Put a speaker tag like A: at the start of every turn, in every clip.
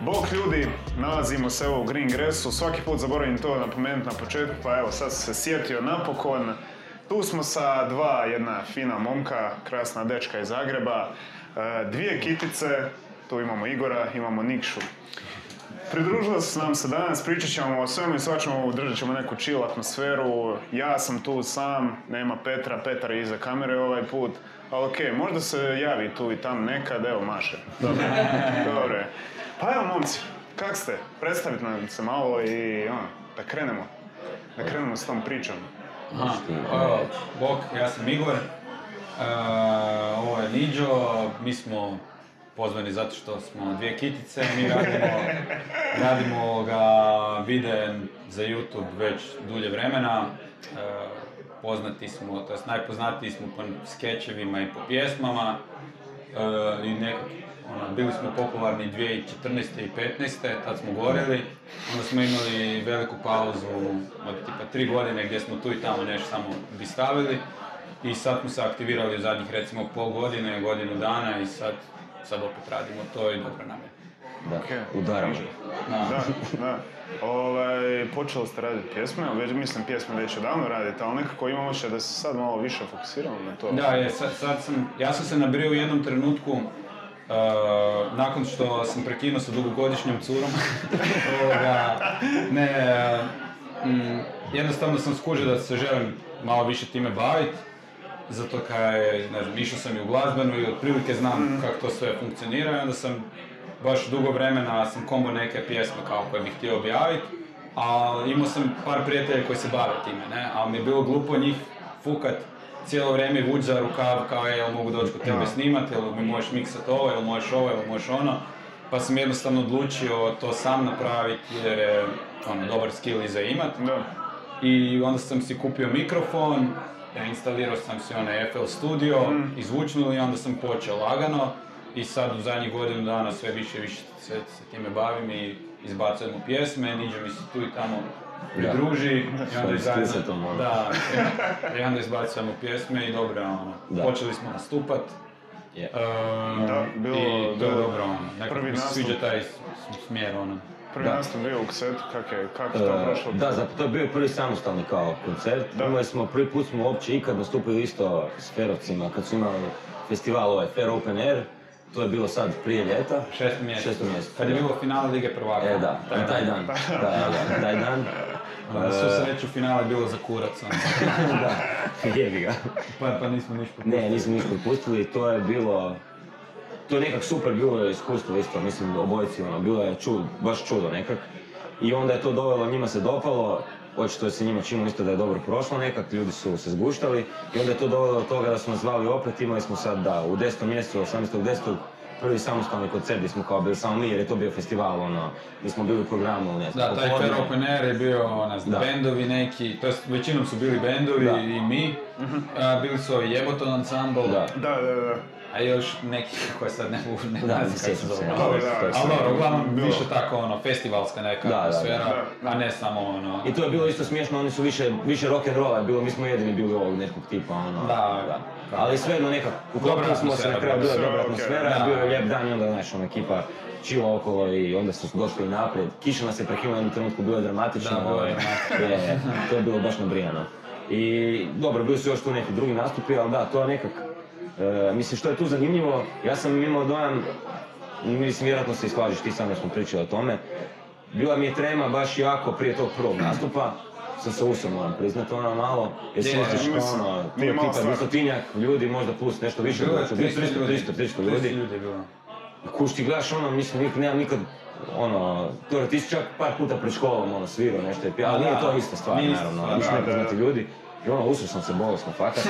A: Bog ljudi, nalazimo se evo u Green Grassu, svaki put zaboravim to napomenuti na početku, pa evo sad sam se sjetio napokon. Tu smo sa dva, jedna fina momka, krasna dečka iz Zagreba, e, dvije kitice, tu imamo Igora, imamo Nikšu. Pridružila su nam se danas, pričat ćemo o svemu i svačemu, držat ćemo neku chill atmosferu. Ja sam tu sam, nema Petra, Petar je iza kamere ovaj put. Ali okej, možda se javi tu i tam nekad, evo Maše. Dobro, dobro je. Pa evo momci, kak ste? Predstavite nam se malo i ono, da krenemo. Da krenemo s tom pričom.
B: Aha, evo, bok, ja sam Igor, E, ovo je Niđo, mi smo pozvani zato što smo dvije kitice, mi radimo, radimo ga vide za YouTube već dulje vremena, E, poznati smo, tj. najpoznatiji smo po skečevima i po pjesmama, E, i nekak, ono, bili smo popularni 2014. i 15. tad smo gorili, onda smo imali veliku pauzu od tipa tri godine gdje smo tu i tamo nešto samo bi stavili i sad smo se aktivirali u zadnjih recimo pol godine, godinu dana i sad, sad opet radimo to i dobro nam je.
C: Da,
A: Ok.
C: udaramo.
B: Na,
A: Da, da. Ovaj, počeli ste raditi pjesme, ali već mislim pjesme već odavno radite, ali nekako imam osjećaj da se sad malo više fokusiramo na to.
B: Da, je, sad, sad sam, ja sam se nabrio u jednom trenutku, uh, nakon što sam prekinuo sa dugogodišnjom curom, ovoga, ne, mm, jednostavno sam skužio da se želim malo više time baviti, zato kaj, ne znam, išao sam i u glazbenu i otprilike znam kako to sve funkcionira i onda sam baš dugo vremena sam kombo neke pjesme kao koje bih htio objaviti, a imao sam par prijatelja koji se bave time, ne, ali mi je bilo glupo njih fukat cijelo vrijeme i vuć za rukav kao "E, jel mogu doći kod tebe
A: Da.
B: snimat, jel mi možeš miksat ovo, jel možeš ovo, jel možeš ono, pa sam jednostavno odlučio to sam napraviti jer je ono, dobar skill iza imat.
A: Da.
B: I onda sam si kupio mikrofon, e, instalirao sam si onaj FL Studio,
A: Mm.
B: izvučnu i onda sam počeo lagano. I sad u zadnjih godinu dana sve više i više se, se time bavim i izbacujemo pjesme, Niđe mi se tu i tamo pridruži. I onda,
C: Svojim
B: zajedno-
C: splicitom, ono.
B: da, i- i onda izbacujemo pjesme i dobro, je ono,
C: Da.
B: počeli smo nastupat.
C: Je.
B: Ehm,
A: Um, Da, bilo-
B: I to je
A: da.
B: dobro, ono, nekako
A: Prvi
B: mi se
A: nastup.
B: sviđa taj s- s- smjer, ono.
A: Prvi
C: Da.
A: nastup bio u ksetu, kak je, kak je to prošlo?
C: E, Da, zapravo to je bio prvi samostalni kao koncert.
A: Da.
C: Imali smo, prvi put smo uopće ikad nastupili isto s Ferovcima kad su imali festival ovaj Fair Open Air. To je bilo sad prije ljeta.
B: Šesto mjesto.
C: Šesto mjesto.
B: Kad je bilo finale Lige prvaka.
C: E, da, na taj dan. Da, da, taj dan.
B: Pa
C: E,
B: Na svu sreću finale je bilo za kurac. ono.
C: da, jebi ga.
B: Pa, pa nismo ništa
C: Ne, nismo ništa propustili, to je bilo... To je nekak super bilo iskustvo isto, mislim, obojici, ono, bilo je čud, baš čudo nekak. I onda je to dovelo, njima se dopalo, očito je se njima činilo isto da je dobro prošlo nekak, ljudi su se zguštali i onda je to dovelo do toga da smo nas zvali opet, imali smo sad da, u 10. mjesecu, 18. 10. prvi samostalni koncert gdje smo kao bili samo mi jer je to bio festival, ono, nismo bili u programu, ne znam,
B: Da, taj
C: popodne.
B: Fair Open Air je bio, ne znam,
C: Da.
B: bendovi neki, to jest većinom su bili bendovi
C: Da.
B: i mi. A, bili su ovi Jeboton Ensemble,
C: Da.
A: Da, da, da.
B: a još neki koje sad ne mogu, ne
C: Da,
B: znam
C: ne
B: kako
C: sjećam
B: se
C: se.
B: zove.
C: Da,
A: Ali da,
B: Ali dobro, uglavnom
A: Bilo.
B: više tako ono, festivalska neka
C: Da, da, da.
B: atmosfera, a ne samo ono...
C: I to je bilo isto smiješno, oni su više, više rock and rolla je bilo, mi smo jedini bili ovog nekog tipa, ono.
B: Da.
C: Ali svejedno nekako, uklopili smo se
B: atmosfera
C: na kraju, bila je
A: bila.
C: dobra
A: Sve, okej.
C: atmosfera,
B: Da.
C: bio je lijep dan i onda naša ona ekipa čila okolo i onda su došli naprijed. Kiša nas je prekinula u jednom trenutku, bilo je dramatično,
B: Da, bilo je
C: ovaj, je, to je bilo baš nabrijano. I dobro, bili su još tu neki drugi nastupi, ali da, to je nekak, e, mislim što je tu zanimljivo, ja sam imao dojam mislim, vjerojatno se islažiš, ti sam smo pričali o tome. Bila mi je trema baš jako prije tog prvog nastupa, sam se usao moram priznat ono malo, jer se
B: Je,
C: osjećaš kao
A: mislim,
C: ono, tu
A: nije
C: je
A: mala
C: tipa
A: stvar.
C: dvjestotinjak ljudi, možda plus nešto više,
B: Bilo je
C: znači 300, 300, 300, 300 ljudi.
B: ljudi je bilo.
C: Kuš ti gledaš ono, mislim, nik, nemam nikad, ono, to ti si čak par puta pred školom, ono, svirao nešto, je pjevao, ali
B: Da,
C: nije to ista stvar,
B: nije ista
C: naravno,
B: stvar,
C: više
A: da,
C: nepoznati
A: da.
C: ljudi. I ono, usao sam se bolesno, fakat.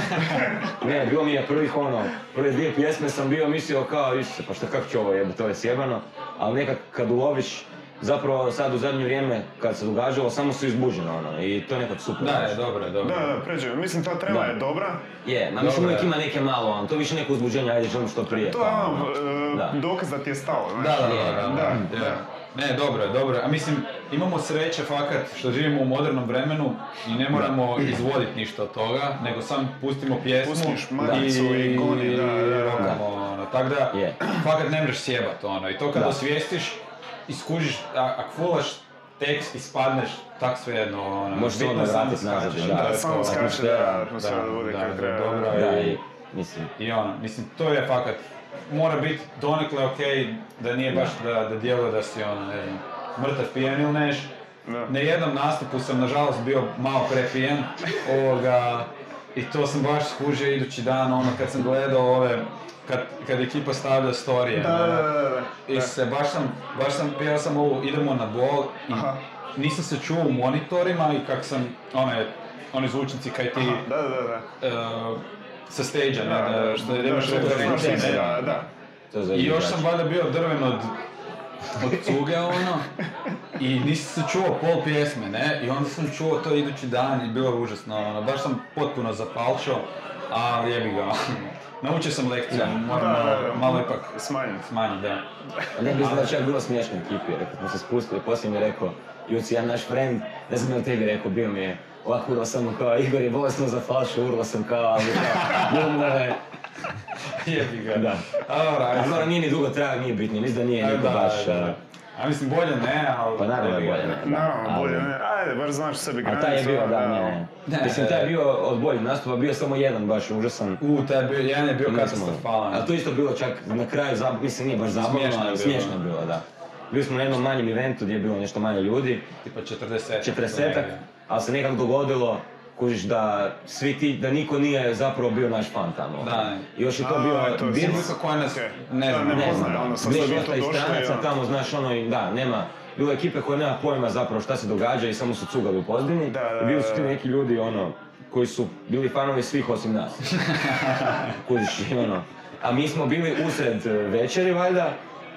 C: ne, bilo mi je prvih, ono, prve dvije pjesme sam bio mislio kao, Isuse, pa šta, kako će ovo jebe, to je sjebano. Ali nekak kad uloviš, zapravo sad u zadnje vrijeme, kad se događalo, samo su izbuđene, ono, i to je nekak super.
B: Da, je,
C: znaš.
B: dobro, je, dobro.
A: Da, da, pređe. Mislim, ta trema
C: Da.
A: je dobra.
C: Je, ma mislim,
B: Dobro je.
C: uvijek ima neke malo, ono, to je više neko uzbuđenje, ajde, želim što prije.
A: To je
C: pa,
A: ono, e,
C: da.
A: dokaz da ti je stalo, znaš.
B: Da, da, da, da,
A: Da,
B: da.
A: da.
B: Ne, dobro je, dobro je. A mislim, imamo sreće fakat što živimo u modernom vremenu i ne moramo izvoditi ništa od toga, nego sam pustimo pjesmu
A: Pustiš maticu i goni, da, da, da.
B: rokamo, ono. Tako da,
C: Je.
B: fakat ne mreš sjebat, ono. I to kad osvijestiš, iskužiš, a- ak fulaš tekst, ispadneš, tak svejedno, ono.
C: Možeš
B: bitno
C: onda
B: samo
C: vratit nazad,
B: skačeš,
C: da.
B: to je
A: Samo
B: to.
A: skače da atmosfera
B: Da,
A: bude
B: da,
A: kako
B: da,
A: treba.
B: dobro je.
C: Da, i, mislim,
B: I ono, mislim, to je fakat, mora biti donekle okej, da nije baš da, da djeluje da si ono, ne znam, mrtav pijen ili neš.
A: Da.
B: Na jednom nastupu sam nažalost bio malo prepijen, ovoga, i to sam baš skužio idući dan, ono, kad sam gledao ove, kad, kad je ekipa stavlja storije. ono.
A: Da, da, da, da.
B: I se, baš sam, baš sam, pjevao sam ovu Idemo na bol i
A: Aha.
B: nisam se čuo u monitorima i kak sam, one, oni zvučnici kaj ti
A: Aha, Da, da, da.
B: e, sa stage ne,
A: Da,
B: da,
A: da,
B: što je
A: da,
B: imaš
A: što
B: rekao,
A: znaš
B: ne,
A: ti,
B: ne.
A: da, da.
C: to je za
B: I još
C: igrače.
B: sam valjda bio drven od, od cuge, ono, i nisam se čuo pol pjesme, ne, i onda sam čuo to idući dan i bilo je užasno, ono, baš sam potpuno zapalčao, a jebi ga, naučio sam lekciju, moram
A: Da, da,
B: malo,
A: da.
B: malo ipak
A: Smanjiti.
B: smanjiti, da.
C: A Ne bi znači, ja bilo smiješno ekipi, jer kad smo se spustili, poslije mi je rekao, Juci, jedan naš friend, ne znam je li tebi rekao, bio mi je, ovako urlao sam mu kao, Igor je bolesno za falšu, urlao sam kao, ali kao, umro je.
B: Jebi ga.
C: Da.
B: A, dobro,
C: A
B: ajde.
C: dobro, nije ni dugo trajao, nije bitno, mislim da nije
B: Ajde,
C: niko
B: da,
C: baš,
B: ajde, da.
C: a,
B: A mislim, bolje ne, ali...
C: pa naravno
B: jebi
C: je
B: ga.
C: bolje, ne. da,
A: Naravno, bolje,
C: ali-
A: ne. Ajde, bar znaš sebi
C: Ali
A: granicu.
C: taj je bio, da,
A: ono.
C: ne,
B: Ne.
C: ne. Mislim, taj je bio od boljih nastupa, bio je samo jedan baš užasan.
B: U, taj je bio, jedan je bio katastrofalan.
C: A to isto bilo čak na kraju, zab- mislim nije baš zabavno,
B: Smiješno je
C: ali
B: bilo.
C: smiješno je bilo, da. Bili smo na jednom manjem eventu gdje je bilo nešto manje ljudi,
B: Tipa 40.
C: 40-ak, Znači, ali se nekako dogodilo, kužiš da svi ti, da niko nije zapravo bio naš fan tamo.
B: Da, ne.
C: I još je to
A: A,
C: bio
A: to je
C: Birc,
A: sigurno.
B: Publika koja nas
A: Okej.
B: ne
A: Da,
B: znam,
A: ne
B: ne
A: poznaje.
B: znam.
A: poznaje, ono, sad
C: bilo je
A: svi
C: dosta
A: tu
C: i
A: došli,
C: stranaca
A: ono.
C: tamo, znaš, ono, i da, nema, bilo je ekipe koja nema pojma zapravo šta se događa i samo su cugali u pozadini.
A: Da, da,
C: I bili su
A: da,
C: ti
A: da.
C: neki ljudi, ono, koji su bili fanovi svih osim nas. Kužiš, i ono. A mi smo bili usred e, večeri, valjda.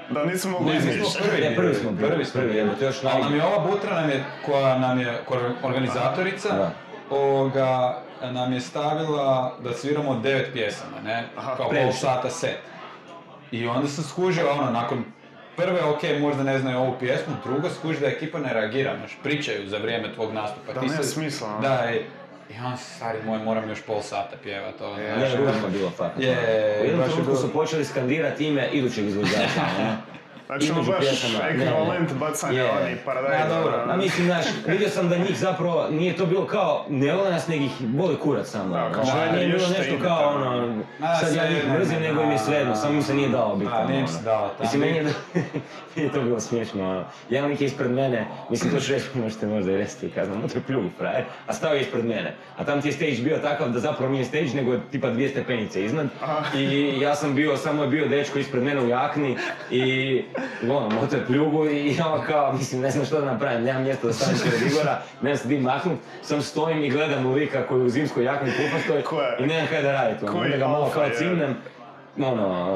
A: Da, nisam mogu
B: Ne, mi
A: izbjeći.
B: smo prvi,
C: Ne, prvi smo bili,
B: prvi smo
C: prvi,
B: bili.
C: evo, to još
B: Ali
C: naj-
B: nam je ova butra nam je, koja nam je koja je organizatorica,
C: Da.
B: ovoga, nam je stavila da sviramo devet pjesama, ne?
A: Aha,
B: Kao pol
C: previše.
B: sata set. I onda sam skužio, ono, nakon prve, ok, možda ne znaju ovu pjesmu, drugo skuži da ekipa ne reagira, znaš, pričaju za vrijeme tvog nastupa.
A: Da,
B: Ti
A: nema
B: se-
A: smisla, ono.
B: Da, i, i onda, stari moj, moram još pol sata pjevat, ono,
A: Je,
B: znaš,
C: Ne, ružno je bilo, fakat.
B: Je,
C: U jednom
B: baš je
C: trenutku
B: bilo.
C: su počeli skandirati ime idućeg izvođača, ono.
A: Znači, ono
C: Između
A: baš
C: pjesama, ne, ne.
A: ekvivalent bacanja
C: Je.
A: onih paradajza.
B: Ma, dobro,
A: ono.
C: A mislim, znaš, vidio sam da njih zapravo nije to bilo kao, ne vole nas nego ih boli kurac samo.
A: Da,
C: ono,
A: kao
C: znaš,
A: ajde,
C: nije bilo
A: još te
C: nešto
A: ide
C: kao
A: tamo.
C: ono,
B: Ma,
C: sad ja njih
B: svejedno je,
C: mrzim,
B: da,
C: nego im je
B: da,
C: svejedno, samo im se nije dao biti.
B: Da,
C: tamo,
B: nije im se
C: ono.
B: dao, da.
C: Mislim, meni je, meni je to bilo smiješno, ono. Jedan lik je ispred mene, mislim, to ću reći, možete možda i resti, kad znam, to je pljugu, frajer, a stao je ispred mene. A tam ti je stage bio takav da zapravo nije stage, nego je tipa dvije stepenice iznad.
A: Aha.
C: I ja sam bio, samo je bio dečko ispred mene u jakni i ono, moto je pljugu i ja ono kao, mislim, ne znam što da napravim, nemam mjesta da stavim pored Igora, nemam se di maknut, sam stojim i gledam u lika koji u zimskoj jakni kupastoj
A: Ko je?
C: i nemam kaj da radit, ono.
A: Koji
C: onda ga malo
A: alfa
C: kao
A: je?
C: cimnem, ono,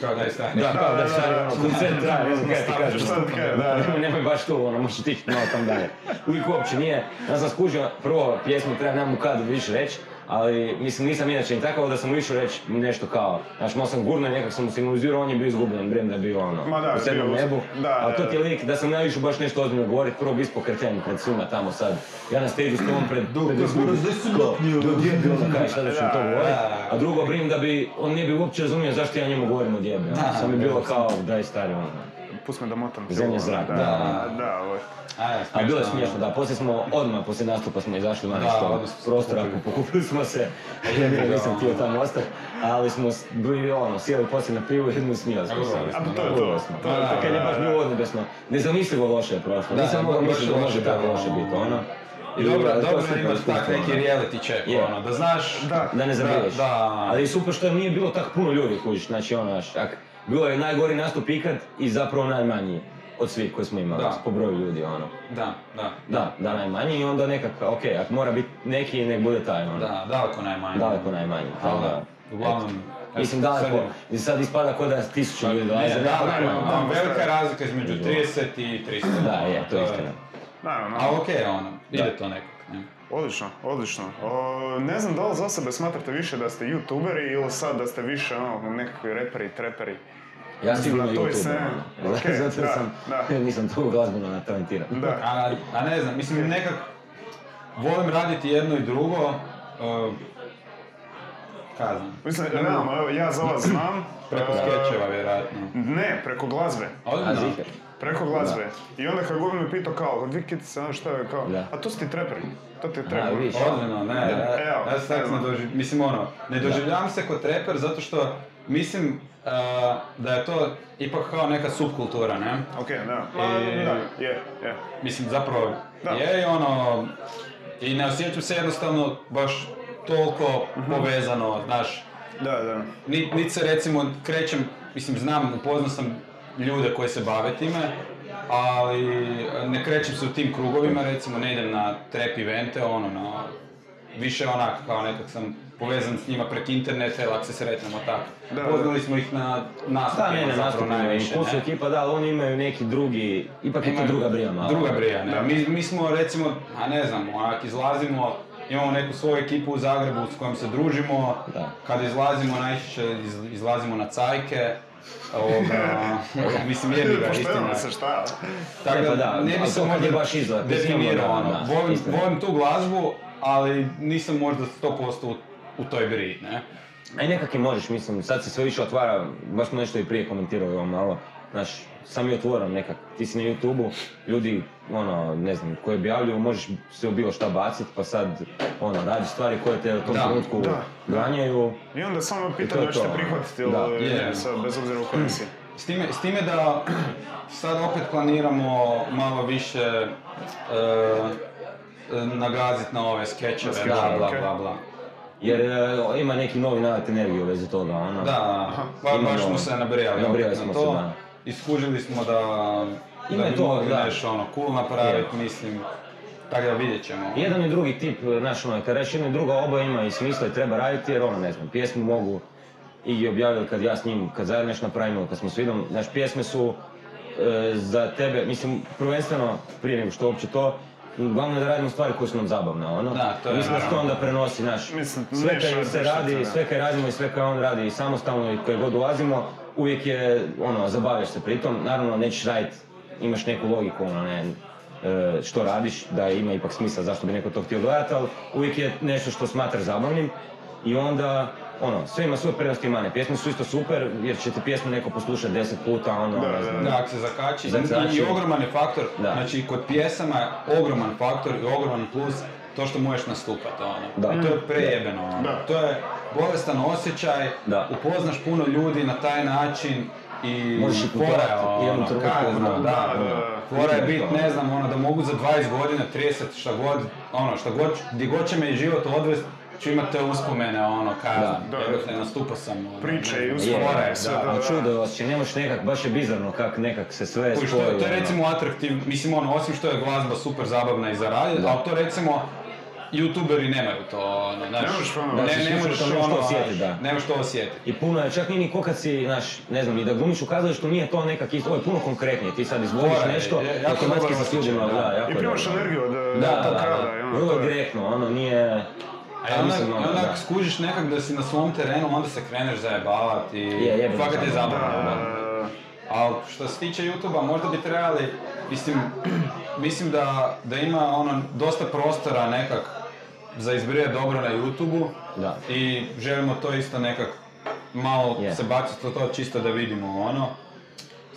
B: kao da je stari.
C: da, kao da stari, ono, koncert traje, ne znam kaj ti
A: Šta
C: kažem.
A: ti kažem, da, da.
C: Nemoj, nemoj baš tu, ono, možeš tići malo tam dalje. Uvijek uopće nije. Ja sam skužio, prvo pjesmu treba nemam u kad više reći, ali mislim nisam inače ni takav da sam mu išao reći nešto kao, znači malo sam gurno i nekako sam mu signalizirao, on je bio izgubljen, brem da je bio ono,
A: Ma da,
C: u sedmom
A: bio uz-
C: nebu.
A: da,
C: ali
A: da,
C: to ti je
A: da.
C: lik, da sam ja išao baš nešto ozbiljno govorit, prvo bi ispao kreten pred svima tamo sad. Ja na stage s tom pred pred ljudima. Kao, "Gdje je bilo?" Kaj, šta da ću to govorit?
B: da.
C: A drugo, brim da bi, on nije bi uopće razumio zašto ja njemu govorim o djebi.
B: Da,
C: Sam bi bilo kao, daj stari ono.
A: Pust me da motam.
C: Zemlja
A: film, ono,
C: zrak,
A: Da,
B: da.
A: da, ovo je.
B: Ajde,
C: A bilo je smiješno, da, poslije smo odmah, poslije nastupa smo izašli van
B: Da,
C: iz tog
B: odmah smo se
C: prostora,
B: pokupili.
C: pokupili smo se, jer ja nisam htio tamo ostati, ali smo s- bili ono, sjeli poslije na pivu i jednu smijali smo
B: Dobro,
A: A
C: se.
B: smo,
A: to je
C: Dobro
A: to.
C: smo.
A: To je to.
C: Kad je baš bilo odnebesno, nezamislivo loše je prošlo,
B: Da,
C: nisam mogao
B: baš
C: misliti da
B: loše
C: može
B: bilo,
C: tako loše
B: ono.
C: biti, ono.
B: I
C: I,
B: dobro,
C: ali to
B: dobro
C: je
B: da
C: super
B: imaš tak
C: iskustvo,
B: neki
C: ono.
B: reality check,
C: Je.
B: ono, da znaš...
A: Da.
C: Da ne zabiješ.
B: Da, da.
C: Ali je super što nije bilo tako puno ljudi kužiš, znači ono, znaš, ak, bilo je najgori nastup ikad i zapravo najmanji od svih koji smo imali,
B: Da.
C: po broju ljudi, ono.
B: Da, da,
C: Da, da najmanji i onda nekako, ok, ako mora biti neki, nek bude taj, ono.
B: da, daleko najmanje.
C: Daleko najmanji, tako
B: Ali
C: da.
B: da, uglavnom... eto,
C: Mislim, daleko,
B: sad
C: i sad ispada kao da tisuću
B: je-
C: ljudi
B: Ne,
C: dolaze.
B: daleko je,
A: ono,
B: da,
A: tamo
B: velika
A: stoje.
B: razlika između 30 i 300.
C: Da, je, to je istina.
A: Naravno.
B: A okej, ono, ide to nekako. ne.
A: Odlično, odlično. O, ne znam da li za sebe smatrate više da ste youtuberi ili sad da ste više ono, nekakvi reperi, treperi.
C: Ja sigurno
A: Na toj
C: YouTube.
A: sceni.
C: ono.
A: Ok,
C: Zato
A: da,
C: sam,
A: da.
C: jer nisam tu glazbeno natalentirao.
A: Da.
B: A, a ne znam, mislim nekak volim raditi jedno i drugo. Uh, kaj znam,
A: Mislim, realno, evo, ja za vas znam.
B: preko
A: e,
B: skečeva vjerojatno.
A: Ne, preko glazbe.
B: A ozbiljno?
C: A ziher.
A: Preko glazbe. I onda kad god me pitao kao, vi kitice, ono šta je, kao,
C: Da.
A: a to su ti treperi. To ti je treper.
C: vidiš.
B: Ozbiljno, ne, ja,
A: Evo,
B: ja se tak
A: evo.
B: ne doživ- mislim ono, ne doživljavam se kod treper zato što mislim a, da je to ipak kao neka subkultura, ne?
A: Ok, da.
B: E,
A: Da, je, je.
B: Mislim zapravo
A: Da.
B: je i ono, i ne osjećam se jednostavno baš toliko
A: Mhm.
B: povezano, znaš,
A: Da, da.
B: Ni- Niti se recimo krećem, mislim znam, upoznao sam ljude koji se bave time, ali ne krećem se u tim krugovima, recimo ne idem na trap evente, ono, na, više onak kao nekak sam povezan s njima preko interneta, jel ako se sretnemo tako.
A: Da, da.
B: Poznali smo ih na
C: Da,
B: nastupima
C: ne, ne,
B: zapravo
C: nastupno je.
B: najviše,
C: Ko su
B: ne?
C: ekipa, da, ali oni imaju neki drugi, ipak je to
B: Imaju-
C: druga brija malo.
B: Druga brija,
A: Da.
B: ne. Mi, mi smo recimo, a ne znam, onak izlazimo, imamo neku svoju ekipu u Zagrebu s kojom se družimo.
C: Da.
B: Kad izlazimo, najčešće iz- izlazimo na cajke. Ovoga, mislim, jedni ga
A: Pošteno
B: istina.
A: se šta?
B: Tako
C: E, pa
B: da,
C: da,
B: ne bi
C: ali
B: se
C: to kad
B: možda
C: je baš izlet, mislim,
B: definirao
C: ono,
B: ono.
C: da,
B: Volim,
C: istina.
B: volim tu glazbu, ali nisam možda 100% u, u toj briji, ne?
C: A i E, nekak i možeš, mislim, sad se sve više otvara, baš smo nešto i prije komentirali ovo malo, znaš, sam je otvoren nekak, ti si na youtube ljudi, ono, ne znam, koji objavljuju, možeš se u bilo šta bacit, pa sad, ono, radi stvari koje te u tom
B: Da,
C: trenutku
A: da, da.
C: ganjaju.
A: I onda samo
C: to
A: pitanje
C: je
A: hoćete
C: to, ono.
A: prihvatiti ili
C: Da.
B: Je.
A: ne, sad, bez obzira u kojem si.
B: S time, s time da sad opet planiramo malo više e, e, nagazit na ove skečeve,
A: skečeve,
B: bla, bla,
A: okej.
B: bla, bla.
C: Jer e, ima neki novi nalet energije u vezi toga, ono.
B: Da, ba,
C: Imamo-
B: baš smo se nabrijali
C: nabrijali
B: opet na
C: smo se,
B: to.
C: da.
B: Iskužili smo da, da
C: Ima
B: bi
C: je to,
B: mogli
C: da.
B: nešto ono cool napraviti, mislim. Tako da vidjet ćemo.
C: Jedan i drugi tip, znaš, ono, kad reći jedno i drugo, oboje ima i smisla i treba raditi, jer ono, ne znam, pjesmu mogu i objavili kad ja s njim, kad zajedno nešto napravimo, ili kad smo s Vidom, znaš, pjesme su e, za tebe, mislim, prvenstveno, prije nego što uopće to, Glavno je da radimo stvari koje su nam zabavne, ono.
B: Da, to je
C: Mislim da se to
B: naravno.
C: onda prenosi, znaš,
A: Mislim,
C: sve
A: miješa
C: kaj
A: se
C: se radi,
A: što se
C: sve kaj radimo i sve kaj on radi i samostalno i koje god ulazimo, uvijek je, ono, zabavljaš se pritom. Naravno, nećeš radit, imaš neku logiku, ono, ne, e, što radiš, da ima ipak smisla zašto bi neko to htio gledat, ali uvijek je nešto što smatraš zabavnim i onda, ono, sve ima svoje prednosti i mane. Pjesme su isto super, jer će ti pjesmu neko poslušat deset puta, ono,
A: Da,
C: ne znam,
A: da,
B: Da, ako se zakači,
C: Zakači.
B: i ogroman je faktor,
C: Da.
B: znači kod pjesama je ogroman faktor i ogroman plus to što možeš nastupati, ono.
C: Da.
B: To je prejebeno, ono.
A: Da.
B: To je bolestan osjećaj,
C: Da.
B: upoznaš puno ljudi na taj način i
C: Možeš ih
B: fora je
C: upoznat i
B: ono,
C: jednom trenutku
B: kako,
C: upoznat.
B: da,
A: Da,
B: ono.
A: da, da.
B: Fora je
C: Bitno je
B: bit,
C: to.
B: ne znam, ono, da mogu za 20 godina, 30, šta god, ono, šta god, gdje god će me i život odvest, ću imat te uspomene, ono, kaj
C: Da.
B: znam,
A: Da.
B: jebote, nastupao sam, ono,
A: Priče
B: ne
A: i
B: znam,
A: uspomene,
B: fora je,
A: sve
B: da.
A: to.
C: Da,
A: da.
C: ali čudo je osjećaj, ne možeš nekak, baš je bizarno kak nekak se sve
B: Kužiš, to,
C: spoji.
B: je- to je
C: ono.
B: recimo atraktiv, mislim ono, osim što je glazba super zabavna i zaradit, ali to recimo youtuberi nemaju to, ono, znači,
A: Ne možeš ono,
B: ne,
C: znači,
B: ne
C: isključivo
B: možeš
C: to nešto
B: ono,
C: osjetit, da.
B: ne možeš to osjetiti.
C: I puno je, čak nije ni ko kad si, znaš, ne znam, i da glumiš u kazalištu nije to nekak isto, ovo je puno konkretnije, ti sad izvoliš
B: Ovo je,
C: nešto,
B: je, jako
C: automatski
B: dobar
C: sa ljudima,
B: osjećaj, da.
C: da, jako
A: I
C: je
A: primaš
C: dobro.
A: energiju od
C: Da,
A: e,
C: da,
A: tog
C: da,
A: krada. i ono,
C: vrlo
A: to je-
C: direktno, ono nije,
B: A
C: ja
B: onda,
C: mislim, ono,
B: onda
C: da.
B: ako skužiš nekak da si na svom terenu, onda se kreneš zajebavati i
C: Je, jebeno
B: fakat je
C: zabavno,
B: zabavno.
A: Da,
B: da. Ali što se tiče YouTube-a, možda bi trebali, mislim, mislim da, da ima ono dosta prostora nekak za izbrijat dobro na YouTube-u.
C: Da.
B: I želimo to isto nekak malo
C: Je.
B: se baciti u to čisto da vidimo ono.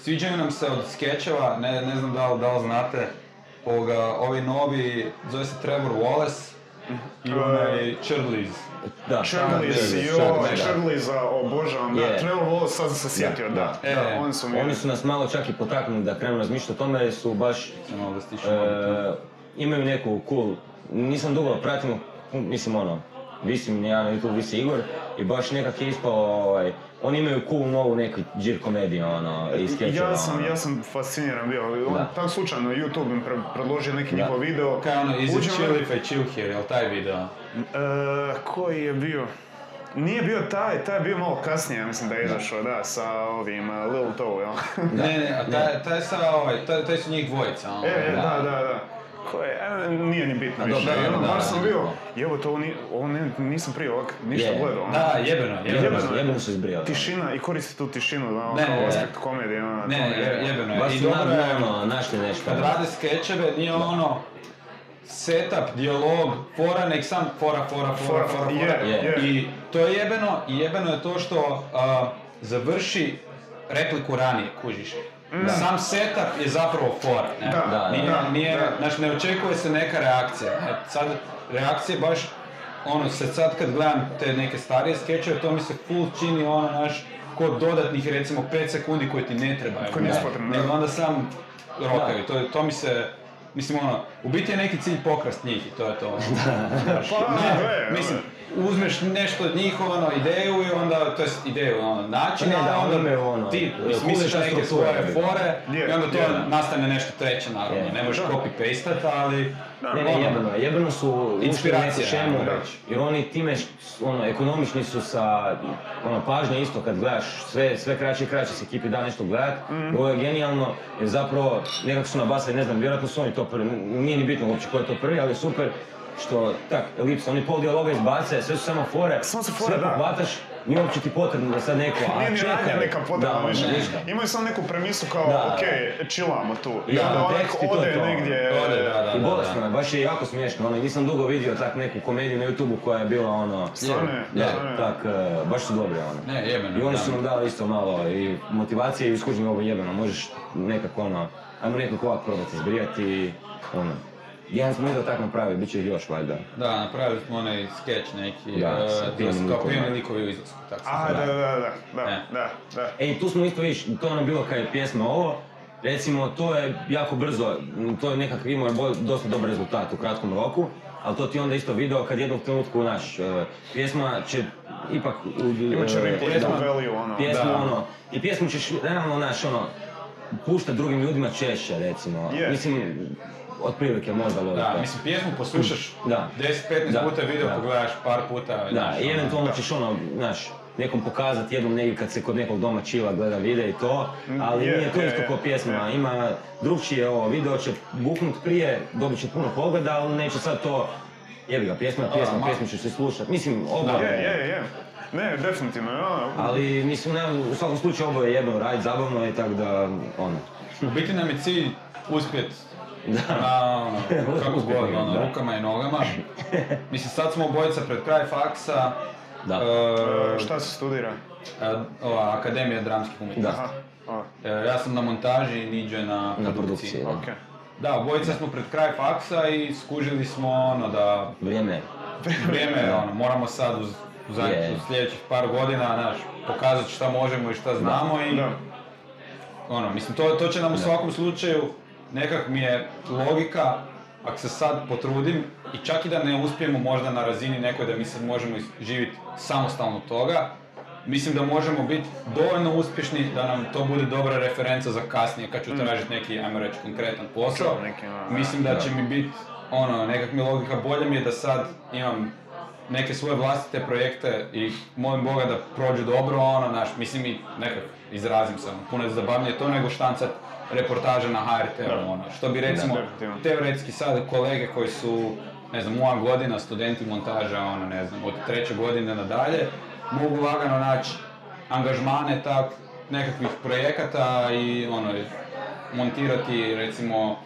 B: Sviđaju nam se od skečeva, ne, ne znam da li, da li znate, ovoga, ovi novi, zove se Trevor Wallace i onaj Churliz.
C: da.
A: Churlies,
C: Churlies,
A: joj,
C: Churlies, da.
A: Churliesa, obožavam, da,
C: Je.
A: Trevor Wallace, sad sam se sjetio, da,
B: da.
A: da,
B: E,
A: oni su mi...
C: Oni su nas malo čak i potaknuli da krenu razmišljati o tome, jer su baš
B: Samo malo da stišem mobitel.
C: E, imaju neku cool, nisam dugo pratimo, mislim ono, visim ja na YouTube, visi Igor i baš nekak je ispao, ovaj, oni imaju cool novu neku džir komediju, ono, i skečeva,
A: Ja sam,
C: ono.
A: ja sam fasciniran bio, on
C: Da.
A: tam slučajno YouTube im pre- predložio neki
C: Da.
A: njihov video.
B: Kaj je ono, is
A: Uđem-
B: it chill if I chill here, jel taj video?
A: E, koji je bio? Nije bio taj, taj je bio malo kasnije, ja mislim da je izašao, da, sa ovim uh, Lil Toe, jel?
B: Ne, ne, a taj, taj sa ovaj, taj, taj su njih dvojica, ono.
A: E, e, da, da, da. koje, e, nije ni bitno
C: A
A: više.
C: dobro,
A: Ono,
C: da,
A: baš
C: da,
A: sam
C: da.
A: bio, jebo to, ovo, ni- ovo ne, nisam prije ovak ništa
C: Je.
A: gledao. ono.
B: Da, jebeno, jebeno.
A: Jebeno.
C: Jebeno- Jebeno su izbrijali.
A: Tišina i koristi tu tišinu, ono,
B: Ne,
A: kao
B: ne.
A: aspekt komedije, ono, to
B: Ne,
A: mi je-
B: je- jebeno je.
C: Baš
B: I
C: su
B: dobro
C: na-
B: je,
C: ono, našli nešto.
B: kad rade skečeve, nije ono setup, dijalog, fora, nek sam fora, fora, fora,
A: Fora,
B: fora,
A: je,
B: fora.
C: je.
B: I to je jebeno, i jebeno je to što a, završi repliku ranije, kužiš. Sam setup je zapravo fora, ne?
A: Mm. Da,
C: Da,
B: nije,
A: da,
B: nije,
A: da.
B: znaš, ne očekuje se neka reakcija. ne? Sad, reakcije baš, ono, sad, sad kad gledam te neke starije skečeve, to mi se full čini ono, naš, kod dodatnih recimo 5 sekundi koje ti ne treba.
A: Koje nisu
B: Da.
A: potrebne,
B: Nego
A: da.
B: onda sam rokaju, to, to mi se, mislim ono, u biti je neki cilj pokrast njih i to je to. ono. Znaš,
A: Pa,
B: ne,
A: gle, gle.
B: mislim, uzmeš nešto od njih, ono, ideju i onda, to jest ideju, ono, način,
C: Ne, da,
B: a onda
C: imaju ono,
B: ti
C: e,
B: misliš
C: kuliša
B: neke
C: struktura,
B: svoje
C: je.
B: fore
A: Je,
B: i onda to
A: je.
B: nastane nešto treće, naravno,
C: Je.
B: ne možeš
A: Da.
B: copy-pastat, ali,
C: Ne,
B: ono,
C: ne, jebeno, je. jebeno su
B: Inspiracija,
C: inspiracije šemu,
B: ajmo
A: reći.
C: jer oni time, š- ono, ekonomični su sa, ono, pažnje isto kad gledaš, sve, sve kraće i kraće se ekipi da nešto gledat,
A: Mhm.
C: ovo je genijalno, jer zapravo nekako su nabasali, ne znam, vjerojatno su oni to prvi, n- nije ni bitno uopće ko je to prvi, ali je super što, tak, elipsa, oni pol dijaloga izbace, sve su samo fore,
A: Samo su fore, da.
C: sve pohvataš, nije uopće ti potrebno da sad neko, a
A: Nije ni radnja
C: čekaj,
A: neka potrebna
C: da, ono,
A: više.
C: ništa.
A: Imaju samo neku premisu kao,
C: Da.
A: ok, chillamo tu. I
C: Ja,
A: onda onako
C: tekst i to
A: ode
C: je to.
A: negdje...
B: Ode, da, da.
C: I bolesno je, baš je jako smiješno, ono, nisam dugo vidio tak neku komediju na youtube koja je bila ono...
A: Stvarno je,
C: Da,
A: stvarno je.
C: tak, e, baš su dobre one.
B: Ne, jebeno,
C: I oni
B: da.
C: su nam dali isto malo i motivacije i uskužim ovo jebeno, možeš nekako ono, ajmo nekako ovak probati izbrijati i ono. Jedan smo isto tako napravili, bit će ih još valjda.
B: Da, napravili smo onaj skeč neki,
C: Da,
B: e,
C: sa
B: to
C: pijanim
B: su kao
C: likovima.
B: pijani likovi u izlasku, tako se
A: A,
B: zove.
A: da, da, da, da,
B: Ne.
A: da, da.
C: E, i tu smo isto viš, to je ono bilo kad je pjesma ovo, recimo to je jako brzo, m, to je nekakav imao je bo- dosta dobar rezultat u kratkom roku, ali to ti onda isto video kad jednom trenutku naš e, pjesma će ipak... u-
A: Imat će
C: e,
A: replay value, ono.
C: pjesmu
B: Da.
C: ono, i pjesmu ćeš realno naš ono, pušta drugim ljudima češće recimo,
A: Je.
C: mislim, otprilike možda logično.
B: Da, mislim, pjesmu poslušaš
C: Mm. Da.
B: 10-15
C: Da,
B: puta, video
C: da.
B: pogledaš par puta.
C: Da,
B: znaš,
C: i
B: ono.
C: eventualno ćeš ono, znaš, nekom pokazati jednom negdje kad se kod nekog doma čila gleda vide i to, ali
A: je,
C: nije to
A: je,
C: isto
A: je,
C: ko pjesma,
A: je.
C: ima drugčije ovo, video će buknut prije, dobit će puno pogleda, ali neće sad to, jebi ga, pjesma je
B: A,
C: pjesma,
B: ma-
C: pjesmu ćeš se slušat, mislim, oba,
A: Je, je, je. Ne, definitivno, je, ono,
C: ali mislim, ne, u svakom slučaju oboje je jebeno radit, zabavno je, tako da, ono,
B: U biti nam je cilj uspjet
C: da,
B: na, ono, kako
C: Uspjet,
B: god, ono,
C: da.
B: rukama i nogama. Mislim, sad smo obojica pred kraj faksa.
C: Da.
B: e,
A: e, šta se studira?
B: a- ova, Akademija dramskih umjetnosti.
A: Aha, o,
B: E, ja sam na montaži i Niđo je na
C: na
B: produkciji.
C: produkciji, da.
A: okej.
B: Da, obojica smo pred kraj faksa i skužili smo ono da
C: Vrijeme je.
B: vrijeme je ono, moramo sad uz, u zadnjih-
C: Je.
B: u sljedećih par godina, znaš, pokazati šta možemo i šta znamo i
A: Da,
B: ono, mislim, to, to će nam u svakom slučaju, nekak mi je logika, ako se sad potrudim i čak i da ne uspijemo možda na razini nekoj da mi sad možemo živjeti samostalno od toga, mislim da možemo biti dovoljno uspješni da nam to bude dobra referenca za kasnije kad ću tražiti neki, ajmo reći, konkretan posao.
A: Kao Mm. neki, ono, da.
B: Mislim da će mi biti, ono, nekak mi je logika bolja mi je da sad imam neke svoje vlastite projekte i molim Boga da prođu dobro, ono, naš, mislim i nekak izrazim se, ono, puno je zabavnije to nego štancat reportaže na HRT, ono, što bi recimo
A: definitivno.
B: teoretski sad kolege koji su, ne znam, moja godina, studenti montaža, ono, ne znam, od treće godine nadalje, mogu lagano naći angažmane tak, nekakvih projekata i, ono, montirati, recimo, uh,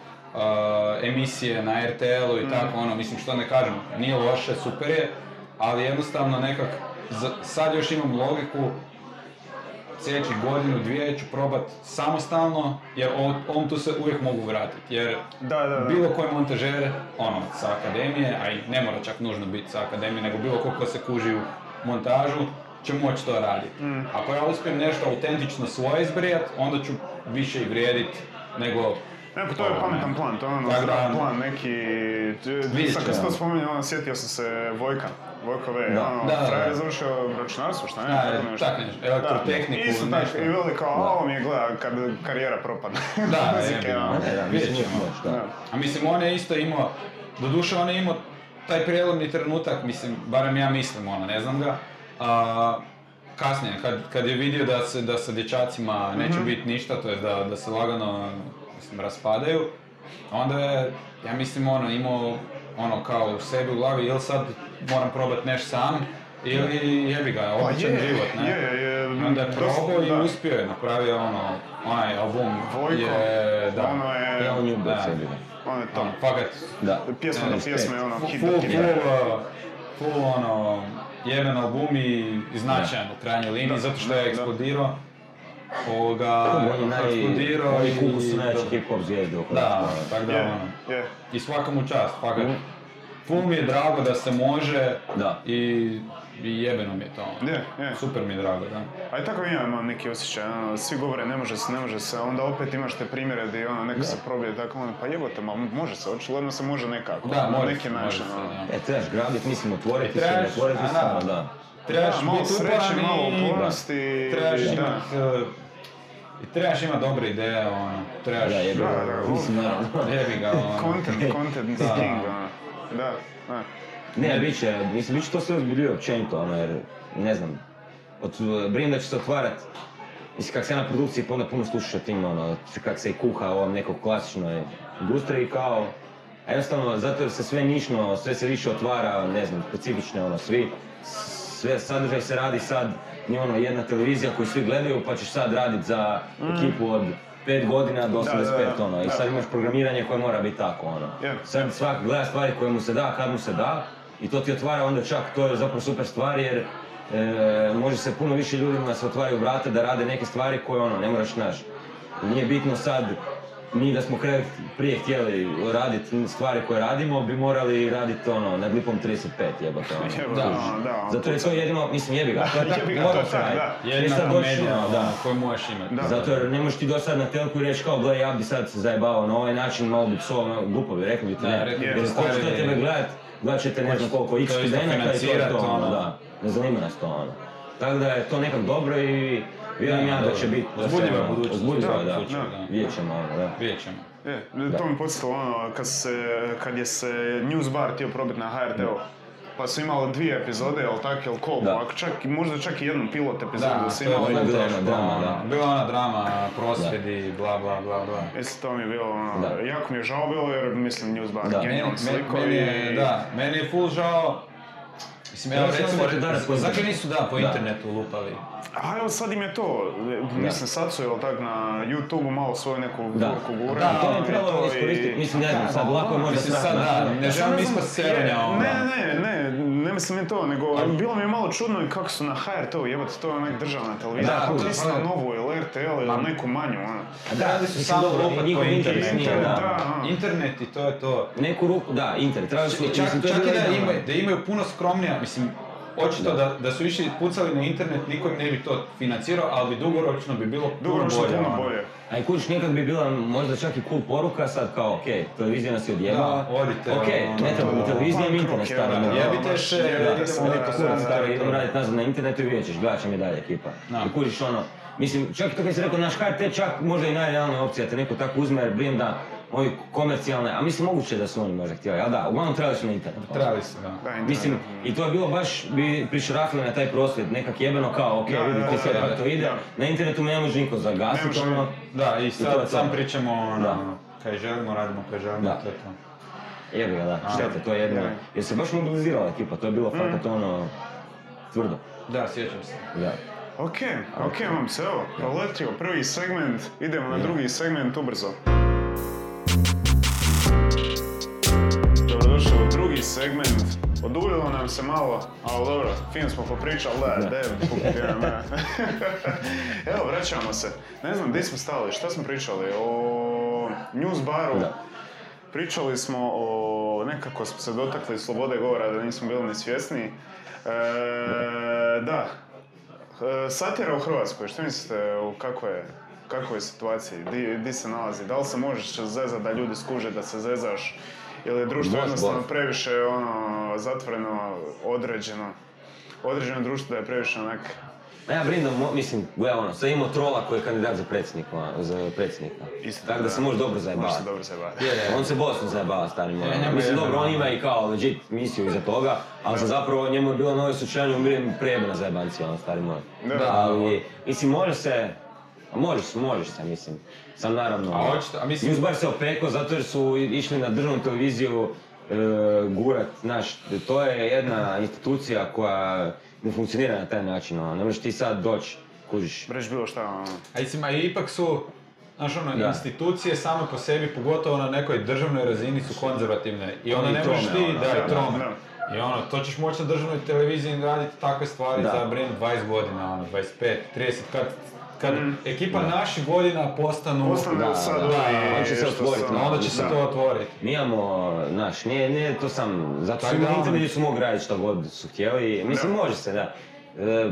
B: emisije na RTL-u i tako, ono, mislim, što ne kažem, nije loše, super je, ali jednostavno nekak, za- sad još imam logiku sljedećih godinu, dvije ću probat samostalno, jer on, on tu se uvijek mogu vratiti, jer
A: da, da. da.
B: bilo koji montažer, ono, sa akademije, a i ne mora čak nužno biti sa akademije, nego bilo ko ko se kuži u montažu, će moći to raditi.
A: Mm.
B: Ako ja uspijem nešto autentično svoje izbrijat, onda ću više i vrijedit nego...
A: Neko, E, pa to je pametan plan, to je ono
B: Tako Ovaj. da,
A: zdrav
B: ono.
A: plan, neki...
B: Vidjet
A: Sad
B: ćemo.
A: kad se to spominje, ono, sjetio sam se Vojka. Vojko V,
C: Da.
A: ono,
B: Da, da,
A: frajer
B: da.
A: je završio računarstvo, šta ne?
B: Da,
A: tako nešto.
B: tako nešto, elektrotehniku,
A: Da, Isto
B: nešto.
A: tako, i veli kao, a ovo mi je gleda kad karijera propadne.
B: Da,
A: Muzike,
B: jebi ga,
A: ono.
C: Ne, da,
B: Vidjet
C: mislim,
B: ćemo.
C: nije loš, da.
A: Da.
B: A mislim, on je isto imao, doduše on je imao taj prijelomni trenutak, mislim, barem ja mislim, ono, ne znam ga. A, kasnije, kad, kad je vidio da
A: Mhm.
B: se, da sa dječacima neće biti ništa, to je da, da se lagano mislim, raspadaju, Onda je, ja mislim, ono, imao ono kao u sebi u glavi, ili sad moram probat nešto sam, ili jebi ga, običan
A: Pa je,
B: život, ne?
A: je, je, je,
B: I onda je
A: dosta,
B: probao
A: da.
B: i uspio je, napravio je ono, onaj album
A: Vojko,
B: je, da,
A: ono je,
C: Ja on je bio
B: Da.
C: sebi, da.
A: ono je
B: ono,
A: to.
B: fakat,
C: Da.
A: Pjesma do
C: Respekt.
A: pjesme, ono,
B: Fu-
A: hit
B: Full,
A: do hit.
B: full, uh, full, ono, jedan album i i značajan u krajnjoj liniji, zato što je
A: da.
B: eksplodirao. Ovoga,
C: On je ono, naj...
B: eksplodirao
C: on
B: i...
C: je kukus su najjači
B: da.
C: hip-hop zvijezde u
B: Da,
C: Hrvatskoj.
B: tako da,
A: Je,
B: ono,
A: je.
B: i svaka mu čast, fakat. Full mi je drago da se može
C: Mm. Da.
B: i, i jebeno mi je to, ono.
A: Je, je.
B: Super mi je drago, da.
A: A i tako ja imam neki osjećaj, ono, svi govore ne može se, ne može se, a onda opet imaš te primjere gdje ono, neko se probije tako, ono, pa jebote, ma može se, očigledno se može nekako,
B: Da,
A: na
B: može
A: neki
B: se, može
A: način,
B: se,
A: ono.
B: da.
C: E, trebaš grabit, mislim, otvoriti se,
B: E, Trebaš,
C: ne otvoriti
B: a,
C: se,
B: da.
C: ono, da.
B: Trebaš
A: Da, malo
B: biti
A: sreće,
B: uporan i-
A: malo upornosti,
B: Trebaš
A: da.
B: imat... uh, I trebaš imat dobre ideje, ono. Trebaš...
C: Da, jebi
A: Da, da,
C: ga, mislim, naravno.
B: Jebi ga, ono.
A: Content, content is
B: Da.
A: king, ono. Da, da.
C: Ne, bit će, mislim, bit će to sve ozbiljio općenito, ono, jer, ne znam, od, brinem da će se otvarat, mislim, kak se na produkciji, pa onda puno slušaš o tim, ono, kak se i kuha u ovom nekom klasičnoj industriji, kao, a jednostavno, zato jer se sve nišno, sve se više otvara, ne znam, specifične, ono, svi, sve sadržaj se radi sad, nije ono jedna televizija koju svi gledaju, pa ćeš sad radit za ekipu od 5 godina do 85,
A: Mm. da,
C: ono, i
A: da.
C: sad imaš programiranje koje mora biti tako, ono.
A: Je.
C: Sad svak gleda stvari koje mu se da, kad mu se da i to ti otvara onda čak, to je zapravo super stvar jer e, može se puno više ljudima se otvaraju vrata da rade neke stvari koje ono, ne moraš naš. Nije bitno sad, mi da smo kre- prije htjeli raditi stvari koje radimo, bi morali raditi ono, nad lipom 35 jebote ono.
A: Jebote,
B: Da.
A: ono, da, ono,
C: Zato jer to je jedino, mislim jebi ga, to je
A: Da,
C: tako,
A: jebi ga, to je
C: moraš
A: tak,
C: radit.
A: da.
C: Jer
B: Jedna
C: sad doći,
B: komedija
C: ono,
B: ono, koju možeš imati.
A: Da.
C: zato jer ne možeš ti doći sad na telku i reći kao gle ja bi sad se zajebavao na ovaj način, malo bi pso, ono, glupo bi rekli bi ti
B: Da,
C: ne.
B: rekli
A: bi,
C: Jer
A: da,
C: ko
B: stari-
C: će tebe gledat, gledat će te ne znam koliko x
B: To isto
C: studenta i to je
B: financirat,
C: to ono,
B: ono.
C: da. Ne zanima nas to ono. Tako da je to nekak dobro i vjerujem ja da će biti. da se,
B: Uzbudljiva
C: ono,
B: budućnost.
C: Uzbudljiva,
B: Da,
C: da.
B: da.
C: Vidjet ćemo ono, da.
B: Vidjet ćemo.
A: Je, E, to mi podsjetilo ono, kad, se, kad je se News Bar htio probiti na HRT-u. Pa su imali dvije epizode, jel tak, jel koliko,
C: Da.
A: ako čak, možda čak i jednu pilot epizodu
B: Da,
A: su
B: to je ovaj
A: imali.
B: bila
C: bila ona
B: teško,
C: drama,
B: ono.
C: da.
B: Bila ona drama, prosvjedi, bla, bla, bla, bla.
A: Mislim, to mi je bilo, ono,
C: Da.
A: jako mi je žao bilo jer mislim News Bar
C: Da.
B: Meni,
A: genijalni
B: meni-
A: slikovi.
B: meni je,
A: i-
B: da, meni je full žao. Mislim, evo
C: Ja mislim
B: recimo,
C: da će danas po
B: zašto
C: internetu.
B: nisu da po
C: Da.
B: internetu lupali?
A: A evo sad im je to, mislim sad su jel tak na YouTube-u malo svoju neku
C: Da.
A: gurku gure.
C: Da, to
A: ono,
C: je
A: i
C: trebalo
A: i-
C: iskoristiti, mislim ne znam, sad lako je možda
B: Mislim,
C: strah
B: sad da,
C: napraviti.
B: ne želim ispast
A: je,
B: serenja, ono.
A: Ne, ne, ne, ne mislim ni to, nego bilo mi je malo čudno i kako su na HRT-u, jebate, to je onak državna televizija,
B: Da,
A: da,
B: to je
A: to
B: fakt.
A: novu ili RTL ili neku manju, ono.
C: A
B: Da, ali su
C: mislim,
B: samo
C: dobro,
B: opet
C: njihov
B: po
C: interes
B: internetu,
C: nije, da.
A: da. ono.
B: Internet i to je to.
C: Neku ruku, da, Inter, trebali su,
B: I čak,
C: mislim, to je
B: čak i
C: bilo
B: da
C: idealno.
B: imaju, da imaju puno skromnija, mislim, očito da, da su išli pucali na internet, niko im ne bi to financirao, ali bi dugoročno bi bilo puno
A: Dugoročno
B: bolje.
A: puno
B: ono.
A: bolje.
C: A i kužiš, nekad bi bila možda čak i cool poruka, sad kao, ok, televizija nas je odjebala.
B: Da, odite, ono,
C: Ok, ne treba
B: ono,
C: mi televizija, mi
A: punk
C: internet
A: rock je,
C: stari.
A: ono,
C: molim.
A: da,
B: Jebite
A: baš,
B: še,
A: jebite
B: idemo
A: se,
B: neko
A: da,
B: sam
A: da,
B: stari.
C: Idem
B: to.
C: radit nazad na internetu i vidjet ćeš, gledat će mi dalje ekipa.
B: Da.
C: I kužiš ono, mislim, čak i to kad si rekao naš HRT, čak možda i najrealnija opcija, te neko tako uzme, jer brim da ovi komercijalne, a mislim moguće da su oni možda htjeli, ali da, uglavnom trebali su na internet. ono.
B: Trebali su, da.
A: Da, internet.
C: Mislim, i to je bilo baš, bi prišrafili na taj prosvjed, nekak jebeno kao, ok,
A: Da, da,
C: vidite
A: da,
C: sve
A: da,
C: kako pa to ide,
A: da.
C: na internetu me ne može niko
A: Ne
C: zagasiti,
A: može.
C: ono,
B: Da, i
C: to
B: sad
C: je to.
B: sam pričamo
C: Da.
B: ono, kaj želimo, radimo kaj želimo,
C: Da.
B: to je to.
C: Jebi ga, da, šteta, to je jedno.
A: Da.
C: Jer se baš mobilizirala ekipa, to je bilo fakat ono... Tvrdo,
B: Da, sjećam se.
C: da.
A: Ok, ok, imam se, evo, proletio prvi segment, idemo na drugi segment ubrzo. Dobrodošli u drugi segment. Oduljilo nam se malo, ali dobro, fin smo popričali, da, da, da, da. Evo, vraćamo se. Ne znam, gdje smo stali, šta smo pričali, o news baru.
C: Da.
A: Pričali smo o, nekako smo se dotakli slobode govora, da nismo bili ni svjesni. E, da, E, Satira u Hrvatskoj, što mislite, u kako je, kako je situaciji, di, di se nalazi? Da li se možeš zezat da ljudi skuže da se zezaš? Ili je društvo
C: Baš,
A: jednostavno
C: baš.
A: previše ono, zatvoreno, određeno? Određeno društvo da je previše onak...
C: A ja brinem, mo- mislim, gle ono, sad imamo trola koji je kandidat za predsjednika, ono, za predsjednika.
A: Istina,
C: Tako da se
A: da.
C: može dobro
A: Može se
C: zajebavati.
A: dobro se baviti.
C: Je, je, on se Bosnu zajebava stari moj.
B: E, njemu
C: Mislim,
B: je
C: dobro, on
B: jedno.
C: ima i kao legit misiju iza toga, ali sam zapravo njemu je bilo na ovoj slučajanju umrem prejebena zajebancija, ono, stari moj.
A: Da.
C: Ali, mislim, ono. može se, A možeš, možeš se, mislim. Sam naravno...
B: A očito- a mislim-
C: Newsbar se opeko zato jer su i- išli na državnu televiziju e, gurat, znaš, to je jedna institucija koja ne funkcionira na taj način, ono, ne možeš ti sad doći, kužiš.
A: Reći bilo šta, ono.
B: A mislim, a ipak su, znaš ono,
C: Da.
B: institucije same po sebi, pogotovo na nekoj državnoj razini su konzervativne. I onda
C: I
B: ne možeš
C: trome,
B: ti,
C: ono,
B: da,
A: da,
B: i trome.
A: da.
B: I ono, to ćeš moći na državnoj televiziji raditi takve stvari
C: Da.
B: za brend 20 godina, ono, 25, 30, kad, kad ekipa naših godina Mm. postanu...
A: Postane
C: Da,
A: sad
C: da,
A: ovi
C: on će se
A: što
C: otvorit,
A: su-
B: A onda će se
A: Da.
B: to otvoriti.
C: Mi imamo, znaš, nije, nije to sam, zato su
B: Tako da,
C: imali
B: ono-
C: internet gdje su mogli raditi što god su htjeli, mislim
A: Da.
C: može se, da. E,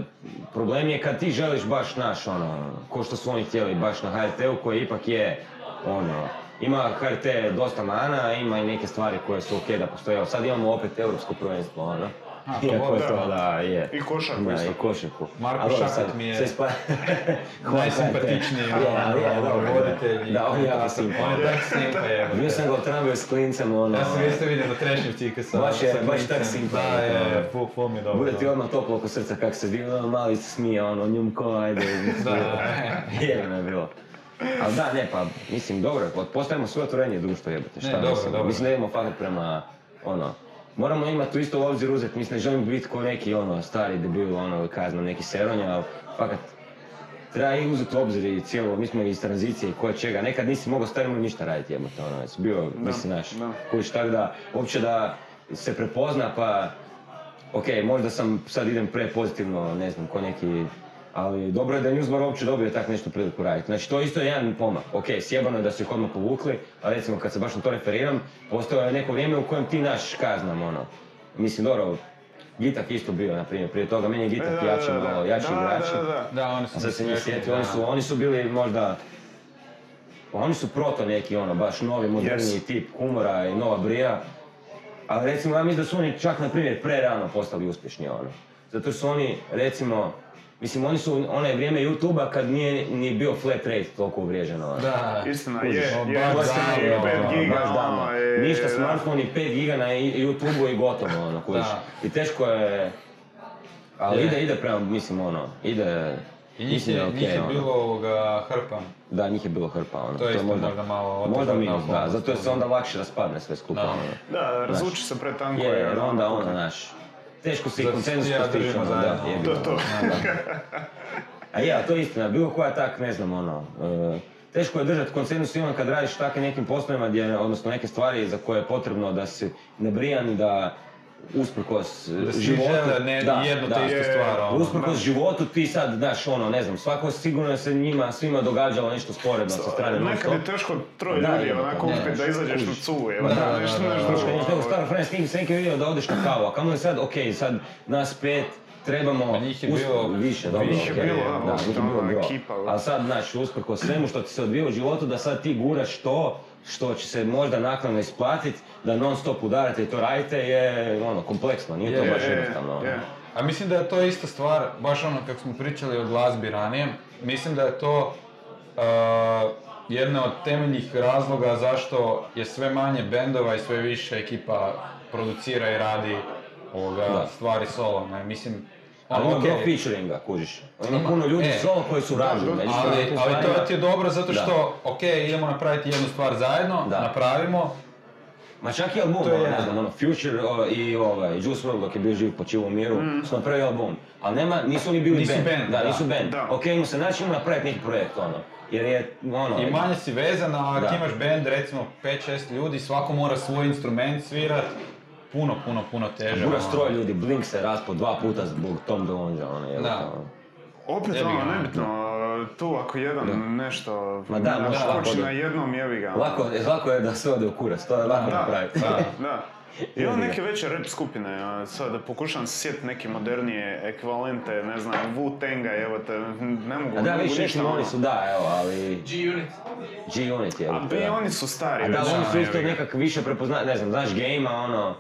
C: problem je kad ti želiš baš naš, ono, ko što su oni htjeli baš na HRT-u koji ipak je, ono, ima HRT dosta mana, ima i neke stvari koje su okej da postoje. Evo, sad imamo opet europsko prvenstvo, ono.
B: A, pa
C: Iako je
B: da.
C: to, da, je.
A: I košarku
C: Da,
A: isto.
C: i košarku.
B: Marko
C: Ali dobro,
B: Šakat
C: sad
B: mi je
C: sve spa- Hvala
B: Najsimpatičniji ono,
C: HRT. Je, ali je, dobro, da.
B: voditelj. i
C: Da, on je jako
B: komentator.
C: simpa.
B: On je tak simpa, jebote.
C: Bio sam ga u tramvaju s klincem, ono...
B: Ja sam isto vidio na trešnjevci kad sam...
C: Baš je-
B: sa
C: baš tak
B: klincem.
C: simpa,
B: Da,
C: to je.
B: je, full, full mi je dobro.
C: Bude ti odmah toplo oko srca kako se divi, ono mali se smije, ono njum ko, ajde.
B: Da,
C: Jebno je bilo. Ali da, ne, pa mislim, dobro, je, postajemo sve otvorenje društvo jebote,
B: Ne,
C: šta
B: dobro,
C: mislim,
B: dobro.
C: mislim da idemo fakat prema, ono, Moramo imati tu isto u obzir uzeti, mislim ne želim biti ko neki ono stari debil, ono kazno neki seronja, ali fakat treba i uzeti u obzir i cijelo, mi smo iz tranzicije i koje čega, nekad nisi mogao starimo ništa raditi jebote, ono, jesi bio, mislim, naš,
A: da.
C: kuć, tako da, uopće da se prepozna pa, ok, možda sam, sad idem prepozitivno, ne znam, ko neki, ali dobro je da je Newsbar uopće dobio tak nešto priliku raditi. Znači to je isto jedan pomak. Ok, sjebano je da su ih odmah povukli, ali recimo kad se baš na to referiram, postojalo je neko vrijeme u kojem ti naš kaznam ono. Mislim, dobro, Gitak isto bio, na primjer, prije toga, meni je
A: E,
C: Gitak
A: da, da,
C: jači,
A: da, da.
C: malo jači
A: Da,
C: igrač.
A: Da, da, da.
B: Da, oni su...
C: Sad se njih
B: smiješni,
C: sjetio, oni
B: da.
C: su, ono- oni su bili možda... Oni su proto neki, ono, baš novi, moderniji
A: Yes.
C: tip humora i nova brija. Ali recimo, ja mislim da su oni čak, na primjer, pre rano postali uspješni, ono. Zato su oni, recimo, mislim, oni su onaj vrijeme YouTube-a kad nije ni bio flat rate toliko uvriježeno, ono.
B: Da.
A: Istina, je,
C: Kužiš,
A: je,
B: ono,
A: je,
B: baš
A: je,
B: da, ono,
A: 5
B: baš
A: giga,
C: Baš da, ono,
A: ono, je,
C: ništa
A: da.
C: smartphone i 5 giga na YouTube-u i gotovo, ono, kužiš.
B: Da.
C: I teško je... Ali
B: Je.
C: ide, ide prema, mislim, ono, ide...
B: I njih
C: mislim da
B: je, njih
C: okej,
B: je
C: ono.
B: bilo ovoga hrpa.
C: Da, njih je bilo hrpa, ono.
B: To je isto možda malo
C: Možda
B: otežana
C: minus, da,
B: okolnost,
C: zato jer se
B: ono.
C: onda lakše raspadne sve skupa,
B: Da.
C: ono.
A: Da, razvuči se pre tanko.
C: Je,
A: je,
C: jer
A: ono,
C: onda ono, znaš, teško se i
B: Zato
C: konsenzus
B: ja
C: postići,
B: držimo
C: ono, da,
B: zajedno, ono.
C: jebi
A: To
C: ga,
A: je to.
C: ono. A je, ali to je istina, bilo koja tak, ne znam, ono, e, teško je držati konsenzus i ono kad radiš takve nekim poslovima gdje, odnosno neke stvari za koje je potrebno da si nebrijan i da usprkos e,
B: Da svi
C: životu,
B: žele ne,
C: da,
B: jednu
C: da,
B: te istu stvar. ono.
C: Usprkos životu ti sad, znaš, ono, ne znam, svako sigurno se njima svima događalo nešto sporedno sa strane
A: Nekad je
C: Znači, non-stop.
A: teško troje
C: Da,
A: ljudi
C: je,
A: onako
C: ne,
A: uspjeti da
C: znaš,
A: izađeš na
C: kužiš.
A: cuvu, evo,
B: Da,
A: da,
B: da,
A: nešto
B: da,
A: nešto
B: da.
A: drugo.
C: Znaš, nego
A: ono.
C: staro Franj Sting, sam neki vidio da odeš na kavu, a kamo je sad, ok, sad nas pet, trebamo...
B: Pa njih je
C: usp-
B: bilo-
C: Više, dobro,
B: više je
C: okej,
B: bilo, da,
C: da,
A: baš
C: njih je bilo
A: ono,
C: gro.
A: ekipa, da.
C: A sad, znaš, usprko svemu što ti se odvija u životu, da sad ti guraš to što će se možda naknadno isplatiti, da non stop udarate i to radite je, ono, kompleksno, nije to
A: Je,
C: baš
A: je,
C: jednostavno. ono.
A: E, je.
B: A mislim da je to ista stvar, baš ono kako smo pričali o glazbi ranije, mislim da je to e, jedna od temeljnih razloga zašto je sve manje bendova i sve više ekipa producira i radi ovoga,
C: Da.
B: stvari solo. Ne? Mislim,
C: Ali
B: ono,
C: ima
B: okej,
C: gro featuringa, kužiš.
B: Ima,
C: Ima puno ljudi
B: e.
C: solo koji su rađeni.
A: da,
C: među
B: ali,
C: tim
B: ali to
C: stvarima.
B: ti je dobro zato
C: Da.
B: što, ok, idemo napraviti jednu stvar zajedno,
C: Da.
B: napravimo,
C: Ma čak i album,
B: To je
C: ono, ne
B: jedan.
C: znam, ono, Future o, i ovaj, Juice WRLD dok je bio živ počivo u miru, su napravili album. Ali nema, nisu oni bili
B: Nisu
C: band.
B: band,
C: Da,
B: da.
C: nisu band.
A: Da.
C: Ok, mu se naći ima napraviti neki projekt, ono. Jer je, ono...
B: I manje si vezan, a
C: Da.
B: ako imaš band recimo 5-6 ljudi, svako mora svoj instrument svirat, puno, puno, puno teže.
C: Bura
B: ono.
C: stroj ljudi, Blink se raspo dva puta zbog Tom DeLonge, ono, je.
B: Da.
A: Opet
B: Jebi ga,
A: ono,
B: ono.
A: nebitno, tu ako jedan nešto
C: Ma da, može lako
A: naskoči
C: da-
A: na jednom, jevi ga. ono.
C: Lako, lako je da se ode u kurac, to je lako
A: Da,
C: napraviti.
A: da, da. I
C: Jebi
A: on
C: ga.
A: neke veće rap skupine, a sad pokušam se sjetiti neke modernije ekvivalente, ne znam, Wu-Tanga, evo te, ne mogu,
C: A
A: ne
C: da,
A: mogu
C: viš
A: ništa.
C: nekim oni
A: ono.
C: su, da, evo, ali...
D: G-Unit.
C: G-Unit je.
A: A bi
C: da.
A: oni su stari,
C: A da,
A: već,
C: ali oni su
A: ono,
C: isto
A: jebi ga.
C: nekak više prepoznali, ne znam, znaš game-a, ono,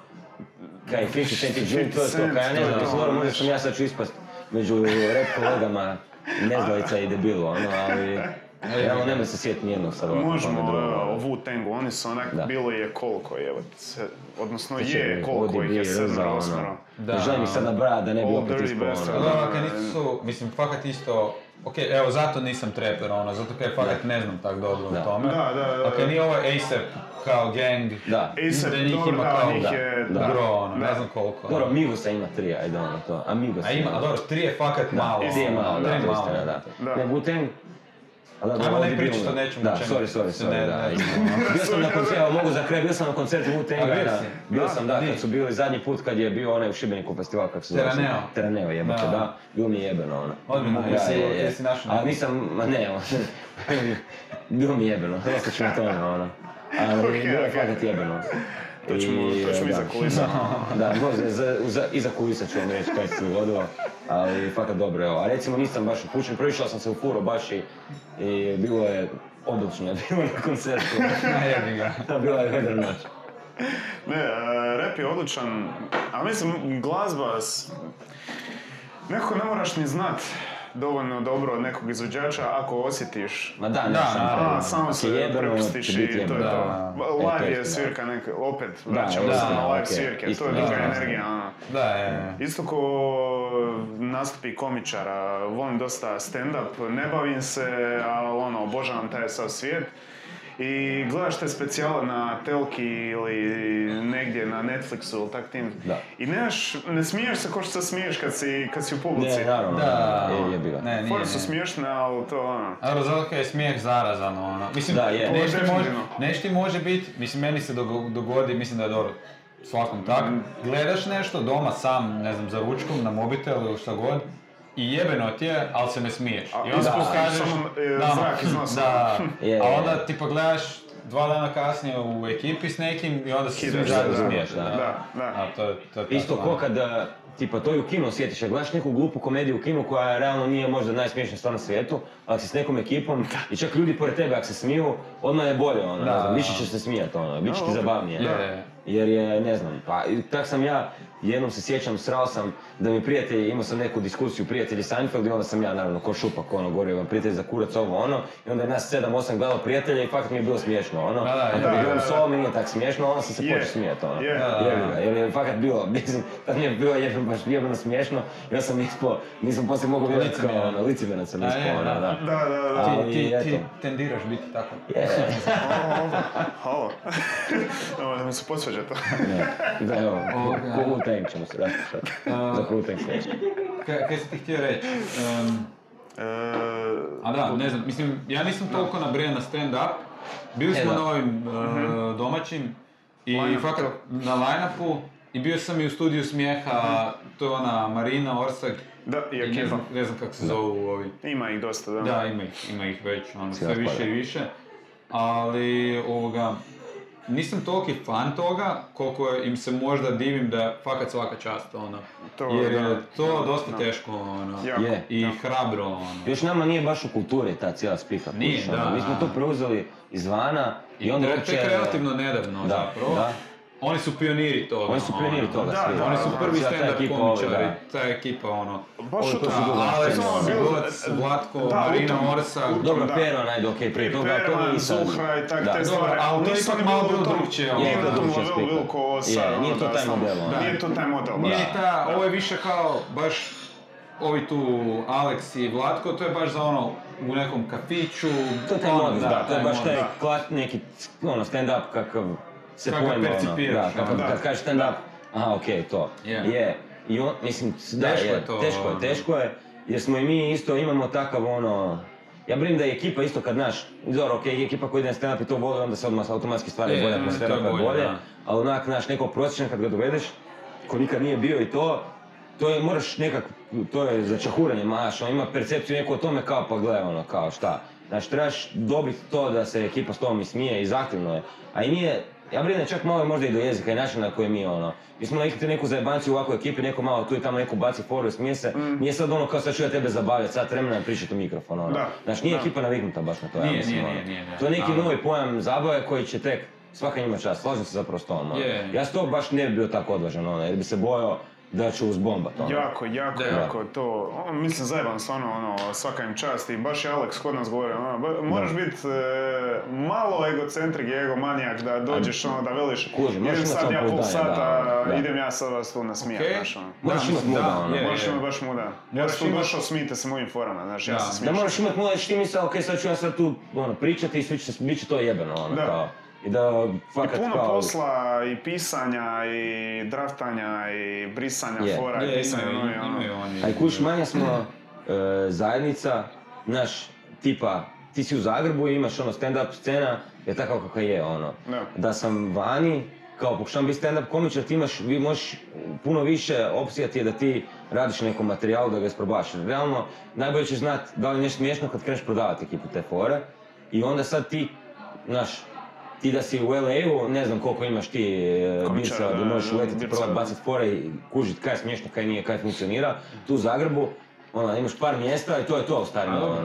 C: kaj 50 Cent i June, to je
A: 50 Cent,
C: to, kaj ja
A: to
C: ne
A: je
C: znam,
A: to,
C: mislim, dobro, možda
A: znaš.
C: sam ja sad ću ispast među rap kolegama, nezdalica i debilo, ono, ali... Evo, ne bi se sjetiti nijednog sad. ovako,
A: Možemo
C: pamet
A: a,
C: drugo.
A: o Wu Tangu, oni su onak,
C: ono, Da.
A: bilo je koliko je, evo, se- odnosno
C: Znači,
A: je koliko
C: Audi
A: ih je,
C: Beer,
A: sedmero,
C: ono.
A: osmero.
B: Da.
C: Ne želim ih sad nabrajati da ne bi
A: All
C: opet
A: dirty
C: ispao ono.
A: bastards.
B: Ali
A: Da,
B: ovak'
A: da,
B: Pa nisu su, mislim, fakat isto, ok, evo zato nisam trapper, ono, zato kaj fakat ne znam tak dobro
C: Da.
B: u tome.
A: Da, da, da.
B: Ok, nije ovaj ovo ASAP kao gang,
C: Da.
A: A$AP,
B: da njih
A: dobro,
B: ima
A: da,
B: kao
A: njih je- da.
B: gro, ono,
A: Da.
B: ne znam koliko. ono.
C: Dobro, Migosa ima tri, ajde ono to. A Migosa
B: A ima, a dobro, tri je fakat malo.
C: Tri je
B: ono,
C: malo, da,
B: tri je
C: to je
B: malo.
C: istina, da.
A: Da.
C: Ne, Wu-Tang... A da,
B: Ajmo
C: da,
B: ne pričat
C: bilo-
B: o nečemu
C: Da,
B: čemu
C: sorry, sorry,
B: se
C: sorry,
B: ne-
C: da.
B: ne-
C: ima. Bio sam na koncertu, evo, mogu za kraj, bio sam na koncertu
B: A, bio
C: Wu-Tanga. da.
B: si?
C: Bio
A: Da,
C: sam, da,
B: di?
C: kad su bili zadnji put kad je bio onaj u Šibeniku festival, kako se zove.
B: Teraneo.
C: Teraneo, jebate,
B: Da.
C: da. Bilo mi je jebeno, ono.
B: Odmah,
C: Da,
B: jesi-
C: je, je.
B: jesi našao
C: Ali
B: nekog?
C: nisam, ma ne, ono. Bilo mi je jebeno, dosta ću na tome, ono. Ali
A: Okej,
C: bilo je
A: okej.
C: fakat jebeno.
A: To ćemo,
C: I,
A: to ćemo
C: da.
A: iza kulisa.
C: Da, možda za, za, iza kulisa ću vam reći kaj se dogodilo, ali fakat dobro, evo. A recimo nisam baš upućen, proišao sam se u furo baš i, i bilo je odlično, je bilo na koncertu.
B: Ne, jebi ga.
C: Bila je vedra noć.
A: Ne, e, rap je odličan, a mislim, glazba, s- nekako ne moraš ni znat dovoljno dobro od nekog izvođača ako osjetiš
C: Ma da, ne,
B: Da,
C: sam-
B: naravno.
A: A, samo
C: Ako je
A: se
C: jebeno,
A: prepustiš
C: će
A: i
C: biti
A: to je
C: jebeno.
A: to.
B: Da.
C: E, to
A: Live
C: je
A: je
C: istina.
A: svirka neka, opet vraćamo
C: da,
A: se na
C: da,
A: live
C: ok,
A: svirke, to je
C: istina,
A: druga
B: da,
A: energija. ono.
B: Da, e, je.
A: Isto ko nastupi komičara, volim dosta stand-up, ne bavim se, ali ono, obožavam taj sav svijet. I gledaš te specijale na telki ili negdje na Netflixu ili tak tim.
C: Da.
A: I nemaš, ne smiješ se ko što se smiješ kad si, kad si u publici.
C: Ne, naravno,
B: Da.
C: da, je, je bila.
B: Ne, nije.
A: Fore su smiješne, ali to ono.
B: A dobro, zato kaj je smijeh zarazan, ono. Mislim,
C: Da, je.
B: nešto
A: Ovo je
B: može,
A: definitivno.
B: nešto ti može biti, mislim, meni se dogo- dogodi, mislim da je dobro svakom tak.
A: Mm.
B: Gledaš nešto doma sam, ne znam, za ručkom, na mobitelu ili šta god, i jebeno ti je, ali se ne smiješ.
A: A,
B: I onda
A: da,
B: pokažeš...
A: samo, e, zrak iz nosa.
B: Da,
C: Je,
B: a
C: je,
B: onda ti pogledaš dva dana kasnije u ekipi s nekim i onda se svi
A: Kidaš,
B: zajedno
A: da,
B: smiješ. Da,
A: da, da.
B: A to, je- to je tako,
C: Isto ko
B: ono.
C: kad, a, tipa to i u kinu sjetiš, jer gledaš neku glupu komediju u kinu koja realno nije možda najsmiješnija stvar na svijetu, ali si s nekom ekipom i čak ljudi pored tebe ako se smiju, odmah je bolje ono,
B: Da.
C: ne znam, više ćeš se smijati ono, bit će ti
A: Da,
C: zabavnije.
B: Je, je.
C: Jer je, ne znam, pa i tak sam ja, jednom se sjećam, srao sam da mi prijatelji, imao sam neku diskusiju prijatelji Seinfeld i onda sam ja naravno ko šupak ono, govorio vam prijatelj za kurac ovo ono i onda je nas sedam, osam gledalo prijatelja i fakat mi je bilo smiješno
B: Da,
C: ono.
B: da,
C: A
A: da,
C: kad bi
A: da,
C: bio
A: da.
C: solo mi nije tak smiješno, onda sam se
A: Je.
C: počeo smijati ono.
A: Je.
B: Da, da,
C: Jebi
B: da.
C: ga, jer je fakat bilo, mislim, tad mi je bilo jebeno, baš jebeno smiješno, ja sam ispao, nisam poslije mogao vjerati kao
B: Licemjeran.
C: ono, licemjeran sam
B: A je,
C: ispao,
B: da.
C: ono, da.
A: Da, da, da.
C: Ali,
B: Ti, ti, ti
C: eto.
B: tendiraš biti tako.
C: Je,
A: Halo. Evo, da mi se posvađa to.
C: da, da, evo,
B: Ovoga.
C: ko Wu-Tang ćemo se vratiti sad, za Wu-Tang sljedeće.
B: Kaj, kaj si ti htio reći? Em,
A: E,
B: A da, ne znam, mislim, ja nisam toliko nabrijan na stand-up. Bili
C: E,
B: smo
C: da.
B: na ovim e, domaćim i
A: Line-up,
B: fakat na line-upu i bio sam i u studiju smijeha, to je ona Marina Orsag.
A: Da, i
B: ne
A: ekipa.
B: znam, ne znam kako se zovu ovi.
A: Ima ih dosta, da.
B: Da, ima ih, ima ih već, ono, sve
C: raspada.
B: više i više. Ali, ovoga, nisam toliki fan toga koliko im se možda divim da fakat svaka čast, ono.
A: To,
B: Jer je
A: da.
B: to dosta
A: Da.
B: teško, ono.
A: Jako.
C: Je.
B: I hrabro, ono.
C: Još nama nije baš u kulturi ta cijela spika.
B: Nije,
C: kužiš, ono,
B: da.
C: Mi smo to preuzeli izvana i,
B: I
C: onda
B: onda
C: uopće...
B: tek relativno nedavno
C: Da,
B: zapravo.
C: da.
B: Oni su pioniri toga.
C: Oni su
B: ono.
C: pioniri toga
A: Da,
C: svi.
A: da,
B: Oni su
A: da,
B: prvi
C: Cijela ta
B: stand-up
C: ekipa, ovaj,
B: komičari,
C: da.
B: ta ekipa ono.
A: Baš
C: Ovo,
A: u
C: to su
A: tom,
C: dugo
A: ali
C: scene,
A: to
C: ono.
A: je bilo...
B: Goc, Vlatko,
A: Da,
B: Marina
A: u tom-
B: Orsa.
A: u tom,
C: Dobro,
A: da.
C: Pero najde, okej, prije toga, ali to
A: Perman,
C: nisam...
A: Zuhra i tak
C: Da.
A: te
B: Dobro,
A: stvari.
B: ali to je
A: nisu
B: ipak
A: ni
B: malo
A: bili u
B: bilo
A: tom-
B: drugčije,
A: Nije
C: ono,
A: na tom
C: drugčija
A: levelu
C: slika.
A: bilo ko sad.
C: Je, nije
A: ono,
C: to
A: da,
C: taj
A: samo-
C: model, ono.
A: Nije to taj model,
B: Nije ni
A: da.
B: ta, ovo je više kao baš ovi tu Alex i Vlatko, to je baš za ono u nekom kafiću.
C: To je taj
B: ono,
C: modus, da, to je
B: taj
C: baš
B: modus.
C: taj
A: da.
C: klas, neki ono, stand-up kakav se
B: Kakav
C: pojma, ono,
B: percipiraš,
C: da, kakav,
A: ono. Da.
C: kad kažeš stand-up, aha, okej, to, je,
B: Je.
C: i on, mislim, da,
B: Teško
C: je,
B: je to,
C: teško je,
B: ono.
C: teško je, jer smo i mi isto imamo takav, ono, ja brinem da je ekipa isto kad naš, dobro, okej, ekipa koja ide na stand-up i to voli, onda se odmah automatski stvari
B: Je,
C: bolja
B: je,
C: atmosfera,
B: to je
C: koja je
B: bolje,
C: bolje,
B: da.
C: ali onak, naš, nekog prosječan kad ga dovedeš, ko nikad nije bio i to, to je, moraš nekak, to je začahuranje, maš, on ima percepciju neku o tome kao, pa gledaj, ono, kao šta. Znači, trebaš dobiti to da se ekipa s tobom i smije i zahtjevno je. A i nije, ja brinem čak malo možda i do jezika i načina na koji mi, ono, mi smo nekakvi neku zajebanciju u ovakvoj ekipi, neko malo tu i tamo neku baci foru i smije se.
B: Mm.
C: Nije sad ono kao sad ću ja tebe zabavljati, sad vremena nam pričati u mikrofon, ono.
A: Da,
C: Znači, nije
A: da.
C: ekipa naviknuta baš na to, ja
B: Nije,
C: mislim,
B: nije,
C: ono.
B: nije, nije, nije.
C: To je neki
B: Da.
C: novi pojam zabave koji će tek, svaka njima čast, slažem se zapravo s tom, ono.
B: Je.
C: Ja s to baš ne bi bio tako odvažan, ono, jer bi se bojao da ću uzbombat. ono.
A: Jako, jako,
D: Da.
A: jako to. On, mislim, zajeban stvarno, ono, svaka im čast i baš je Alex kod nas govori, ono, ba- moraš biti e, malo egocentrik i egomanijak da dođeš, ono, da veliš,
C: Kužim, možeš
A: idem
C: imat
A: sad ja
C: samopouzdanje,
A: pol sata,
C: da, da.
A: idem ja sad vas tu nasmijat,
D: Okej.
A: znaš, ono.
C: Moraš
B: Da,
C: imat
B: mislim,
C: muda,
B: da,
C: ono,
B: je,
A: Moraš
B: je.
A: imat baš muda. Moraš tu
B: imat-
A: baš osmijte se mojim forama, znaš, ja
B: Da.
A: se
C: Da
A: smiješam.
C: moraš imat muda, ti misli, ok, sad ću ja sad tu ono, pričati i svi će, se- bit će to jebeno, ono,
A: Da.
C: kao. I da,
A: I
C: fakat
A: puno
C: kao...
A: posla, i pisanja, i draftanja, i brisanja
C: Je.
A: fora, i
B: Je,
A: pisanja,
B: imaju,
A: ono, i ono.
B: imaju oni.
C: A i kuš, manja smo e, zajednica, naš, tipa, ti si u Zagrebu i imaš ono stand-up scena, je tako kakva je, ono.
A: Da.
C: Da sam vani, kao pokušavam biti stand-up komičar, ti imaš, vi možeš puno više opcija ti je da ti radiš nekom materijalu da ga isprobaš. Realno, najbolje ćeš znat da li je nešto smiješno kad kreneš prodavati ekipu te fore. I onda sad ti, znaš, ti da si u LA-u, ne znam koliko imaš ti e,
A: Komičara,
C: birca
A: da,
C: da možeš
A: da,
C: uletiti,
A: birca,
C: probat
A: da.
C: bacit fore i kužit kaj je smiješno, kaj nije, kaj funkcionira. Tu u Zagrebu, ono, imaš par mjesta i to je to, stari,
B: A,
C: ono.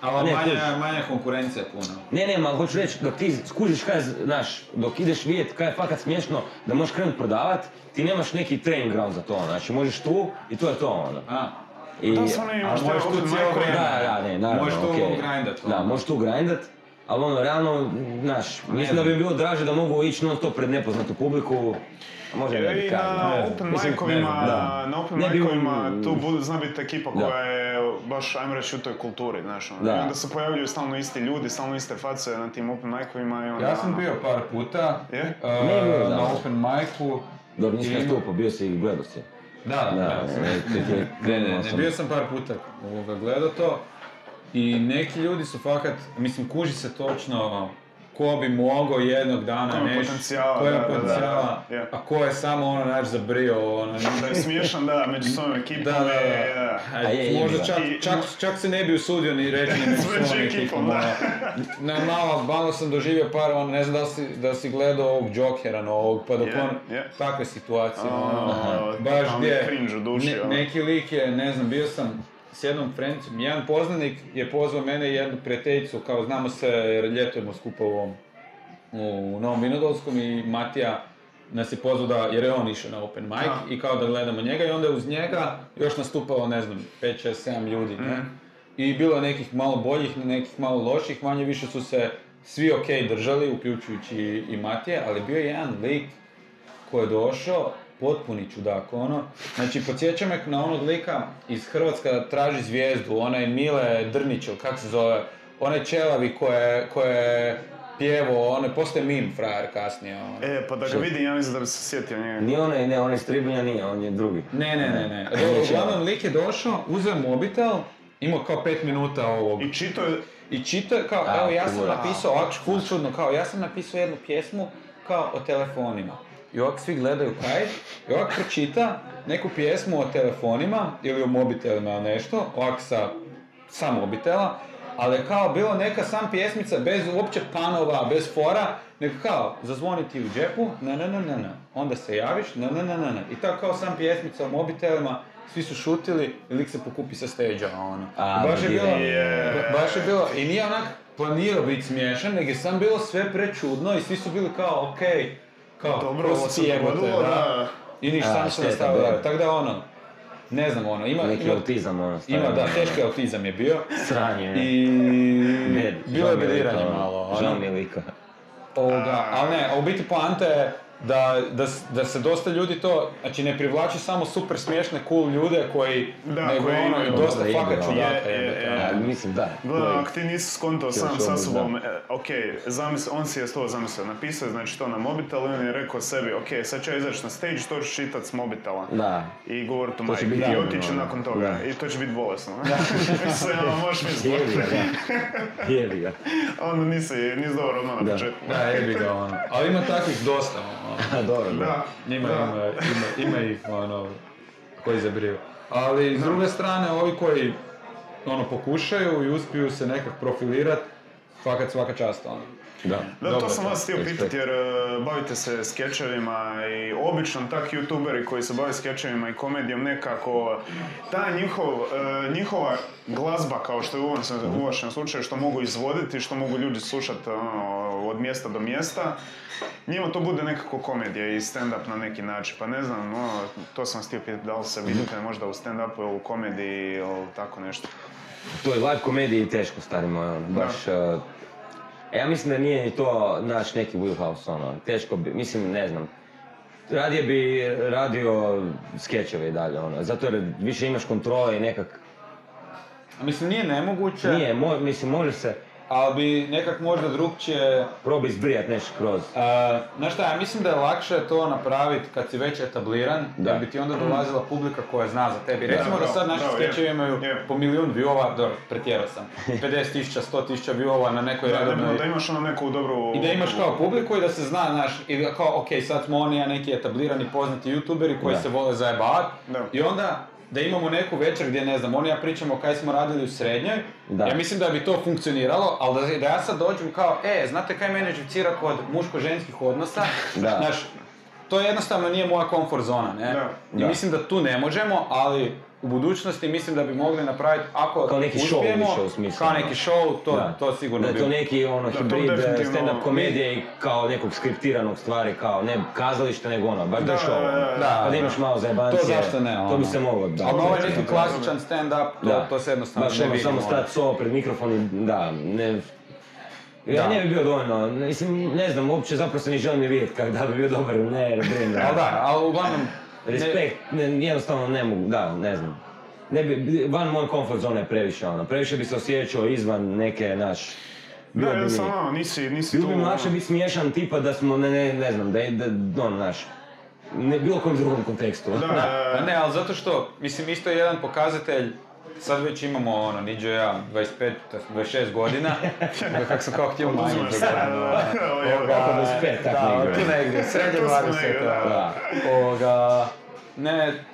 B: Ali
C: Ne,
B: manja,
C: kužiš.
B: manja konkurencija je puno.
C: Ne, ne, ali hoću reći, dok ti skužiš kaj, je, znaš, dok ideš vidjet kaj je fakat smiješno, da možeš krenut prodavat, ti nemaš neki training ground za to, ono. znači možeš tu i to je to, ono.
B: A,
C: I,
A: Da, stvarno
B: a
A: imaš te
B: možeš tu
A: open
B: cijelo
A: micove,
B: vrijeme.
C: Da, da, ne, naravno,
B: Možeš tu
C: okej.
B: grindat, ono.
C: Da, možeš tu grindat, ali ono, realno, znaš, mislim da bi mi bilo draže da mogu ići non stop pred nepoznatu publiku, a možda ne bi
A: I
C: kaj,
A: na
C: ne znam.
A: open
C: Mislim, ne
A: micovima,
C: znam, da.
A: na open
C: Ne bi-
A: micovima tu bude, zna biti ekipa
C: Da.
A: koja je baš, ajmo reći, u toj kulturi, znaš, ono.
C: Da.
A: I onda se pojavljuju stalno isti ljudi, stalno iste face na tim open micovima i onda...
B: Ja sam
A: ono,
B: bio par puta
A: Je?
B: e,
C: Nije bilo
B: na
C: zašto.
B: open micu.
C: Dobro, nisi
B: I-
C: nastupao, bio si i gledao si.
B: Da,
C: Da,
B: da. sam.
C: ne, ti- ti-
B: Ne, ne,
C: krenuo
B: ne,
C: sam.
B: bio sam par puta ovoga gledao to i neki ljudi su fakat, mislim kuži se točno ono, ko bi mogao jednog
A: Ko
B: dana
A: ima
B: nešto,
A: potencijala,
B: ko
A: da,
B: je
A: da, da,
B: potencijala,
A: da, je.
B: a ko je samo ono naš zabrio, ono,
A: Da je smiješan, da, među svojom ekipom. e,
B: Da, da, da.
A: je,
B: A
C: A je, jebi
B: možda
C: ga.
B: čak,
A: I-
B: čak, čak se ne bi usudio ni reći ni među
A: S većom
B: svojom
A: ekipom,
B: ekipom.
A: da.
B: ono. Na malo, malo sam doživio par, ono, ne znam da li si, da si gledao ovog Jokera novog, pa dok
A: Je,
B: on,
A: je.
B: takve situacije, ono,
A: Ono,
B: baš
A: tamo
B: gdje,
A: cringe u duši,
B: ne-
A: ono.
B: neki lik je, ne znam, bio sam s jednom frencom, jedan poznanik je pozvao mene i jednu prijateljicu, kao znamo se jer ljetujemo skupa u ovom, u Novom Vinodolskom i Matija nas je pozvao da, jer je on išao na open mic
A: Aha.
B: i kao da gledamo njega i onda je uz njega još nastupalo, ne znam, 5, 6, 7 ljudi, ne? I bilo je nekih malo boljih, nekih malo loših, manje više su se svi ok držali, uključujući i- i Matije, ali bio je jedan lik ko je došao, potpuni čudak, ono. Znači, podsjeća me na onog lika iz Hrvatska da traži zvijezdu, onaj Mile Drnićel, kak se zove, onaj čelavi koje, koje pjevo, ono, postoje mim frajer kasnije, ono.
A: E, pa da ga vidim, ja mislim da bi se sjetio njega.
C: Nije onaj, ne, onaj Stribanja nije, on je drugi.
B: Ne, ne, ne, ne.
C: Ne, ne,
B: Uglavnom, lik je došao, uzeo mobitel, imao kao pet minuta ovog.
A: I čito je,
B: I čitao je kao,
C: A,
B: evo ja sam
C: kurac.
B: napisao, ovako ful čudno, kao ja sam napisao jednu pjesmu kao o telefonima. I ovak svi gledaju kaj, i ovak pročita neku pjesmu o telefonima ili o mobitelima ili nešto, ovak sa, sa mobitela, ali je kao bilo neka sam pjesmica bez uopće panova, bez fora, nego kao zazvoni ti u džepu, na na na na na, onda se javiš, na na na na na. I tako kao sam pjesmica o mobitelima, svi su šutili, i lik se pokupi sa stage-a, ono.
C: A,
B: I baš je
C: je.
B: bilo,
A: Je.
B: baš je bilo, i nije onak planirao biti smiješan, nego je sam bilo sve prečudno i svi su bili kao, okej, kao,
A: Dobro,
B: ko si
A: ovo
B: ti
A: se
B: jebote,
A: dogodilo, da.
B: I niš,
C: A,
B: sam se
C: šteta,
B: nastavio
C: da.
B: raditi, tako da ono, ne znam ono, ima,
C: Neki
B: ima,
C: autizam, ono, stari.
B: ima, da,
C: ono,
B: teški autizam je bio.
C: Sranje. ne.
B: I
C: Bed,
B: bilo
C: žao
B: je
C: mi lika,
B: biliranje
C: ono,
B: malo, ono.
C: Žao mi je lika.
B: Ovoga, ali ne, a u biti poanta je da, da, s- da se dosta ljudi to, znači ne privlači samo super smiješne, cool ljude koji,
A: Da,
B: nego
A: koji
B: ono,
A: imaju-
B: i dosta
C: Da, imaju,
B: fakat
C: ono.
B: čudaka
A: Je, je,
B: jebote,
A: je.
B: ono.
C: A, Mislim, da.
A: Gledaj, ako ti nisi skontao sam
C: Još
A: sa
C: ovo,
A: sobom, e, ok, zamisli, on si je to zamislio, napisao je znači to na mobitel i on je rekao sebi, ok, sad ću ja izaći na stage, to ću čitat s mobitela.
C: Da.
A: I govorit to
C: To
A: majke.
C: će biti
A: I
C: javno,
A: otići
C: ono.
A: nakon toga.
C: Da.
A: I to će biti bolesno. Sve, ono, možeš mi
C: Jebi ga,
A: zbog
C: da. Jebi ga.
A: Onda nisi, nisi dobar odmah na
C: Da.
A: početku.
B: Da, jebi ga, ono. Ali ima takvih dosta, ono.
C: A, dobro, da.
A: Da.
B: Ima,
A: Da.
B: ima, ima, ima ih, ono, koji zabriju. Ali, s druge strane, ovi koji, ono, pokušaju i uspiju se nekak profilirat, Fakat svaka čast, ono.
C: Da.
A: Da,
B: Dobro,
A: to sam
B: da,
A: vas htio
C: respekt.
A: pitati jer e, bavite se skečevima i obično tak youtuberi koji se bave skečevima i komedijom nekako ta njihov, e, njihova glazba kao što je u ovom se- u vašem slučaju što mogu izvoditi, što mogu ljudi slušati ono, od mjesta do mjesta njima to bude nekako komedija i stand-up na neki način, pa ne znam, ono, to sam vas htio pitati da li se vidite možda u stand-upu ili u komediji ili tako nešto.
C: To je live komediji teško, stari moj, ono, baš... eh, ja mislim da nije ni to naš neki wheelhouse, ono, teško bi, mislim, ne znam. Radije bi radio skečeve i dalje, ono, zato jer više imaš kontrole i nekak...
B: A mislim, nije nemoguće,
C: Nije, mo, mislim, može se
B: ali bi nekak možda drugčije...
C: probi izbrijat nešto kroz.
B: E, Znaš šta, ja mislim da je lakše to napraviti kad si već etabliran,
C: Da.
B: da bi ti onda dolazila publika koja zna za tebi. Recimo da,
A: bravo,
B: sad naši
A: bravo,
B: skečevi
A: je,
B: imaju
A: je.
B: po milijun viova, dobro, pretjerao sam, 50 tisuća, 100 tisuća viova na nekoj
A: Da, da,
B: redovnoj...
A: da imaš ono neku dobru...
B: I da imaš kao publiku i da se zna, znaš, i da kao, ok, sad smo oni, a neki etablirani poznati youtuberi koji
C: Da.
B: se vole zajebat.
A: Da.
B: I onda da imamo neku večer gdje, ne znam, oni ja pričamo kaj smo radili u srednjoj.
C: Da.
B: Ja mislim da bi to funkcioniralo, ali da, da ja sad dođem kao, e, znate kaj mene živcira kod muško-ženskih odnosa?
C: Da.
B: Znaš, to jednostavno nije moja komfort zona, ne?
C: Da.
B: I
C: Da.
B: mislim da tu ne možemo, ali u budućnosti mislim da bi mogli napraviti, ako
C: Kao neki show
B: uspijemo,
C: više u smislu,
B: kao
C: ono.
B: neki show, to,
C: Da.
B: to sigurno
C: Da je
B: bi
C: to neki ono
A: to
C: hibrid eh,
A: definitivno-
C: stand-up komedije i kao nekog skriptiranog stvari, kao ne kazalište nego ono, baš da je show. ono.
B: da,
C: Kad
B: da.
C: imaš malo
B: To
C: zajebancije,
B: zašto ne, ono.
C: to bi se moglo da.
B: Ali ovaj neki
C: da.
B: klasičan stand-up, to, to se jednostavno
C: Baš
B: ne
C: ono,
B: vidi.
C: samo
B: ono.
C: stat solo pred mikrofon i da, ne... Ja
B: Da.
C: ne bi bio dovoljno, mislim, ne znam, uopće zapravo se ne želim ni vidjeti kak da bi bio dobar ili ne, jer brem
B: Ali da, ali uglavnom... ne-
C: Respekt, ne, jednostavno ne mogu, da, ne znam. Ne bi, van moje comfort zone je previše ono, previše bi se osjećao izvan neke, naš...
A: Da,
C: bilo bi mi-
A: jednostavno, ono, nisi, nisi
C: bilo
A: tu...
C: bi mi lakše
A: ono,
C: biti smiješan tipa da smo, ne, ne, ne znam, da je, da, ono, naš, ne, bilo kojem drugom kontekstu.
A: Da,
B: Da,
A: e,
B: a Pa ne, ali zato što, mislim, isto je jedan pokazatelj, sad već imamo, ono, Niđo i ja, 25, to jest 26 godina, kako sam kao htio manje
A: Uzimaš
B: za
A: sad,
B: godinu,
A: da.
B: ono.
A: Ovo je-
B: Ovoga,
C: Oko 25, tak
B: da,
C: negdje.
B: tu negdje, srednje
A: Tu smo
B: 20,
A: negdje, da.
B: da. Ovoga, ne,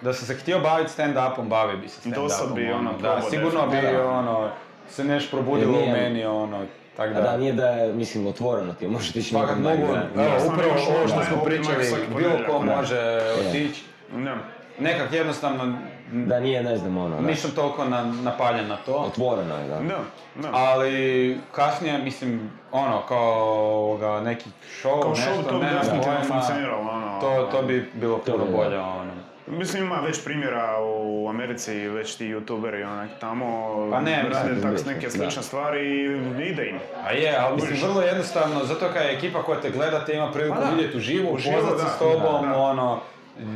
B: da sam se htio baviti stand-upom, bavio bi se stand-upom.
A: Dosad bi, ono,
B: da,
A: probao
B: sigurno bi,
C: definitivno.
B: ono, se neš probudilo u
C: Jer nije-
B: meni, ono, tako
C: A da, nije da je, mislim, otvoreno ti je, možeš ti ići
B: Fakat
C: nekom
B: Pa mogu,
C: dalje, da.
B: evo,
A: Jasno,
B: upravo
A: još
B: ovo
A: možda
B: što smo
A: je
B: pričali,
A: optimalno svaki
B: bilo
A: ponedjeljak,
B: ko
A: da.
B: može
C: E.
B: otići.
A: ne.
B: Nekak jednostavno, n-
C: Da nije, ne znam, ono, da.
B: nisam toliko na- napaljen na to.
C: Otvoreno je, da.
A: Da, da.
B: Ali kasnije, mislim, ono, kao ovoga, neki show,
A: Kao
B: nešto,
A: show to bi
B: nemam
A: definitivno
B: pojma,
A: funkcioniralo, ono.
B: To, to bi bilo puno
C: bi, da.
B: bolje, ono.
A: Mislim, ima već primjera u Americi, već ti youtuberi onak tamo
B: Pa ne,
A: rade
B: mislim,
A: tak
C: mislim,
A: neke
C: da.
A: slične stvari i ide im.
B: A je, ali mislim, vrlo jednostavno, zato kad je ekipa koja te gleda, te ima priliku
A: Pa da.
B: vidjeti uživo,
A: Uživo,
B: upoznat se
A: da,
B: s tobom,
A: da, da.
B: ono.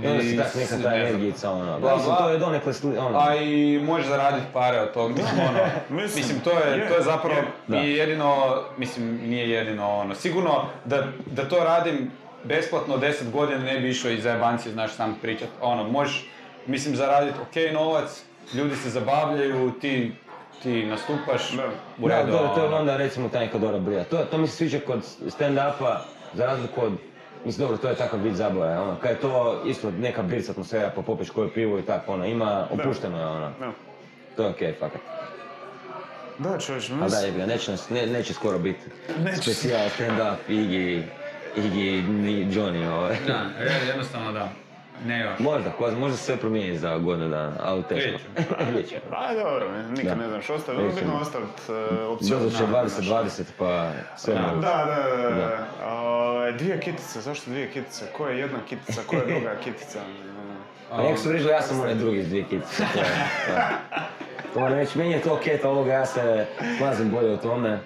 C: I onda
B: i
C: se tak
B: s-
C: neka ta
B: ne znam,
C: energica, ono,
B: Bla,
C: da, mislim,
B: bla.
C: to je donekle, sli- ono,
B: A Pa i možeš zaraditi pare od tog, mislim, ono,
A: Mislim,
B: mislim, to je,
A: je,
B: to je zapravo
C: je.
B: i jedino, mislim, nije jedino, ono, sigurno da, da to radim besplatno 10 godina ne bi išao i za jebanci, znaš, sam pričat, ono, možeš, mislim, zaraditi ok novac, ljudi se zabavljaju, ti, ti nastupaš,
A: Da.
B: u redu,
C: da, dobro, to je
B: ono.
C: onda recimo ta neka dobra brija. To, to mi se sviđa kod stand-upa, za razliku od, mislim dobro, to je takav vid zabave, ono, kad je to isto neka brica atmosfera, pa popiš koju pivu i tako, ono, ima, opušteno je, ono,
A: Da,
C: to je okej, fakat.
A: da čovječ,
C: A da,
A: mislim,
C: jebi ga, neće, nas- ne, neće skoro biti
A: Neće.
C: specijal stand-up, Iggy, Iggy, ni Johnny, ovaj.
B: Da, je- jednostavno da, ne još.
C: Možda, ko zna, možda se sve promijeni za godinu dana, ali teško. Vidjet ćemo.
A: a pa dobro, nikad
C: Da.
A: ne znaš, ostaje, vrlo
C: Mislim.
A: bitno ostaviti opciju.
C: Zato će
A: Da,
C: 20-20, pa sve
A: Da,
C: moguće.
A: da, da, da. Ovaj, dvije kitice, zašto dvije kitice? Koja je jedna kitica, koja je druga kitica?
C: A nek su vrižali, ja sam onaj drugi iz dvije kitice. to je, da. To moram reći, meni je to okej, to ovoga, ja se slazim bolje u tome.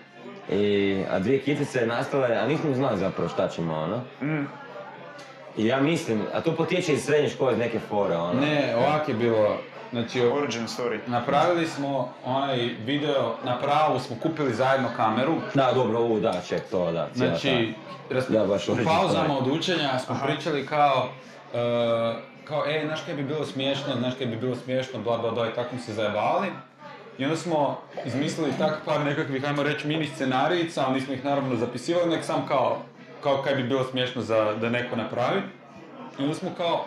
C: I, a dvije kitice nastale, a nismo znali zapravo šta ćemo, ono.
A: Mm.
C: I ja mislim, a to potječe iz srednje škole, iz neke fore, ono.
B: Ne, ovak je bilo, znači,
A: Origin story.
B: Napravili smo onaj video, na pravu smo kupili zajedno kameru.
C: Da, dobro, ovu, da, ček, to, da, cijela
B: Znači, ras-
C: Da, baš
B: u
C: originalno.
B: pauzama od učenja smo pričali kao, e, kao, e, znaš kaj bi bilo smiješno, znaš kaj bi bilo smiješno, bla, bla, bla, i tako smo se zajebali. I onda smo izmislili tak par nekakvih, ajmo reći, mini scenarijica, ali nismo ih naravno zapisivali, nek sam kao, kao kaj bi bilo smiješno za, da neko napravi. I onda smo kao,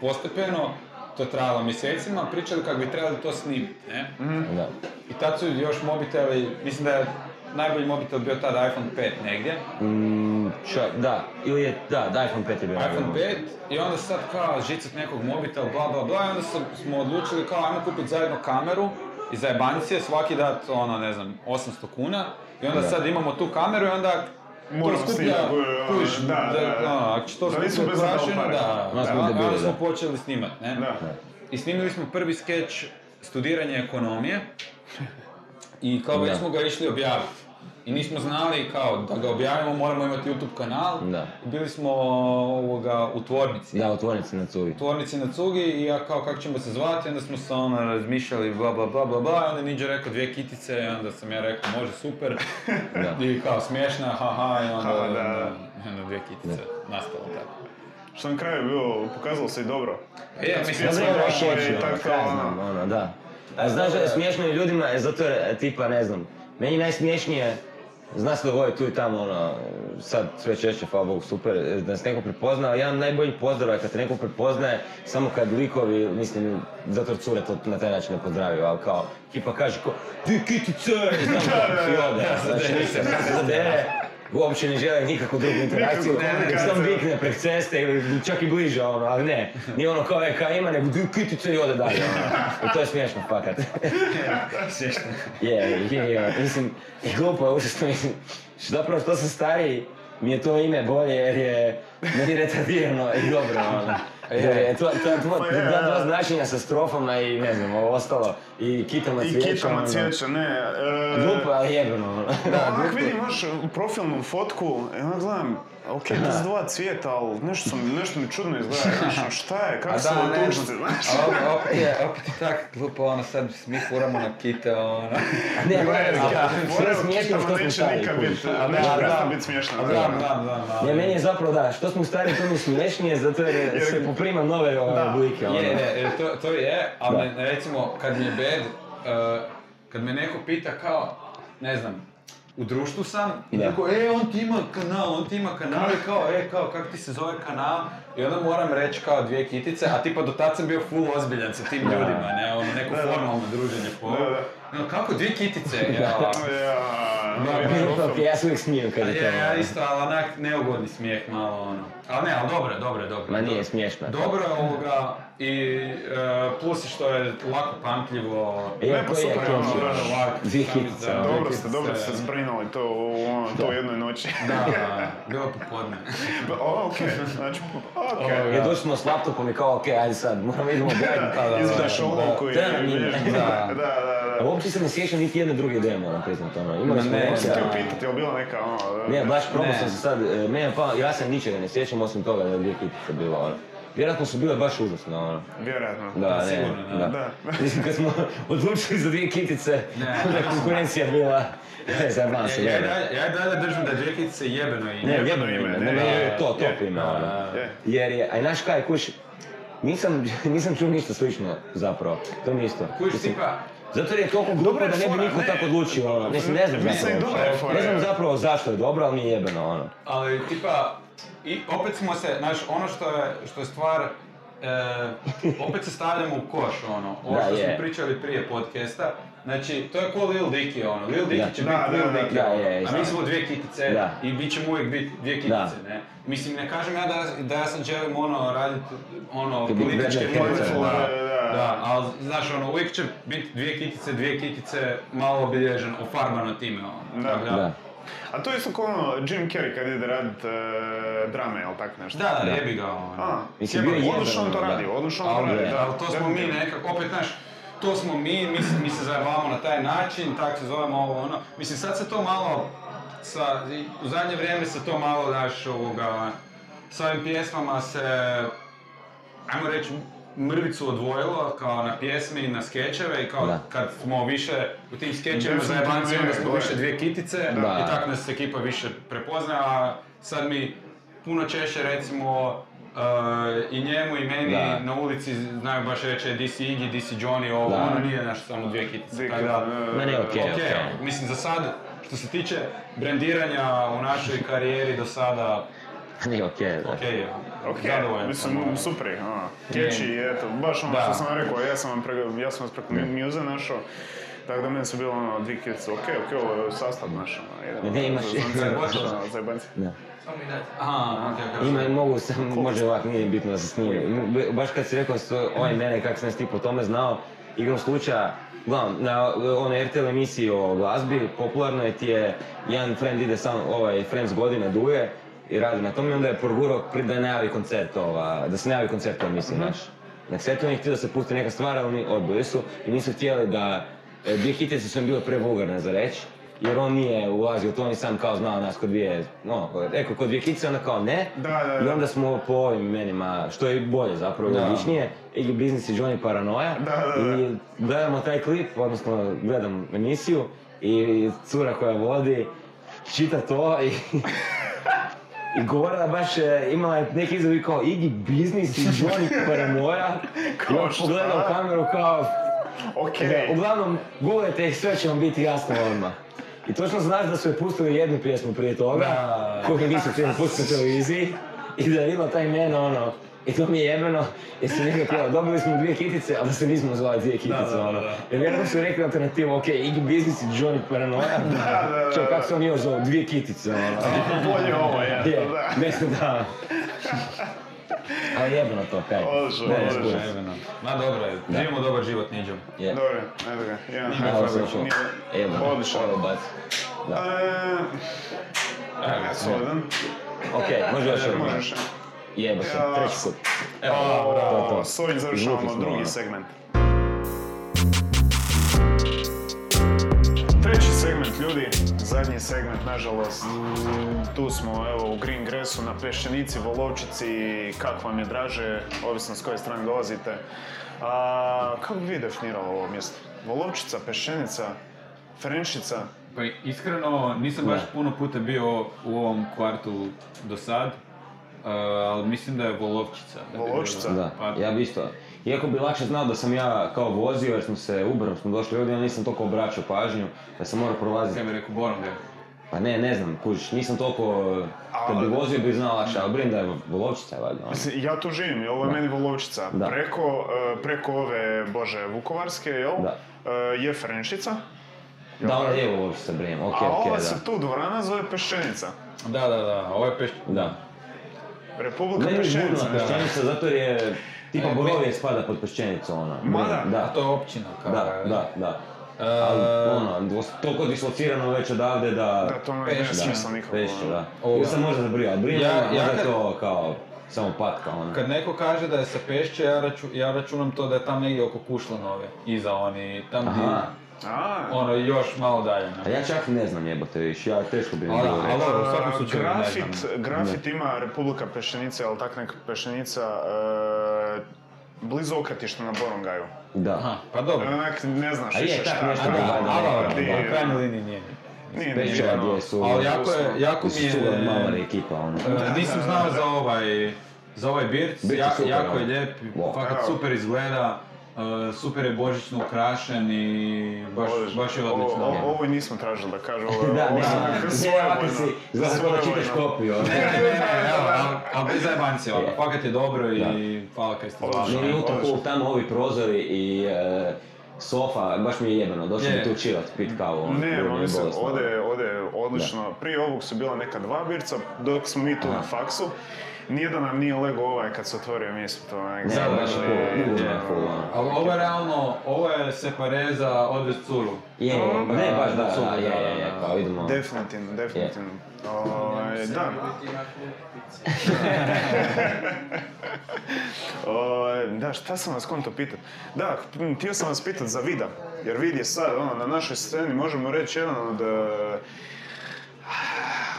B: postepeno, to je trajalo mjesecima, pričali kako bi trebali to snimiti, ne?
C: ta. Da.
B: I tad su još mobiteli, mislim da je najbolji mobitel bio tada iPhone 5 negdje.
C: Mm, čak, da, ili je, da, da, iPhone 5 je bio.
B: iPhone
C: najbolji.
B: 5 i onda sad kao žicat nekog mobitela, bla bla bla, i onda sam- smo odlučili kao ajmo kupiti zajedno kameru i za jebancije svaki dat, ono, ne znam, 800 kuna i onda
C: Da.
B: sad imamo tu kameru i onda
A: Moramo
B: to skuplja,
A: snimat, uh,
B: kužiš,
A: da, da, da.
B: ono, ako će to
A: Da nismo
B: skuplja
A: bez
B: prašinu,
A: zaopare.
B: da,
C: Nas
B: da,
C: bude bilo,
B: onda smo
C: da.
B: počeli snimat, ne?
A: Da.
B: I snimili smo prvi skeč studiranje ekonomije i kao već
C: Da.
B: smo ga išli objaviti. I nismo znali kao da ga objavimo moramo imati YouTube kanal.
C: Da.
B: I Bili smo ovoga, u tvornici.
C: Da, u tvornici na Cugi.
B: U tvornici na Cugi i ja kao kako ćemo se zvati, onda smo se ono razmišljali bla bla bla bla bla, i onda Ninja rekao dvije kitice, i onda sam ja rekao može super,
C: Da.
B: i kao smiješna, haha, i onda,
A: Ha, da.
B: i onda dvije kitice, nastalo tako.
A: Što na kraju je bilo, pokazalo se i dobro.
B: Je,
A: Kad si
B: mislim,
A: bio
B: da
A: sam
B: je
A: došao
B: loše
A: i
C: ono,
A: tako,
C: kaj ja znam,
A: ono.
C: ono, da. A znaš, da je smiješno je ljudima, e, zato jer, e, tipa, ne znam, meni najsmiješnije, zna se dogoditi tu i tamo, ono, sad sve češće, hvala Bogu, super, e, da nas neko prepozna, ali jedan od najboljih pozdrava je kad te neko prepoznaje, samo kad likovi, mislim, zato jer cure to na taj način ne pozdravio, ali kao, tipa kaže ko, ti kitice, i znam da i ode, znači nisam, zadere, uopće ne žele nikakvu drugu interakciju,
A: Nikakvu komunikaciju.
C: sam vikne prek ceste ili čak i bliže, ono, ali ne, nije ono kao je kaj ima, nego "Du, kitice i ode dalje, ono, i to je smiješno fakat.
B: smiješno.
C: Je, je, je, mislim, i glupo je užasno, mislim, što zapravo što sam stariji, mi je to ime bolje jer je meni retardirano i dobro, ono. Je, je, to, to, to,
A: Pa je,
C: dva, dva
A: da.
C: značenja sa strofama i ne znam, ovo ostalo, i kitama
A: I
C: cvijeća,
A: kitama
C: ono.
A: cvijeća, ne. e,
C: Glupo, ali jebeno, ono.
A: Da, onak
C: glupo je.
A: vidim imaš profilnu fotku i onda gledam, ok, to su dva cvijeta, ali nešto, sam- nešto mi čudno izgleda, znaš, a šta je, kako
B: A
A: se
B: da, ne
A: otučite,
B: znam.
A: znaš?
B: A op- opet je, opet je tak glupo, ono sad mi furamo na kite, ono.
C: Ne,
A: Ne,
C: ne,
A: ja,
C: sve
A: moraju
C: smiješno
A: kitama
C: što smo
A: neće
C: stariji.
A: nikad
C: kužiš.
A: biti,
C: A da,
A: neće
C: da.
A: prestati biti smiješno.
B: Znam,
A: da.
B: znam, znam, znam.
C: Ne, meni je zapravo da, što smo stariji, to mi je smiješnije, zato jer se poprima nove ove
A: Da.
C: oblike. ono.
B: Je, ne, e, to, to je, ali ne, recimo kad mi je bed, e, kad me neko pita kao, ne znam, u društvu sam i
C: Da.
B: neko, e, on ti ima kanal, on ti ima kanal i kao, e, kao, kak ti se zove kanal? I onda moram reći kao dvije kitice, a tipa do tad sam bio full ozbiljan sa tim ljudima, ne, ono, neko
A: da.
B: formalno druženje po
A: Da, da.
B: No, kako dvije kitice? Ja, ono.
A: Ja,
B: Da,
A: ja,
C: Bilo to, ja se uvijek smijem kad je to.
B: je, ja
C: ono.
B: isto, ali onak neugodni smijeh malo, ono. Ali ne, ali dobro, je, dobro, je, dobro.
C: Ma
B: je,
C: nije
B: dobro.
C: smiješno.
B: Dobro je ovoga i e, plus je što je lako pamtljivo.
C: Je,
A: Ne, pa
C: to je,
A: super,
C: E, to je.
A: ono, da, da,
B: lak,
C: Dvije
B: sami
C: kitice,
B: za-
C: ono.
A: Dobro
B: dvije
A: ste,
B: kitice.
A: dobro ste zbrinuli to u ono, to u jednoj noći. Pa,
B: Da, bilo je popodne.
A: O, okej, znači, okej.
B: Ovoga.
C: Ja došli smo s laptopom i kao, okej, ajde sad, moramo idemo objaviti.
B: da, da,
A: Izdaš
B: da,
A: olovku i
C: pa da, da,
A: vidiš.
B: da.
A: Da, da, da.
C: A Uopće se ne sjećam niti jedne druge ideje, moram priznat, ono. Imali
B: Ma
C: smo
B: ne,
C: neke,
A: Sam
B: da.
A: htio
C: ali-
A: pitati, je li bila neka ono...
C: Ne, baš probao
B: Ne.
C: sam se sad, e, mene pa, ja se ničega ne sjećam osim toga da je dvije kitice bilo, ono. Vjerojatno su bile baš užasne, ono.
A: Vjerojatno.
C: Da, ne,
B: sigurno, da.
A: Da.
C: Mislim, kad smo odlučili za dvije kitice,
B: Ne.
C: onda je konkurencija bila... Ne, sad vam se
B: E, Ja, ja, i
C: jebe.
B: dalje- ja i dalje držim da je dvije kitice jebeno ime.
C: Ne,
A: jebeno
C: jebeno
A: ime,
C: ime,
A: ne,
C: ne, ne,
A: je,
C: je to
A: je.
C: top ime,
B: Da,
C: ono.
B: da.
A: Je.
C: Jer je, a i znaš kaj, kuš, nisam, nisam čuo ništa slično zapravo, to mi isto.
B: Kužiš
C: Mislim,
B: tipa,
C: Zato jer je toliko glupo da
A: Dobra je
C: ne bi
A: fora,
C: niko
A: ne.
C: tako odlučio, ono, mislim, ne znam
A: Mislim,
C: zapravo.
A: dobra je fora,
C: Ne znam
A: je.
C: zapravo zašto je dobro, ali mi je jebeno, ono.
B: Ali tipa, i opet smo se, znaš, ono što je, što je stvar, e, opet se stavljamo u koš, ono, ovo
C: Da,
B: što smo
C: je.
B: pričali prije podcasta, znači, to je ko Lil Dicky, ono, Lil Dicky
C: Da.
B: će
A: Da,
B: biti
A: da,
B: Lil
A: da,
B: Dicky,
C: da,
B: ono.
C: je,
B: a mi
C: znam.
B: smo dvije kitice
C: Da.
B: i bit ćemo uvijek biti dvije kitice, ne? Mislim, ne kažem ja da, da ja sad želim, ono, raditi, ono,
C: Ti biti
B: političke
C: veliki
B: poruke,
C: hipster,
B: da,
A: da, da.
B: da, ali, znaš, ono, uvijek će biti dvije kitice, dvije kitice, malo obilježen, ofarbano time, ono.
A: Da.
B: Tako
C: Da.
A: A to je isto kao ono Jim Carrey kad ide radit e, drame, jel tako nešto?
B: Da, da,
C: Da.
B: jebi ga, ono.
A: A,
C: Mislim,
A: jebe,
C: bio je
A: odlično on to
C: jedan,
A: radi,
C: da.
A: odlično on to
B: Ali,
A: radi, da.
B: ali to smo mi
A: definitivno.
B: nekako, opet znaš, to smo mi, mi, se- mi se zajebavamo na taj način, tak se zovemo ovo ono. Mislim sad se to malo, sa, u zadnje vrijeme se to malo, znaš, ovoga, s ovim pjesmama se, ajmo reći, mrvicu odvojilo kao na pjesme i na skečeve i kao
C: Da.
B: kad smo više u tim skečevima za
A: Definitivno
B: jebanci onda
A: je,
B: smo
A: da.
B: više dvije kitice
C: Da.
B: i tako nas ekipa više prepoznaje, a sad mi puno češće recimo e, i njemu i meni
C: Da.
B: na ulici znaju baš reći e, di si Iggy, di si Johnny, ovo,
C: Da.
B: ono nije naš samo dvije kitice,
A: Dik,
B: tako da,
A: e,
C: Ma ne, okej.
B: ok,
C: ok.
B: mislim za sad, što se tiče brendiranja u našoj karijeri do sada,
C: Nije okej, da.
B: ok je,
A: Ok,
B: zadovoljan sam,
A: mislim,
B: ono.
A: super je, ono, catchy, eto, baš ono
B: Da.
A: što sam vam rekao, ja sam, vam preko, ja sam vas preko Muse našao. Tako da meni su bilo ono dvije kitice, okej, okej, ovo je sastav naš, ono, idemo.
C: Ne, imaš-
A: Zajebanci, ono, zajebanci.
C: Da.
B: Aha, okej, okej.
C: Ima, mogu se, može ovak, nije bitno da se snimi. M- Baš kad si rekao sto- oj mene, kak sam ti po tome znao, igrom slučaja, gledam, na e, onoj RTL emisiji o glazbi, popularno je ti je jedan friend ide sam, ovaj, friend s godine duje i radi na tom i onda je progurao pri- da najavi koncert, ova, da se najavi koncert u emisiji, znaš. Na koncertu nije htio da se pusti neka stvar, ali oni odbili su i nisu htjeli da, e, dvije hitice su im bile prevulgarne za reći. Jer on nije ulazio u to, on je sam kao znao nas kod dvije, no, rekao kod dvije hitice, onda kao ne.
A: Da, da,
C: I
A: da.
C: onda smo po ovim imenima, što je i bolje zapravo,
B: Da.
C: logičnije, Iggy Business i Johnny Paranoia.
A: Da, da, da.
C: I gledamo taj klip, odnosno gledam emisiju i cura koja vodi čita to i... I govorila baš, e, imala je neki izazov i kao Iggy Business i Johnny Paranoia.
A: Kao
C: I on
A: šta?
C: pogleda u kameru kao...
A: Okej.
C: E, Uglavnom, gulajte ih, sve će vam biti jasno odmah. I točno znaš da su je pustili jednu pjesmu prije toga,
B: Da.
C: koju nisu htjeli pustiti na televiziji, i da je imao taj men, ono, i to mi je jebeno, jer se nekako, kao, dobili smo dvije kitice, ali da se nismo zvali dvije kitice,
B: da, da,
C: ono.
B: da.
C: Jer vjerojatno su rekli alternativu, okej, Iggy Business i Johnny Paranoia,
A: da, da,
C: Čak,
A: da.
C: kako se on još zove, dvije kitice, ono.
A: Bolje ovo, je,
C: Je,
A: da.
C: nešto da. Ali jebeno to, kaj.
A: Odlično,
C: Ne,
A: odlično.
C: spušta.
B: Jebeno. Ma dobro je, živimo dobar život niđom.
C: Je.
A: Dobro, evo ga, jedan high
C: Malo sam
A: five.
C: čuo.
A: Nije-
C: Jebeno,
A: Odličan.
C: ovo baci. Da.
A: Eee,
B: Evo,
A: ja, solidan.
C: Ok, može još jedno.
A: Možeš.
C: Jebe se,
A: Ja.
C: treći put. Evo, to,
A: Dobro,
C: to.
A: s ovim završavamo
C: Izvukli smo,
A: drugi
C: ono.
A: segment. Treći segment, ljudi, zadnji segment, nažalost. Tu smo, evo, u Green Gressu, na Peščenici, Volovčici, kako vam je draže, ovisno s koje strane dolazite. A, kako bi vi definirali ovo mjesto? Volovčica, Peščenica, Frenšica?
B: Pa iskreno, nisam baš puno puta bio u ovom kvartu do sad, eh, ali mislim da je Volovčica. da bi
A: Volovčica?
B: bilo.
C: Da,
B: Pa-
C: ja bi isto. Iako bi lakše znao da sam ja kao vozio jer smo se ubrano smo došli ovdje, ja nisam toliko obraćao pažnju da sam morao prolaziti.
B: Kaj bi rekao, Boronga.
C: Pa ne, ne znam, kužiš, nisam toliko... Kad bi
A: Ali-
C: vozio bi znao lakše, ali brin da je lovčica valjda. ono.
A: Mislim, Ja tu živim, ovo je meni Volovčica.
C: Da.
A: Preko, e, preko ove, bože, Vukovarske, jel?
C: Da.
A: E, je Frenšica.
C: Da, ona je lovčica, brin, okej,
A: A
C: okej,
A: ova
C: da.
A: se tu dvorana zove Peščenica.
B: Da, da, da, ovo je peš...
C: Da.
A: Republika
C: Meni je
A: Peščenica.
C: zbudila peščenica zato jer je... Tipa
B: E,
C: Borovje spada pod peščenicu, ono. Brin,
A: da.
C: Da,
B: To je općina, kao
C: da, da, da.
B: Eh,
C: Ali, ono, dvos- toliko dislocirano već odavde
A: E, Da, to ne
B: Pešća.
A: nema smisla ono. nikako.
C: Pešće, da.
B: Ovoga.
C: Ili sam možda zabrio, ali brinem,
B: Ja-
C: ja,
B: ja
C: možda
B: kad-
C: je to kao samo patka, ono.
B: Kad neko kaže da je sa Pešće, ja, raču- ja računam to da je tam negdje oko Kušlanove, iza oni, tam gdje,
C: Aha.
A: A,
B: ono, još malo dalje. ne.
C: A ja čak ne znam jebote više, ja teško bi mi
B: Ali-
C: bilo
B: ali-
C: reći.
B: dobro, u svakom
A: a,
B: slučaju ne znam.
A: e, grafit, grafit ima Republika Peščenica, ali tak neka Peščenica e, blizu okretišta na Borongaju.
B: Aha,
C: Da.
B: pa dobro.
A: Onak, ne znaš
C: A je,
A: više
C: tak
A: šta.
C: nešto
B: A
A: šta,
B: da,
C: Da,
B: a
C: da,
B: dobro,
C: da,
B: u
A: di-
B: krajnjoj liniji nije.
A: nije, nije,
C: Pešća
A: ono,
C: gdje su...
B: Ali jako je, jako mi je...
C: Su mamari ekipa, ono.
B: E, Nisam znao za ovaj, za ovaj Birc,
C: Birc je
B: ja-
C: super,
B: jako je
C: ono.
B: lijep,
C: Wow.
B: fakat
A: Evo.
B: super izgleda, e, super je božićno ukrašen i baš,
A: Bože,
B: baš je
A: ovo-
B: odlično.
A: o- Ovo i nismo tražili da kažu, ovo je
C: Da,
A: ovo je
C: da,
A: onak
C: ne, ovako si, znaš kako
A: svojevoljno.
C: čitaš kopiju, ono.
B: Ne, ne, ne, evo, ali- ali bez zajebanci, ono,
C: Je.
B: fakat je dobro i hvala kaj ste zvali.
A: Odlično.
C: Meni je ultra
A: Odlično.
C: cool, tamo ovi prozori i e, sofa, baš mi je jebeno, došao
B: Je.
C: bi tu chillat, pit kavu, ono.
A: Ne,
C: bilo mi
A: ma
C: je
A: mislim,
C: bolesno.
A: ode, ode odlično. Prije ovog su bila neka dva birca, dok smo mi tu na faksu. Nijedan nam nije lego ovaj kad se otvorio, mi smo to onak
B: Da,
C: Ne,
A: završili.
C: baš cool,
B: je.
C: ultra cool, ono.
B: Ali ovo je realno, ovo je separe za odvez curu.
C: Je, ne, baš da, da, je, je, je,
B: da.
C: kao idemo. ono.
A: Definitivno, definitivno. Ovaj, da. Ovaj, da, šta sam vas konto pitat? Da, m, htio sam vas pitat za Vida. Jer Vid je sad, ono, na našoj sceni možemo reći jedan od... eh,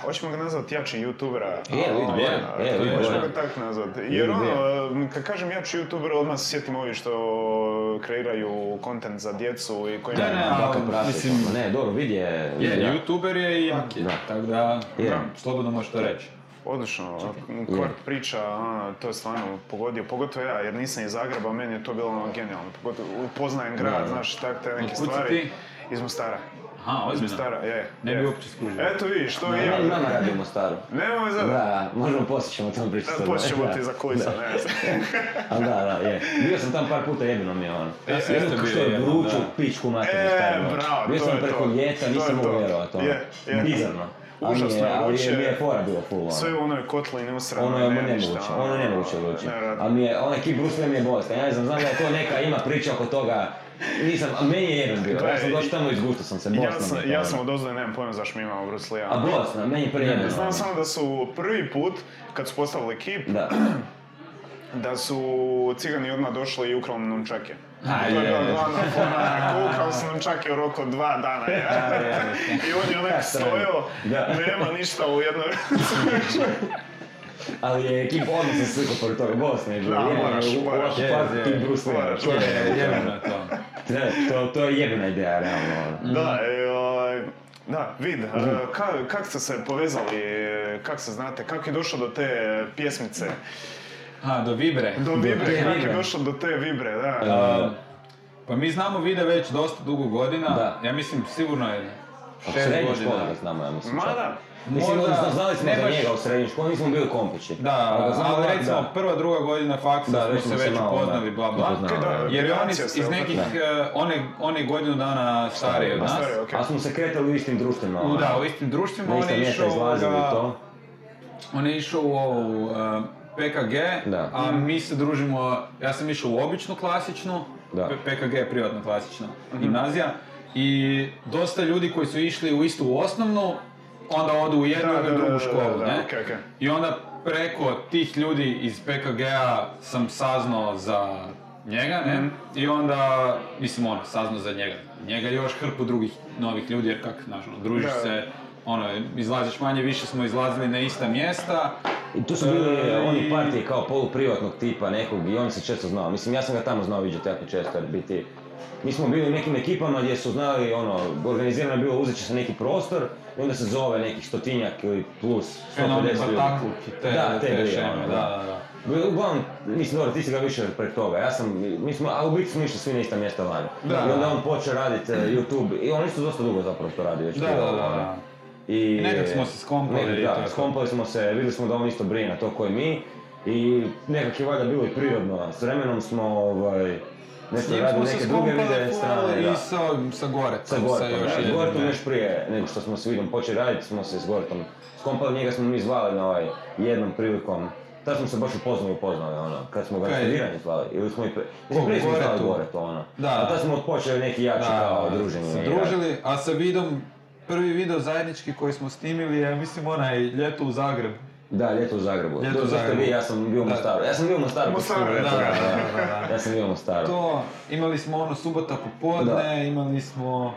A: Hoćemo ga nazvati jači
B: E,
A: youtubera.
C: Je, Vid,
A: Ovaj,
C: je,
A: a,
C: je, Vid,
A: Hoćemo
C: je.
A: ga tako nazvati. Jer
C: Vid, je.
A: ono, m, kad kažem jači youtuber, odmah se sjetim ovi što kreiraju kontent za djecu i koji...
B: Da, ne, ali-
C: Baka prase,
B: mislim-
C: ono, ne, dobro, vidi je,
B: Je,
C: vidi ja.
B: youtuber je i jak je,
C: Da.
B: tako da,
C: Je.
B: da, slobodno možeš to reći.
A: Odlično, kvart priča, ono, to je stvarno pogodio, pogotovo ja, jer nisam iz Zagreba, meni je to bilo ono genijalno, pogotovo upoznajem grad,
C: Da.
A: znaš, tak te neke
B: Otkud si
A: stvari.
B: ti?
A: Iz Mostara.
B: Aha,
A: Iz
B: ozbiljno.
A: Mostara, je.
B: Ne
A: je.
B: bi uopće skužio.
A: Eto vidiš, to
C: Ne,
A: je.
C: ne, mama radi u Mostaru.
A: Nemamo me
C: Da,
A: zadati.
C: da, možemo poslije ćemo o tom pričati. sad, da.
A: Poslije ćemo ti za kulisa,
C: Da.
A: ne znam.
C: A da, da, je. Bio sam tam par puta jebeno mi je ono.
B: Ja sam isto
C: Jednom
B: bio
C: što je
B: jebeno,
C: vruću
B: da.
C: pičku materinu
A: E,
C: stavio.
A: bravo,
C: Bio
A: to
C: sam
A: je
C: preko
A: to.
C: ljeta,
A: To
C: nisam
A: je to.
C: mogu vjerovat ono.
A: Je, je.
C: Bizarno. Ali
A: Užasno je
C: je, ali je,
A: vruće.
C: mi je fora bilo full ono.
A: Sve u onoj kotlini usrano.
C: Ono je
A: ne,
C: nemoguće,
A: ništa,
C: ono je nemoguće vruće.
A: nevjerojatno.
C: A mi je, onaj Kip Bruce Lee mi je bolestan, ja ne znam, znam da je to neka, ima priča oko toga. Nisam, a meni je jedan bio, ja sam
A: Gledaj,
C: došao tamo izgustao sam se,
A: Ja
C: bolestan
A: sam,
C: mi je to,
A: ja
C: ono.
A: sam odozdo i nemam pojma zašto mi imamo Bruce Lee.
C: A bolestan, meni je prijemno.
A: Znam samo da su prvi put, kad su postavili ekip,
C: Da.
A: da su cigani odmah došli i ukrali nunčake.
B: A,
A: to je
B: je.
A: bila glavna fora, ukrali su nunčake u roku od dva dana. Ja. I on je onak stojao,
C: Da.
A: nema ništa u jednoj...
C: Ali je ekip odmah se slikao pored toga, bolestan je bio.
A: Da,
C: jebeno,
A: moraš,
C: u- u- u-
A: moraš.
C: u-
B: Je,
C: par
B: je,
C: Kip Bruce Lee,
A: moraš,
C: ono,
A: moraš.
C: je,
B: Jebeno
C: jebeno.
B: je to.
C: Da, To, to je jebena ideja, realno. ono.
A: da, e, ovaj, da, vid, e, ka- kak ste se povezali, e, kak se znate, kako je došlo do te pjesmice,
B: A, do Vibre.
A: do vibre,
C: te
A: kako je
C: vibre.
A: došlo do te vibre, da.
B: A, pa mi znamo Vide već dosta dugo godina.
C: Da.
B: Ja mislim, sigurno je
C: Od
B: šest
C: srednje
B: godina.
C: škole ga znamo, ja mislim.
A: Ma
C: čak.
A: da,
C: Mislim,
B: Možda,
C: odnosno, znali smo
B: ne
C: za
B: baš-
C: njega u srednjoj školi, nismo bili kompići. Ali
B: Da,
C: ga znamo,
B: ali
C: Pa da.
B: recimo prva, druga godina faksa
C: Da,
B: smo
C: već
B: se
C: smo se
B: već
C: malo, da,
B: upoznali, bla bla.
C: upoznali,
A: da.
B: Jer je on
A: Generacija
B: iz,
A: ste,
B: iz
A: jel'
B: nekih,
C: tako?
B: eh, one, one godinu dana stariji od
C: Da,
B: nas.
A: stariji, ok.
C: Ali smo se kretali u istim društvima.
B: U,
C: ono.
B: Da, u istim društvima,
C: Na
B: on
C: ista
B: je
C: mjesta
B: išao
C: izlazili i
B: ovoga-
C: to.
B: On je išao u ovu eh, PKG,
C: Da.
B: a mi se družimo, ja sam išao u običnu klasičnu,
C: Da.
B: P- PKG je privatna klasična
A: Mhm.
B: gimnazija, i dosta ljudi koji su išli u istu osnovnu, onda odu u jednu
A: Da, da,
B: ili
A: da, da,
B: drugu školu,
A: da,
B: ne?
A: okej, okej.
B: I onda preko tih ljudi iz PKG-a sam saznao za njega,
C: Mhm.
B: ne? I onda, mislim ono, saznao za njega. Njega i još hrpu drugih novih ljudi, jer kak, znaš, ono, družiš
A: Da.
B: se, ono, izlaziš manje, više smo izlazili na ista mjesta.
C: I tu su bili
B: E,
C: oni
B: i-
C: partije kao poluprivatnog tipa nekog i on se često znao. Mislim, ja sam ga tamo znao vidjeti jako često jer biti... Mi smo bili u nekim ekipama gdje su znali, ono, organizirano je bilo uzet će se neki prostor i onda se zove nekih stotinjak ili plus 150
B: Fenomen
C: ljudi.
B: batakluk i te,
C: Da, te
B: te
C: brije,
B: šeme, da,
C: ono, da.
B: da, da.
C: Uglavnom, mislim, dobro, ti si ga više prek toga, ja sam, mi smo, a u biti smo išli svi na ista mjesta vani.
B: Da.
C: I onda je on počeo raditi YouTube, i oni su dosta dugo zapravo to radi već.
B: Da,
C: prije ono.
B: da, da,
C: ovoga.
B: da.
C: I
B: Nekak smo se skompali
C: Nekak,
B: i
C: da,
B: tako.
C: skompali smo se, vidjeli smo da on isto brine na to koji mi. I nekak je valjda bilo i prirodno, s vremenom smo ovaj,
B: S
C: nešto
B: njim
C: radili
B: smo se
C: neke druge
B: skompali
C: videe strane,
B: i
C: da.
B: sa, sa Gorecom,
C: Sa Gortom,
B: još
C: da, s
B: jednim,
C: Gortom
B: ne.
C: još prije nego što smo s Vidom počeli raditi, smo se s Gortom skompali, njega smo mi zvali na ovaj jednom prilikom. Tad smo se baš upoznali, upoznali, ono, kad smo ga na
B: Kaj?
C: studiranje zvali, ili smo i pre... Mislim,
B: Ko,
C: prije smo zvali
B: Goretu?
C: Goretu, ono.
B: Da.
C: A tad smo počeli neki jači kao druženje.
B: se
C: i rad.
B: družili, a sa Vidom, prvi video zajednički koji smo snimili je, mislim, onaj ljeto u Zagreb.
C: Da, ljeto u Zagrebu.
B: Ljeto u
C: Ljeto u
B: Zagrebu.
C: Vi, ja sam bio u
B: Da.
C: Mostaru. Ja sam bio u Mostaru. kod
A: Mostaru,
C: Skure,
A: da,
C: eto ga,
B: da, da, da.
C: Ja sam bio u Mostaru.
B: To, imali smo ono subota popodne,
C: Da.
B: imali smo...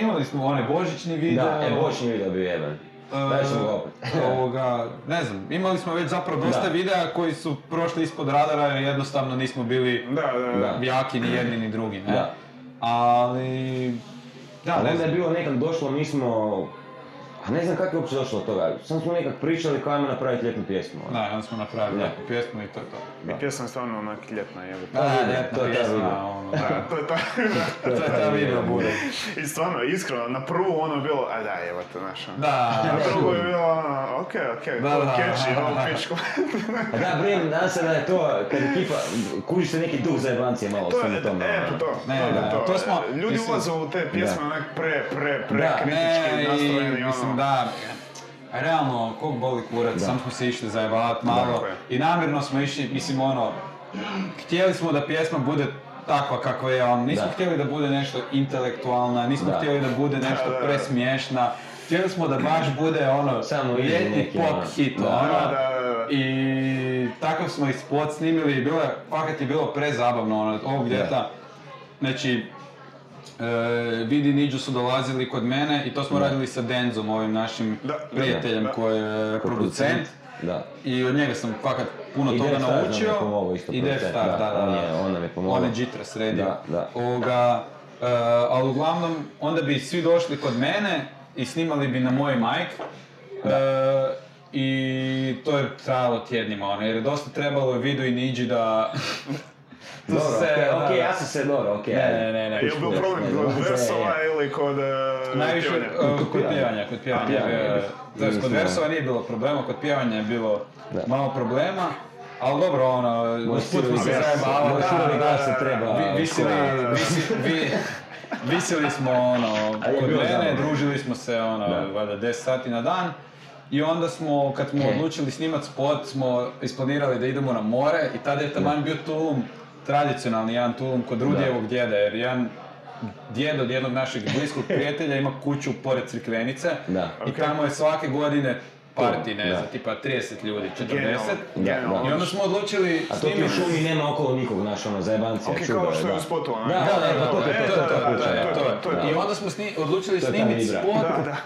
B: Imali smo onaj božićni video.
C: Da, e, bočni video bio jeben. Daj ćemo ga opet.
B: e, ovoga, ne znam, imali smo već zapravo dosta
C: Da.
B: videa koji su prošli ispod radara jer jednostavno nismo bili
A: Da, da, da.
C: Da.
B: jaki ni jedni ni drugi, ne?
C: Da.
B: Ali... Da,
C: Ali
B: ne
C: onda je
B: znam.
C: bilo nekad došlo, mi smo... A ne znam kako je uopće došlo do toga. Samo smo nekak pričali kao ajmo napraviti ljetnu pjesmu. ono.
B: Da, i onda smo napravili
C: Da.
B: neku pjesmu i to je to.
A: I pjesma je stvarno onak ljetna jebate.
B: Da,
C: vidim,
B: ljetna
C: to je ta
B: pjesma,
C: videa.
B: ono,
A: Da,
B: da.
A: to je ta...
B: To je ta videa bude.
A: I stvarno, iskreno, na prvu ono je bilo, a da jebate, znaš, ono.
B: Da,
A: Na drugo je bilo ono, okej, okej,
B: Da,
A: to
B: da.
A: catchy, ovo pičku.
C: A da, brinem, nadam se da je to kad ekipa... Kuži se neki duh zajebancije malo u
A: To
C: svemu
A: je,
C: tome.
A: e, pa
C: ono.
A: to,
B: Ne,
A: to, je
B: da,
A: to.
B: to smo-
A: Ljudi
B: mislim-
A: ulaze u te pjesme
C: Da.
A: onak pre, pre, pre
C: Da.
A: kritički
B: Ne,
A: nastrojeni,
B: i
A: ono.
B: mislim da... a Realno, kog boli kurac, sam smo se išli zajebavat malo
A: Tako je.
B: i namjerno smo išli, mislim ono, htjeli smo da pjesma bude takva kakva je on, nismo
C: Da.
B: htjeli da bude nešto intelektualna, nismo
C: Da.
B: htjeli da bude nešto
A: da, da.
B: presmiješna, htjeli smo da baš bude ono,
C: Samo easy
B: ljetni
C: neki, ono.
B: pop hit,
C: Da,
B: ono,
A: Da, da, da, da.
B: i takav smo i spot snimili i bilo je, fakat je bilo prezabavno ono, ovog ljeta. Znači, e, Vidi i Niđu su dolazili kod mene i to smo radili sa Denzom, ovim našim
A: Da, da,
B: prijateljem
A: da.
B: koji je producent.
C: Da.
B: I od njega sam fakat puno
C: I
B: toga
C: Death Star nam je
B: naučio.
C: pomogao isto
B: I Death
C: producent,
B: Star, da,
C: da,
B: da,
C: on
B: da.
C: je- on nam je pomogao.
B: On je Jitra sredio.
C: Da, da.
B: Ovoga, e, ali uglavnom, onda bi svi došli kod mene i snimali bi na moj mic. E, I to je trajalo tjednima, ono, jer je dosta trebalo Vidu i Niđi da... tu
C: Dobro,
B: se,
C: okej,
B: da,
C: okej,
B: da.
C: ja sam se dobro, okej.
B: Ne,
C: ajde.
B: ne, ne, ne.
A: Je li bio problem
C: Ne, ne, ne,
A: versova
C: ne, ne.
A: ili kod uh,
B: Najviše
A: pjevanja?
B: e, kod
C: pjevanja.
B: pjevanja, kod pjevanja.
C: pjevanje je
B: e,
C: bilo.
B: To jest, kod
C: Mislim,
B: versova nije bilo problema, kod pjevanja je bilo
C: Da.
B: malo problema, ali dobro, ono,
C: Moj
B: usput smo se
C: sirovi glas-
B: zajebavali,
C: moj
B: da,
C: sirovi
B: da,
C: glas se
B: da,
C: treba
B: vi- visili,
A: uskladiti.
B: visi- vi- visili smo, ono,
C: Ali je
B: kod
C: bilo
B: mene,
C: zabavno.
B: družili smo se, ono,
C: Da.
B: valjda 10 sati na dan. I onda smo, kad smo
C: E.
B: odlučili snimati spot, smo isplanirali da idemo na more i tada je taman bio Tulum, tradicionalni jedan Tulum kod Rudijevog djeda, jer jedan djed od jednog našeg bliskog prijatelja ima kuću pored Crikvenice
C: Da.
B: i tamo je svake godine parti, ne
C: Da.
B: znam, tipa 30 ljudi, 40.
A: Genijalno,
C: Da,
A: genijalno.
C: da.
B: I onda smo odlučili
C: A to ti u
B: snimiti...
C: šumi nema okolo nikog, znaš, ono, zajebancija,
A: Ok,
C: čudo
A: kao
C: je,
A: što je
C: da.
A: u spotu, ono. onaj.
C: Da, da,
B: Da,
C: da, to, to,
B: je
C: to,
B: to,
C: to,
B: to,
C: to,
B: to je to.
A: to je
B: I
A: to.
B: onda smo sni- odlučili
C: To je ta
B: snimiti
C: igra.
B: spot
A: Da, da.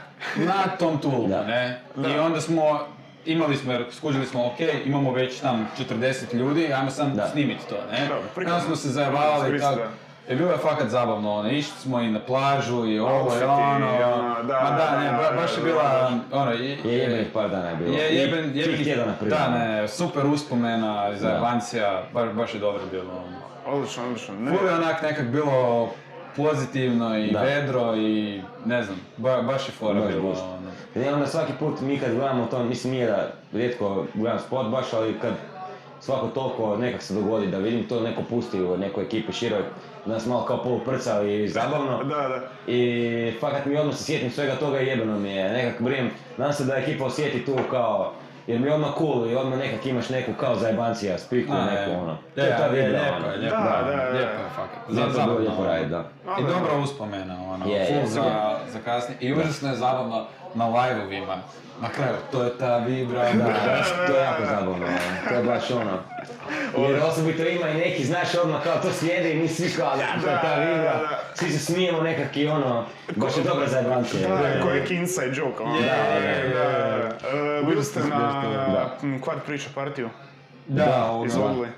B: na tom tulumu,
C: Da.
B: ne?
A: Da.
B: I onda smo, imali smo, jer skužili smo, ok, imamo već tam 40 ljudi, ajmo sam
C: Da.
B: snimiti to, ne?
A: Da, prikladno.
B: Onda smo se zajavali i
A: Iskoristili,
B: tako. I bilo je fakat zabavno, ono, išli smo i na plažu i ovo i
A: Outfiti,
B: ono,
A: ono, da,
B: ma da, ne,
A: da,
B: ba- baš je
A: da,
B: bila,
A: da.
B: ono,
C: Je jebenih par dana je bilo.
B: je, jeben,
C: I
B: jeben,
C: Tih tjedana prije.
B: da, ne, super uspomena, zajebancija, baš, baš je dobro bilo. ono.
A: e, Odlično, odlično. Ne,
B: Ful je onak nekak bilo pozitivno i
C: Da.
B: vedro i ne znam, ba- baš je fora
C: Baš
B: bilo.
C: gušt.
B: ono.
C: Ne, onda svaki put mi kad gledamo to, mislim nije da rijetko gledam spot baš, ali kad svako toliko nekak se dogodi da vidim to neko pusti u nekoj ekipi široj, da nas malo kao poluprca i zabavno.
B: e,
A: da, da.
C: I fakat mi odmah se sjetim svega toga i jebeno mi je, nekak brim, nadam se da ekipa osjeti tu kao, jer mi je odmah cool i odmah nekak imaš neku kao zajebancija, spiku
B: A,
C: neku
B: je.
C: ono.
B: Je,
C: To je ta
B: je,
C: vidla,
B: lijepo
C: ono.
B: je, lijepo
A: Da,
B: je,
A: da, da.
B: lijepo je fakat.
C: Lijepo je bilo,
B: zabavno,
C: lijepo
B: ono.
C: radit, da.
B: I
A: Da, da.
B: dobra uspomena, ono,
C: Je,
B: full
C: je.
B: za, za kasnije. I užasno je zabavno na live-ovima. Na kraju, to je ta vibra, da.
C: Da, to je jako zabavno, ono. to je baš ono. Jer osobito ima i neki, znaš, odmah kao to slijede i mi svi kao, da, to je ta
A: Da, da,
C: vibra.
A: da.
C: Svi se smijemo nekak i ono, baš je dobra zajebancija.
A: Da,
C: je.
A: koji je inside joke, ono.
B: Je,
A: Da,
B: je,
A: da, da. E, Bili ste na
C: Da.
A: mm, Quad Priča partiju,
B: Da, ono,
A: izvodili.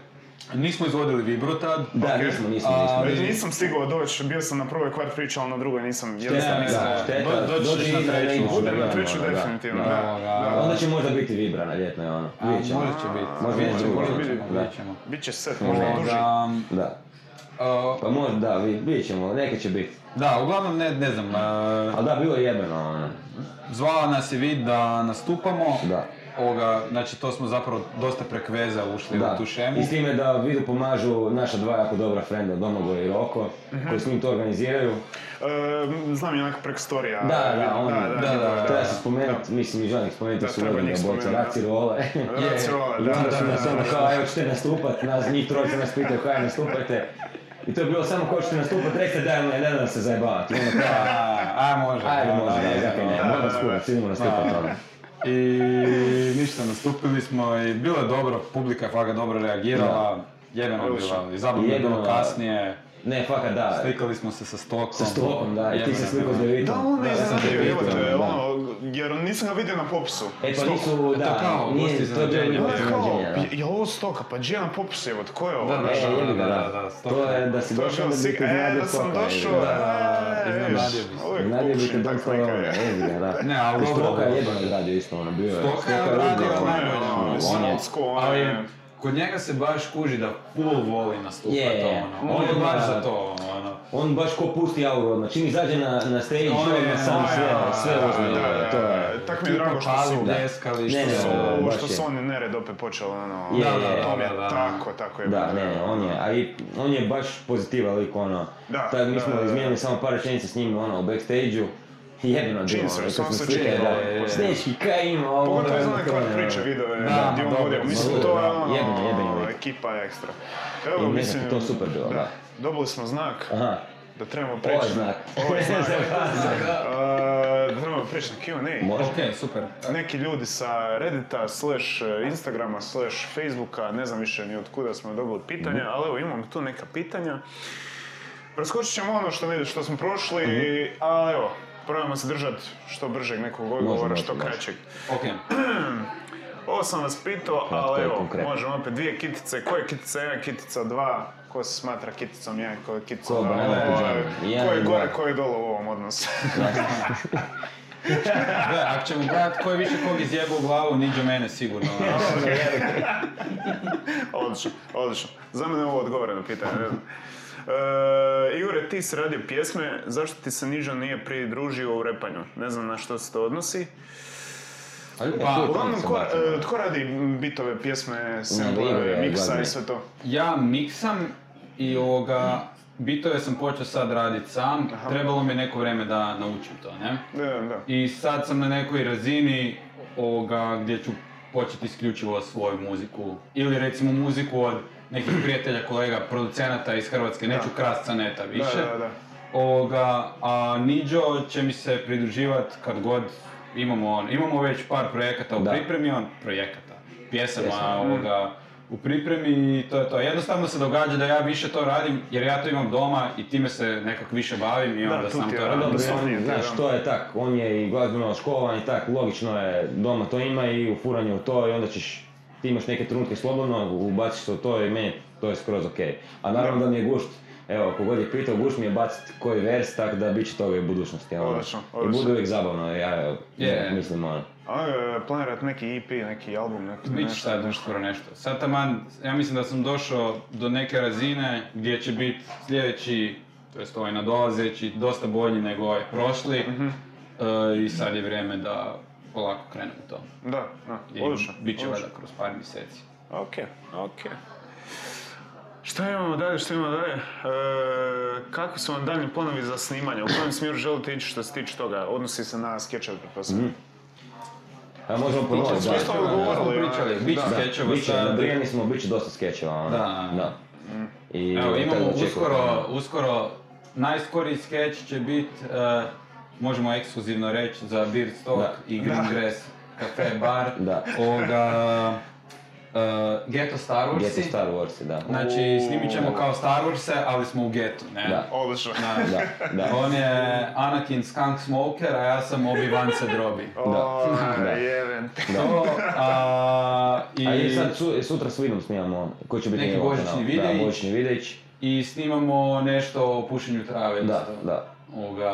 B: Nismo izvodili vibru tad.
C: Da,
A: Ok.
C: nismo,
B: A,
C: nismo, nismo.
A: Već E, nisam stigao doći, bio sam na prvoj Quad Priča, ali na drugoj nisam.
B: Ne,
A: Jednostavno
B: ne,
A: nisam.
B: ne.
C: Da, šteta,
B: Do- doći
C: dođi
B: na
C: i na
B: treću.
C: treću.
A: Budem na
C: Da,
A: treću
C: da, da.
A: definitivno,
B: Da,
A: da.
B: da.
A: da.
C: Onda će možda biti vibra na ljetno, je ono.
B: A,
C: Vidjet ćemo.
B: Možda će biti,
C: Možda
B: vidjet ćemo,
C: drugo.
B: možda vidjet ćemo,
C: Da.
B: vidjet ćemo. um,
A: Biće set, možda
B: Ovoga,
A: duži.
C: Da.
B: a,
C: Pa možda, da, vi- vidjet ćemo, neka će biti.
B: uh, Da, uglavnom ne, ne znam, e,
C: Ali da, bilo je jebeno, ono.
B: zvala nas je vid da nastupamo.
C: Da.
B: Ovoga, znači to smo zapravo dosta prekveza ušli
C: Da.
B: u tu šemu.
C: I s time da vidu pomažu naša dva jako dobra frenda, Domagoj i Roko,
B: Mhm.
C: koji s njim to organiziraju.
A: E, Znam ja nekak preko storija.
C: Da, da, oni,
B: da, da,
C: treba se spomenuti, mislim i želim spomenuti
A: Da,
C: su
A: treba
C: uvijek
A: njih
C: da borca
A: spomenuti,
C: Raci Role.
A: Da, Racirola, da,
C: I onda
A: da,
C: su
A: da,
C: nas
A: da,
C: ono
A: da.
C: kao, evo ćete nastupat, nas, njih trojica nas pitaju kaj nastupajte. I to je bilo samo ko ćete nastupat, recite da ne, ne da se zajebavati. I onda kao,
B: A, a, može.
C: ajde
B: da,
C: može,
B: da,
C: da,
B: da,
C: zato ne,
B: da.
C: moramo skurat, idemo nastupat ono.
B: I ništa, nastupili smo i bilo je dobro, publika je fakat dobro reagirala. Jebeno je
A: Odlično.
B: bila, i zabavno je bilo
C: Jebeno.
B: kasnije.
C: Ne, fakat da,
B: Slikali smo se sa stokom.
C: sa stokom, da, i ti
B: Jebeno
C: se
B: je
C: slikao s
B: bilo.
C: Devitom.
A: Da, on me
C: ja sam
A: iznenadio,
C: Devitom,
A: jebote,
C: da.
A: ono, jer nisam ga vidio na popisu.
C: E pa
A: Stok.
C: nisu,
B: To kao
C: da, nije,
B: gosti
C: to E, je
B: iznenađenja.
C: bilo
A: Ono
C: gosti
A: je kao,
C: iznenađenja, da.
A: je- je ovo stoka, pa gdje je na popisu, evo, ko je ovo?
B: Da, da,
A: znaš,
C: E, jebi ga,
B: da, da,
C: da.
B: sto-
C: To je da si
A: To je
C: došao
A: bio
C: da bi
A: sik,
C: te
A: e,
C: iznenadio
A: da sam
C: stoka, jebi
A: došao,
C: ga,
A: e,
C: da.
B: iznenadio bi se.
A: uvijek
C: Iznenadio bi te
A: popušim
C: Don
A: tak nekaj.
C: Corleone, jebi ga, da.
B: Ne, ali dobro,
C: I Stoka
B: dobro.
C: je jebeno odradio isto, ono, bio je.
B: Stoka je
C: ludio,
B: odradio
C: ono,
B: najbolje,
C: ono,
A: ono,
C: ono,
A: ono, Ko onaj-
B: Ali kod njega se baš kuži da full voli nastupati
C: Je, je.
B: ono. On je
C: On
B: baš
C: ima-
B: za to ono.
C: On baš ko pusti auru, odmah. čim izađe na, na stage,
B: On je-
C: odmah sam
B: on je-
C: sve, sve
A: Da,
C: uzme,
A: da,
C: ono,
A: da,
C: to je.
A: tak mi je drago što su...
B: Palu, ljeskali,
C: Ne,
B: što
C: ne,
A: su-
C: ne,
B: su...
C: ne. baš
A: što
C: je.
A: su oni nered opet počeli, ono,
C: Je,
A: da,
C: je,
A: to mi je
B: da, da.
A: tako, tako je.
C: Da, ne, ne, on je, a i on je baš pozitivan lik, ono.
A: Da,
C: Tad mi
A: da,
C: smo
A: da, da.
C: izmijenili samo par rečenica s njim, ono, u backstage-u. Jebeno je bilo,
A: Jeans,
C: ono,
A: samo
C: kad smo
A: se čini,
C: slikali,
A: je, je,
C: da.
A: je.
C: Snečki, kaj
A: Pa
C: ima, ovo,
A: Pogotovo iz
C: ono,
A: one
C: to,
A: kvart
C: ono.
A: priče video je,
B: Da,
A: gdje on
B: dobro,
A: vodio. Mislim, to je
C: da,
A: ono,
C: jebeno, jebeno.
A: ekipa je ekstra.
C: I ne
A: Evo,
C: znam,
A: mislim,
C: to je super bilo, da.
A: Dobili smo znak
C: Aha,
A: da trebamo
C: ovo je
A: preći.
C: znak.
A: Ovo je znak.
C: znak.
A: E, Da trebamo preći na Q&A.
C: Može.
B: Ok, super.
A: Neki ljudi sa Reddita, slash e, Instagrama, slash Facebooka, ne znam više ni od kuda smo dobili pitanja,
C: Mhm.
A: ali evo imam tu neka pitanja. Preskočit ćemo ono što, ne- što smo prošli,
C: Mhm.
A: ali evo, probajmo se držati što bržeg nekog odgovora,
C: može,
A: što
C: može.
A: kraćeg.
B: Ok.
A: Ovo sam vas pitao,
C: Kratko
A: ali
C: i
A: evo,
C: konkretno.
A: možemo opet dvije kitice. Koja je kitica jedna, kitica dva? Ko se smatra kiticom jedan, ko je kitica
C: Ko
A: dva?
C: banana
A: Ovo je-
C: pidžama? Jedan
A: Ko je
C: i
A: gore,
C: dva.
A: ko je dole u ovom odnosu?
B: Da, ako ćemo gledat ko je više kog izjeba u glavu, niđe mene sigurno. ono.
A: odlično, odlično. Za mene je ovo odgovoreno pitanje. ne znam. E, Igore, ti si radio pjesme, zašto ti se Nižo nije pridružio u repanju? Ne znam na što se to odnosi.
D: Ajde,
B: Pa,
D: tu
A: Uglavnom,
D: sam
A: ko,
D: bacio.
A: e, tko radi bitove, pjesme,
C: Igor
A: sampleve,
C: je,
A: miksa
C: glavni.
A: i sve to?
B: Ja miksam i ovoga, bitove sam počeo sad raditi sam,
A: Aha.
B: trebalo mi je neko vrijeme da naučim to, ne?
A: Da, da.
B: I sad sam na nekoj razini ovoga gdje ću početi isključivo svoju muziku. Ili recimo muziku od nekih prijatelja, kolega, producenata iz Hrvatske, neću krast sa neta više.
A: Da, da, da.
B: Ovoga, a Niđo će mi se pridruživati kad god imamo, imamo već par projekata u
C: Da.
B: pripremi, on projekata, pjesama
C: Pjesama, mm.
B: ovoga, u pripremi i to je to. Jednostavno se događa da ja više to radim jer ja to imam doma i time se nekako više bavim i
A: Da,
B: onda
A: tu
B: sam
A: ti je
B: to
A: ono
B: radim.
A: dobro.
C: Jednostavnije, Znaš, to je tak, on je i glazbeno školovan i tak, logično je, doma to ima i u furanju u to i onda ćeš, ti imaš neke trenutke slobodno, ubaciš se u to i meni to je skroz okej. A naravno da mi je gušt, evo, kogod je pitao, gušt mi je baciti koji vers, tako da bit će toga i u budućnosti. evo.
A: Odlično,
C: I
A: odlično.
C: bude uvijek zabavno, ja evo,
B: Je.
C: mislim ono.
A: A e, planirat neki EP, neki album, neki
B: Biće sad nešto skoro nešto. Sad taman, ja mislim da sam došao do neke razine gdje će biti sljedeći, to jest ovaj nadolazeći, dosta bolji nego ovaj prošli.
A: Mhm.
B: E, I sad je vrijeme da polako krenem u to.
A: Da, da,
B: I
A: odlično.
B: bit će
A: odlično.
B: valjda kroz par mjeseci.
A: Ok, ok. Šta imamo dalje, šta imamo dalje? E, kako su vam daljnji planovi za snimanje? U kojem smjeru želite ići što se tiče toga? Odnosi se na pa skečeve,
C: Mhm.
A: pretpostavljam.
C: A možemo
A: Smo
C: ponoviti,
A: isto
C: da.
A: odgovorili.
B: smo
A: onaj,
B: pričali, bit će
A: da.
B: skečeva
C: Biće,
B: sad.
C: nabrijani smo, bit će dosta skečeva, ono.
B: Da.
C: da. I
B: Evo,
C: tako
B: imamo
C: da očekujem.
B: uskoro, uskoro, najskoriji skeč će biti, možemo ekskluzivno reći, za Beer Stock
C: Da.
B: i Green Grass Cafe Bar.
C: Da.
B: Ovoga, e, Ghetto Star Warsi.
C: Djeca Star Wars, da.
B: Znači, snimit ćemo kao Star Warse, ali smo u getu, ne?
C: Da.
A: Odlično.
C: Da, da.
B: On je Anakin Skunk Smoker, a ja sam Obi-Wan se drobi.
A: O,
C: Da.
A: jeben.
B: To, a, i,
C: A i sad su- sutra s Vidom snimamo, koji će biti
B: Neki
C: njegov
B: božićni
C: kanal.
B: videić.
C: Da, božićni videić.
B: i snimamo nešto o pušenju trave.
C: Da,
B: isto.
C: da.
B: Ovoga,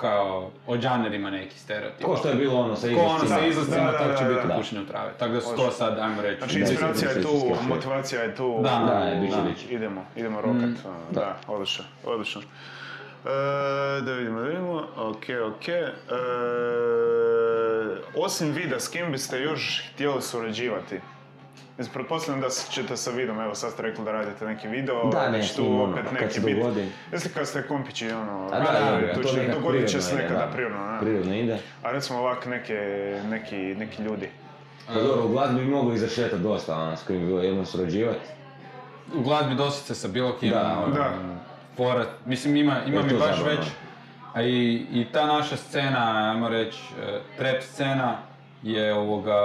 B: kao, o džanerima neki stereotip.
C: Kao što je bilo ono sa
B: Ko ono
C: izlascima.
B: sa izlascima,
A: Da, da,
B: tako će
A: da,
B: biti
C: da.
B: u pušenju trave. Tako da su to sad, ajmo reći.
A: Znači,
C: Da,
A: inspiracija je
C: da,
A: tu,
C: da, da.
A: motivacija je tu.
B: Da,
C: Da, ne, bit će,
B: da.
C: bit će.
A: Idemo, idemo rokat. ono, da. odlično, odlično. E, da vidimo, da vidimo. Ok, ok. E, osim vida, s kim biste još htjeli surađivati? Mislim, pretpostavljam da ćete sa vidom, evo sad ste rekli da radite neki video,
C: Da,
A: da
C: ne,
A: će
C: snimamo,
A: tu opet
C: kad
A: neki
C: se
A: bit.
C: dogodi.
A: Mislim, kad ste kompići, ono,
C: A da, da, da,
A: tu
C: to
A: će,
C: nekak
A: dogodit će se
C: prirodno je,
A: nekada
C: da.
A: prirodno, da.
C: Prirodno ide.
A: A recimo ovak neke, neki, neki ljudi.
C: Pa dobro, u glazbi bi mogli izrašetati dosta, ono, s kojim bi bilo jedno surađivati.
B: U glazbi doslovce sa bilo kim.
C: Da,
B: ono,
A: da.
B: Porat, mislim ima, ima
C: Je
B: mi
C: to
B: baš
C: zabavno.
B: već, a i, i ta naša scena, ajmo reći, e, trap scena je ovoga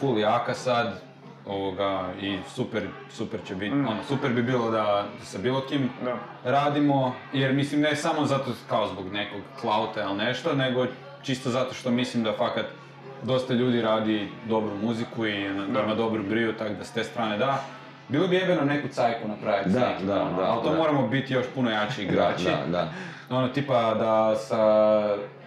B: full jaka sad, ovoga i super, super će biti,
C: Mm.
B: ono, super bi bilo da, da sa bilo kim
A: Da.
B: radimo, jer mislim ne samo zato kao zbog nekog klauta ili nešto, nego čisto zato što mislim da fakat dosta ljudi radi dobru muziku i na-
A: Da.
B: ima dobru briju, tako da s te strane da. Bilo bi jebeno neku cajku napraviti s
C: Da,
B: nekim,
C: da,
B: ono,
C: da,
B: ali to
C: da.
B: moramo biti još puno jači
C: Da,
B: igrači.
C: da, da.
B: Ono tipa da sa,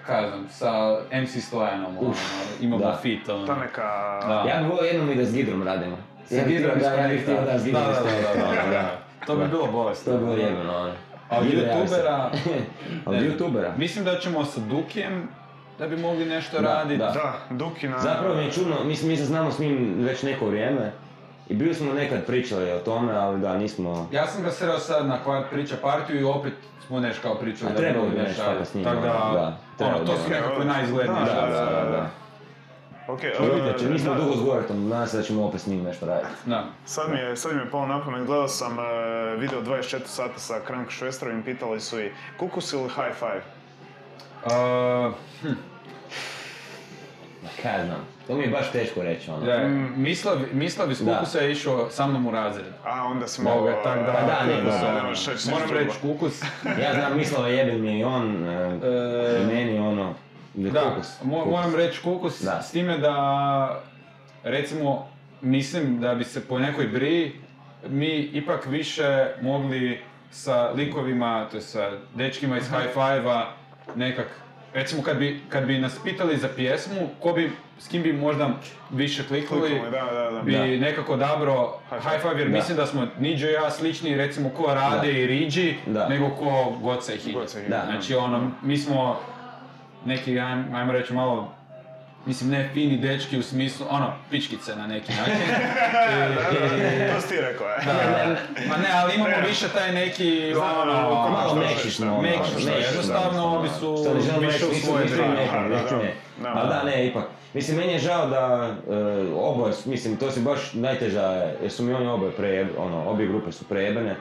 B: kaj ja znam, sa MC Stojanom ono, imamo
C: da.
B: fit, ono.
A: Ta neka...
B: Da.
C: Ja bih volio jednom i da s Gidrom radimo. Ja bih
B: Gidrom
C: htio da, ja bih
B: iskonekta.
C: htio da s Gidrom
B: Da, da, da,
C: iskonekta,
B: da, da, da. To bi bilo
C: To
B: bolesno.
C: je bilo jebeno, ono.
B: A od
C: Gidro, javi se.
B: youtubera-
C: Od
B: Ne znam.
C: youtubera?
B: Mislim da ćemo sa Dukijem da bi mogli nešto raditi.
C: da.
A: Da, Dukina...
C: Zapravo mi je čudno, mislim, mi se znamo s njim već neko vrijeme i bili smo nekad pričali o tome, ali da, nismo...
B: Ja sam ga sreo sad na kvart priča partiju i opet smo nešto kao pričali da
C: A
B: bi
C: trebalo
B: mogli
C: bi
B: nešto
C: nešto
B: raditi.
C: s njim,
B: Tako da,
C: ono, da,
B: ono,
C: trebalo
B: to
C: bi,
B: su
C: ono.
B: nekako najizglednije.
A: Da,
B: što-
A: da, da, da. Ok,
C: Vidite,
A: e,
C: će- mi smo
A: da,
C: dugo s Goretom, nadam se da ćemo opet s njim nešto raditi.
B: Da.
A: Sad mi je, sad mi je palo na pamet, gledao sam e, video 24 sata sa Krank Švestrovim, pitali su i kukus ili high five.
B: A, hm,
C: Ma kaj ja znam, to mi je baš teško reći, ono.
B: da, Mislav, Mislav iz Kukusa je išao sa mnom u razred.
A: A onda e, si malo...
B: Mogu je tak Pa da,
A: a,
C: Pa da, ne,
A: onda se
C: da,
A: ne možeš reći
B: Moram
A: ništa
B: reći Kukus.
C: Ja znam, Mislava jebem mi i on, e,
B: E,
C: i meni ono, da,
B: Da,
C: kokus,
B: mo-
C: kokus.
B: moram reći kukus,
C: Da.
B: s time da, recimo, mislim da bi se po nekoj briji mi ipak više mogli sa likovima, to je sa dečkima iz High Five-a, nekak recimo kad bi, kad bi nas pitali za pjesmu, ko bi, s kim bi možda više kliknuli,
A: Kliknuli, da, da, da.
B: bi
C: Da.
B: nekako odabrao
A: High
B: High
A: Five.
B: Five, jer
C: Da.
B: mislim da smo Niđo i ja slični, recimo ko Rade
C: Da.
B: i Riđi,
C: Da.
B: nego ko Goca i Hilja.
A: Goca i Hilja.
C: Da.
B: Znači ono, mi smo neki, ajm- ajmo reći malo, mislim ne fini dečki u smislu, ono, pičkice na neki način.
A: To si ti rekao, e.
B: Da, ma ne, ali imamo više taj neki,
A: Znam,
B: ono,
A: ono,
C: Malo
A: što-
C: mekišno. ono,
B: Mekišno,
C: što je,
B: jednostavno,
C: da,
B: ovi
C: da.
B: su
C: Šta ne želim
B: više
C: reći,
B: u
C: nisu
B: svoje
C: nisu
A: drame.
C: ni
A: Da,
C: nekom,
A: da,
C: nisu
A: da.
C: ne.
A: Da,
C: Ali
A: da.
C: da, ne, ipak. Mislim, meni je žao da e, oboje, mislim, to se baš najteža, jer su mi oni oboje prejeb, ono, obje grupe su prejebene.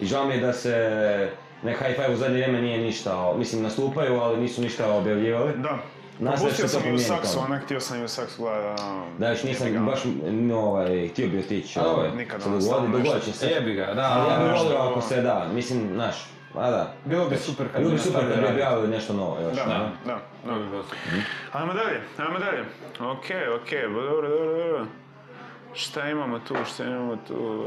C: I žao mi je da se na High Five u zadnje vrijeme nije ništa, o- mislim, nastupaju, ali nisu ništa objavljivali.
A: Da.
C: Nastavit će
A: Pustio
C: se
A: sam
C: to
A: i u
C: promijeniti,
A: saksu,
C: ono.
A: onak, htio sam i u saksu gledat. ono,
C: Da, još nisam
A: jebi ga.
C: baš, n- ovaj, htio bi otići,
B: Ali
C: ovaj,
A: nikad
C: se
A: ono,
C: dogodi,
A: stalno
C: dogodit
A: nešto.
C: će se.
B: Jebi ga, da,
C: Ali ja
B: ono
C: bi
B: što-
C: volio ako se da, mislim, znaš, a da.
B: Bilo bi super kad
C: Bilo
B: bi
C: bi super
B: nastavili
C: kad bi
B: raditi.
C: objavili nešto novo još,
A: Da,
C: da.
A: da, da.
B: To bi bilo super.
A: Ajmo dalje, ajmo dalje. Okej, okej, bo- dobro, dobro, dobro. Šta imamo tu, šta imamo tu?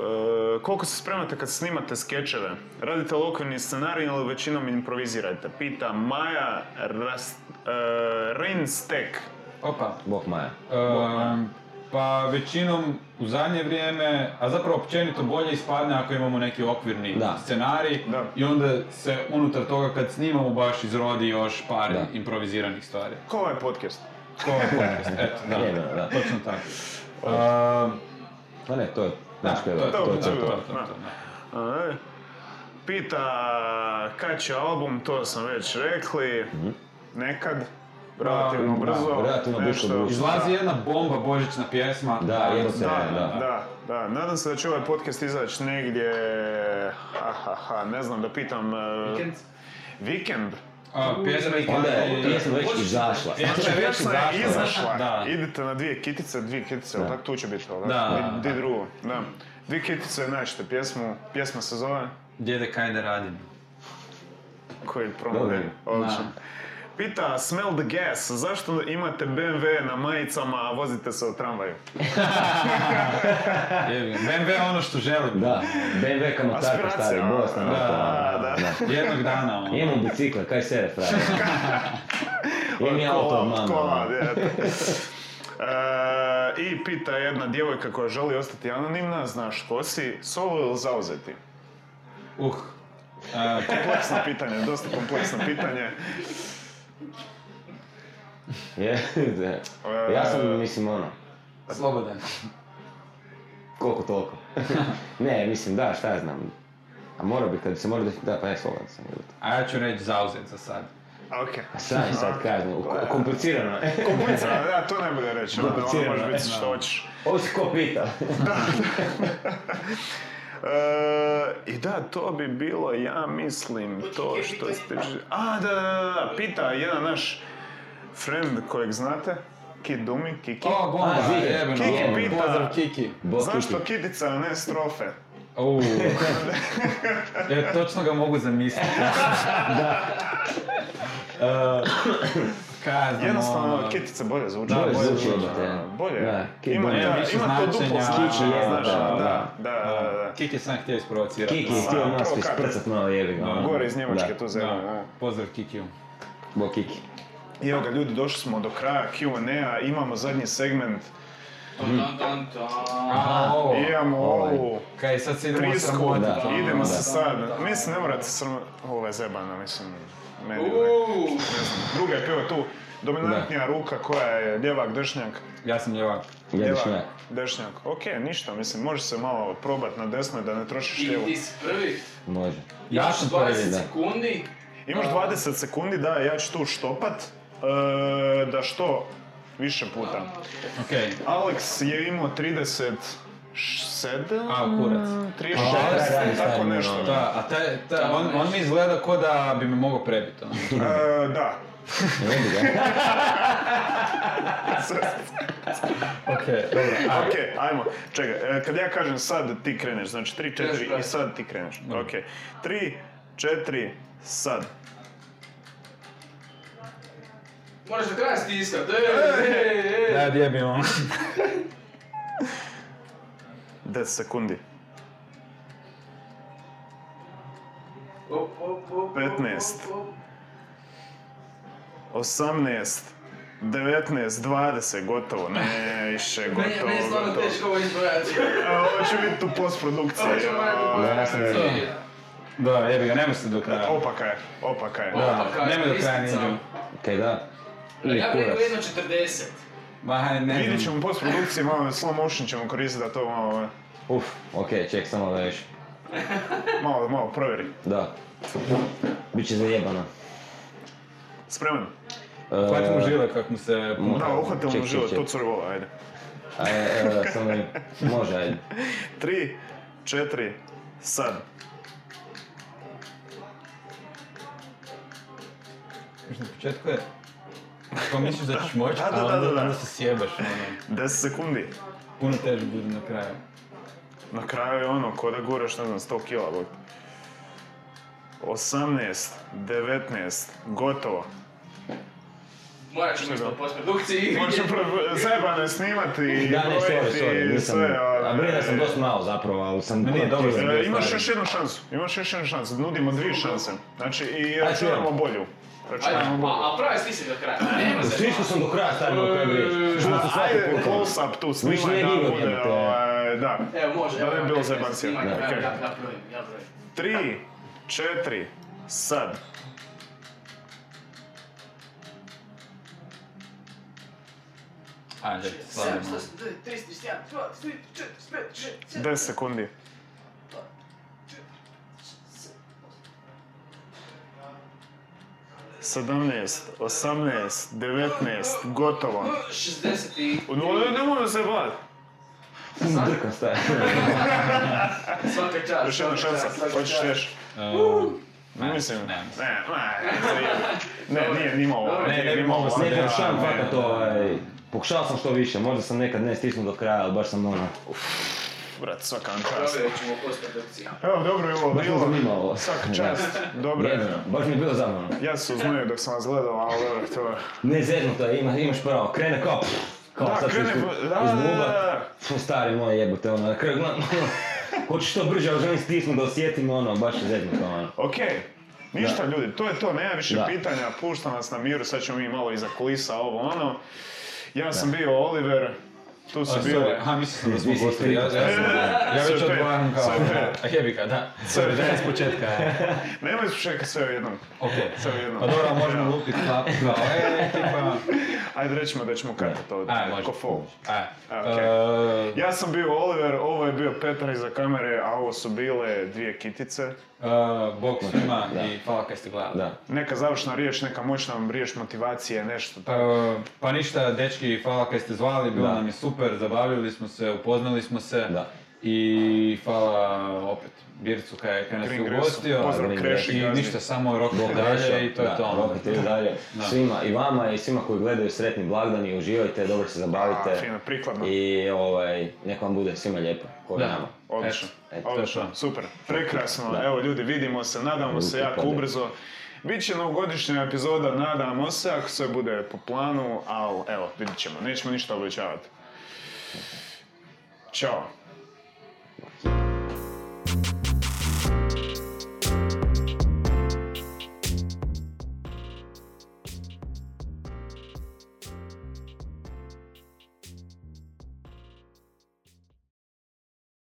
A: E, koliko se spremate kad snimate skečeve? Radite li okvirni scenarij ili većinom improvizirate? Pita Maja Rast, e, Rinstek.
B: Opa.
C: Bog Maja.
B: Ehm, pa većinom u zadnje vrijeme, a zapravo općenito bolje ispadne ako imamo neki okvirni
C: Da.
B: scenarij
A: Da.
B: i onda se unutar toga kad snimamo baš izrodi još par
C: Da.
B: improviziranih stvari.
A: Ko ovaj podcast?
B: Ko je podcast, eto, da,
C: Je, da, da.
B: točno tako. Ehm,
C: Pa ne, to je
B: da,
C: naš pjevač,
B: to,
C: to je
B: to,
C: to.
B: to, to,
A: Da.
B: to, da.
A: A, e. Pita kad će album, to sam već rekli. Nekad. Relativno
B: Da,
A: brzo.
C: relativno brzo
A: nešto-
C: budućnost.
B: Izlazi jedna bomba božićna pjesma.
C: Da, jedno se,
A: Da, da,
C: da.
A: da, Nadam se da će ovaj podcast izaći negdje, ha, ha, ha, ne znam da pitam... e, Vikend?
B: A, Pjesma je
C: Onda je pjesma već izašla.
B: Pjesma je već
A: Pjesma je
B: izašla.
A: Znači, izašla.
B: Da.
A: Idite na dvije kitice, dvije kitice, jel' tak tu će biti, jel' tak?
B: Da.
A: Di- Di drugo, da. Dvije kitice, naćete pjesmu, pjesma se zove...
B: Djede, kaj da radim?
A: Koji promode,
C: Dobro.
A: odlično. Pita, smell the gas, zašto imate BMW na majicama, a vozite se u tramvaju?
B: Jebi ga, BMW je ono što želim.
C: Da, BMW kamotarka
A: Aspiracija,
C: stari,
A: ono,
C: Bosna.
A: da,
C: Da,
A: da.
C: da,
B: Jednog dana, ono.
C: Imam bicikle, kaj se frajer. Imam ja auto od
A: Kola,
C: mama.
A: kola,
C: ono.
A: je. E, I pita jedna djevojka koja želi ostati anonimna, znaš ko si, solo ili zauzeti?
B: Uh. E,
A: Kompleksno pitanje, dosta kompleksno pitanje.
C: Je, da.
A: E,
C: Ja sam, mislim, ono,
B: Slobodan.
C: koliko toliko. Ne, mislim, da, šta ja znam. A mora bi, kad bi se mora definiti, da, pa je slobodan sam. jebote.
B: A ja ću reći zauzet za sad.
A: A, Ok.
C: A šta je sad kažem, u- komplicirano je.
A: Komplicirano, da, to ne bude reći, onda ono može biti
C: e,
A: što hoćeš.
C: Ovo se ko pita.
A: E, I da, to bi bilo, ja mislim, to što ste... ži- A, da, da, da, da, pita jedan naš friend kojeg znate, Kid Dumi, Kiki.
B: O, bomba,
C: A, Zidar.
B: jebeno.
A: Kiki
B: ono,
A: pita.
B: Pozdrav Kiki.
C: Bo
A: Zašto
C: Kiki.
A: kitica, a ne strofe?
B: Uuu. Ja točno ga mogu zamisliti. da. Kaj ja znam,
A: Jednostavno,
B: ono,
A: kitica bolje zvuči.
C: Da, bolje zvuči,
A: zvuči,
C: jebote.
A: da, Bolje.
C: Da, kid
A: ima,
C: bolje.
A: ima,
B: Više
A: ima to duplo
B: značenja,
A: značenje,
B: da,
A: znaš,
C: da,
A: da, da,
C: da.
A: da, da.
B: Kiki sam htio isprovocirati.
C: Kiki,
B: Da.
C: htio nas
A: provokator.
C: isprcat malo jebi ga. ono.
A: Gore iz Njemačke
C: Da,
A: tu
B: Da.
A: zemlju. da.
B: Pozdrav Kikiju.
C: Bo Kiki.
A: I evo ga, ljudi, došli smo do kraja Q&A, imamo zadnji segment,
B: A, ovo.
A: imamo
C: ovaj.
A: ovu
B: Kaj, sad se idemo
A: trisku,
B: sramotiti.
C: Da.
B: ono.
A: idemo se
C: da.
A: sad, mislim, ne morate srmo... Ovo je zebana, mislim, meni je uvijek, ne znam. Druga je piva tu, dominantnija ruka koja je ljevak, dešnjak,
B: Ja sam ljevak.
C: Gledaš me.
A: dešnjak. Okej, ništa, mislim, može se malo probat na desnoj da ne trošiš lijevu.
E: Ti si prvi,
C: Može.
B: Ja sam prvi,
E: 20
C: da.
E: sekundi.
A: Imaš
E: A.
A: 20 sekundi da ja ću tu štopat, e, da što više puta.
B: Okej.
A: Alex je imao 37,
B: A, kurac.
A: 36,
B: Alex
C: radi
A: tako
C: stvarno,
A: nešto.
C: ono.
B: Da, a taj, taj, on, on mi izgleda ko da bi me mogao prebiti. ono.
A: E, da.
C: Jebi ga.
B: Okej, dobro.
A: Ok, ajmo. Čekaj, e, kad ja kažem sad ti kreneš, znači 3,
E: Kreneš
A: 4 i
E: brate.
A: sad ti kreneš. Ok, 3, 4, sad.
E: Moraš do kraja stiskat. Ej, ej, ej.
B: Da, ono. gdje bi on?
A: 10 sekundi.
E: Op, op, op, op, op, op.
A: 15. 18, 19, 20, gotovo, ne više,
E: Meni je
A: gotovo,
E: meni je stvarno
A: gotovo.
E: teško ovo izbrojati.
A: A, Ovo će biti tu postprodukcija.
E: Ovo će morati u
A: Ovo je-
E: postprodukciji.
B: Da, jebi ga, nemoj se do kraja.
A: Opaka je, opaka je.
E: Da.
B: Da, nemoj do kraja
E: Istica.
B: Ninja.
C: Kaj da? Ili
E: Ja bih
C: kurac.
E: rekao jedno 40.
B: Ma, ne
A: Vidit
B: znam.
A: ćemo u postprodukciji, malo slow motion ćemo koristiti da to malo,
C: Uf, okej, ček, samo da još.
A: malo, malo provjeri.
C: Da. Biće zajebano.
A: Spreman?
C: E,
B: Hvatimo žile kako mu se...
C: mo-
A: Da, uhvatimo
C: ček,
A: mu
C: ček,
A: život,
C: ček.
A: to curi vola, ajde.
C: Aj, e, samo mi- Može, ajde.
A: Tri, četiri, sad.
B: Još na početku je... Kao misliš da ćeš moći,
A: Da, da,
B: a
A: da, da, da.
B: onda, onda se sjebaš, ono.
A: 10 sekundi.
B: Puno teže bude na kraju.
A: Na kraju je ono, ko da guraš, ne znam, 100 kila, bog. 18, 19, gotovo.
E: Morat ćemo isto u postprodukciji.
A: Možeš pro- zajebano je snimati i
C: Da, ne, sorry, sorry,
A: brojiti i
C: nisam...
A: sve, ono.
C: A
A: ali...
C: brine da sam dosta malo zapravo, ali sam...
B: Ma nije, dobro sam
A: E,
B: bio
A: Imaš
B: stari.
A: još jednu šansu, imaš još jednu šansu, nudimo dvije šanse. Znači, i računamo
C: čujem.
A: bolju.
E: Ajde,
A: Računamo bolju.
E: a, a pravi svi si do kraja. Nema se.
C: Sviško sam do kraja stavio na kojem riječ. Čuo sam svaki
A: E, Ajde,
C: put.
A: close up tu, snimaj
C: nije
A: da
C: bilo
A: bude,
C: tempo.
A: ovaj, da.
E: Evo može.
A: Da ne bi
E: evo,
A: bilo
E: ja
A: za
E: sam
A: jebancija.
E: snimak,
A: Da,
E: Ja
A: okej.
E: ja- ja brojim, ja brojim.
A: Tri, četiri, sad.
B: Ajde, slavimo.
E: 331, 2, 3, 4, 5, 6,
A: 10 sekundi. Sedamnaest, osamnaest, devetnaest, gotovo.
E: 60 i...
A: No, Pa ne, ne moram se baviti.
C: Drka stavio.
E: Svaka čast.
A: Još jedna
E: svaka čast,
A: šansa,
E: svaka
A: hoćeš
E: čast.
A: još?
B: Ehm, pa Ne,
A: Mislim, ne,
B: ne.
A: ne, ne, ne, nije nimao ovo,
E: Dobro.
A: nije
B: Ne, ne,
A: nimao ovo.
B: mogu,
C: Ne,
A: Ne,
C: pokušavam
B: ne, ne.
C: fakat ovaj... Pokušao sam što više, možda sam nekad ne stisnuo do kraja, ali baš sam ono...
A: brat, svaka vam čast.
E: Provjerit ćemo u postprodukciji.
A: Evo, dobro je ovo
C: Baš me
A: bilo.
C: zanimalo ovo.
A: Svaka čast, dobro je.
C: Jebeno, baš mi je bilo zabavno.
A: Ja sam se uznojio dok sam vas gledao, ali dobro, to je.
C: Ne zeznuto je, ima, imaš pravo, krene kao... pff, Kao
A: Da,
C: sad ću
A: krene,
C: iz-
A: da, da, da.
C: izgubat. Pff, Stari moj jebote, ono, na kraju gledam, ono, Hoću što brže, ali želim stisnuti da osjetim ono, baš je zeznuto ono.
A: Ok, ništa ljudi, to je to, nema više
C: Da.
A: pitanja, pušta nas na miru, sad ćemo mi malo iza kulisa, ovo ono. Ja sam bio Oliver, tu su
B: A, sorry,
A: bili...
B: aha, mislio sam da smo
C: Mislim,
B: gosti. Ja, ja, sam- ja već
A: Sve pet,
B: odgovaram kao...
A: sve pet.
B: A jebi ga, da.
A: Sve
B: Sorry, da je
A: pet.
B: s početka.
A: Nemoj slušajka sve u jednom.
B: Ok.
A: Sve u jednom.
B: Pa dobro, ali možemo lupiti klap kao, e, tipa...
A: Ajde rećemo da ćemo kartat ovdje,
B: Ajde, može.
A: ko fol.
B: A,
A: Ok.
B: e,
A: Ja sam bio Oliver, ovo je bio Petar iza kamere, a ovo su bile dvije kitice.
B: e, Bog svima
C: Da.
B: i hvala kaj ste gledali.
C: Da.
A: Neka završna riječ, neka moćna vam riječ motivacije, nešto tako.
B: E, Pa ništa, dečki, hvala kaj ste zvali, bilo
C: Da.
B: nam je super, zabavili smo se, upoznali smo se.
C: Da.
B: I hvala opet Bircu kaj, kaj nas je
A: Green Grass,
B: ugostio.
A: pozdrav
C: Green
A: Kreši,
B: I
A: gazdi.
B: ništa, samo rok
C: Bog
B: dalje
C: rešio.
B: i to je
C: Da,
B: to. ono.
C: rokajte i dalje.
B: Da.
C: Svima, i vama i svima koji gledaju sretni blagdani, uživajte, dobro se zabavite.
A: A, fino, prikladno.
C: I ovaj, nek vam bude svima lijepo, ko i
B: Da.
C: nama.
A: Odlično.
C: Eto,
B: to je
A: Odlično.
B: to.
A: Super. Prekrasno.
C: Da.
A: Evo ljudi, vidimo se, nadamo se
C: Ruke
A: jako
C: pade.
A: ubrzo. Biće novogodišnja epizoda, nadamo se, ako sve bude po planu, ali evo, vidit ćemo. Nećemo ništa obećavati. Ćao.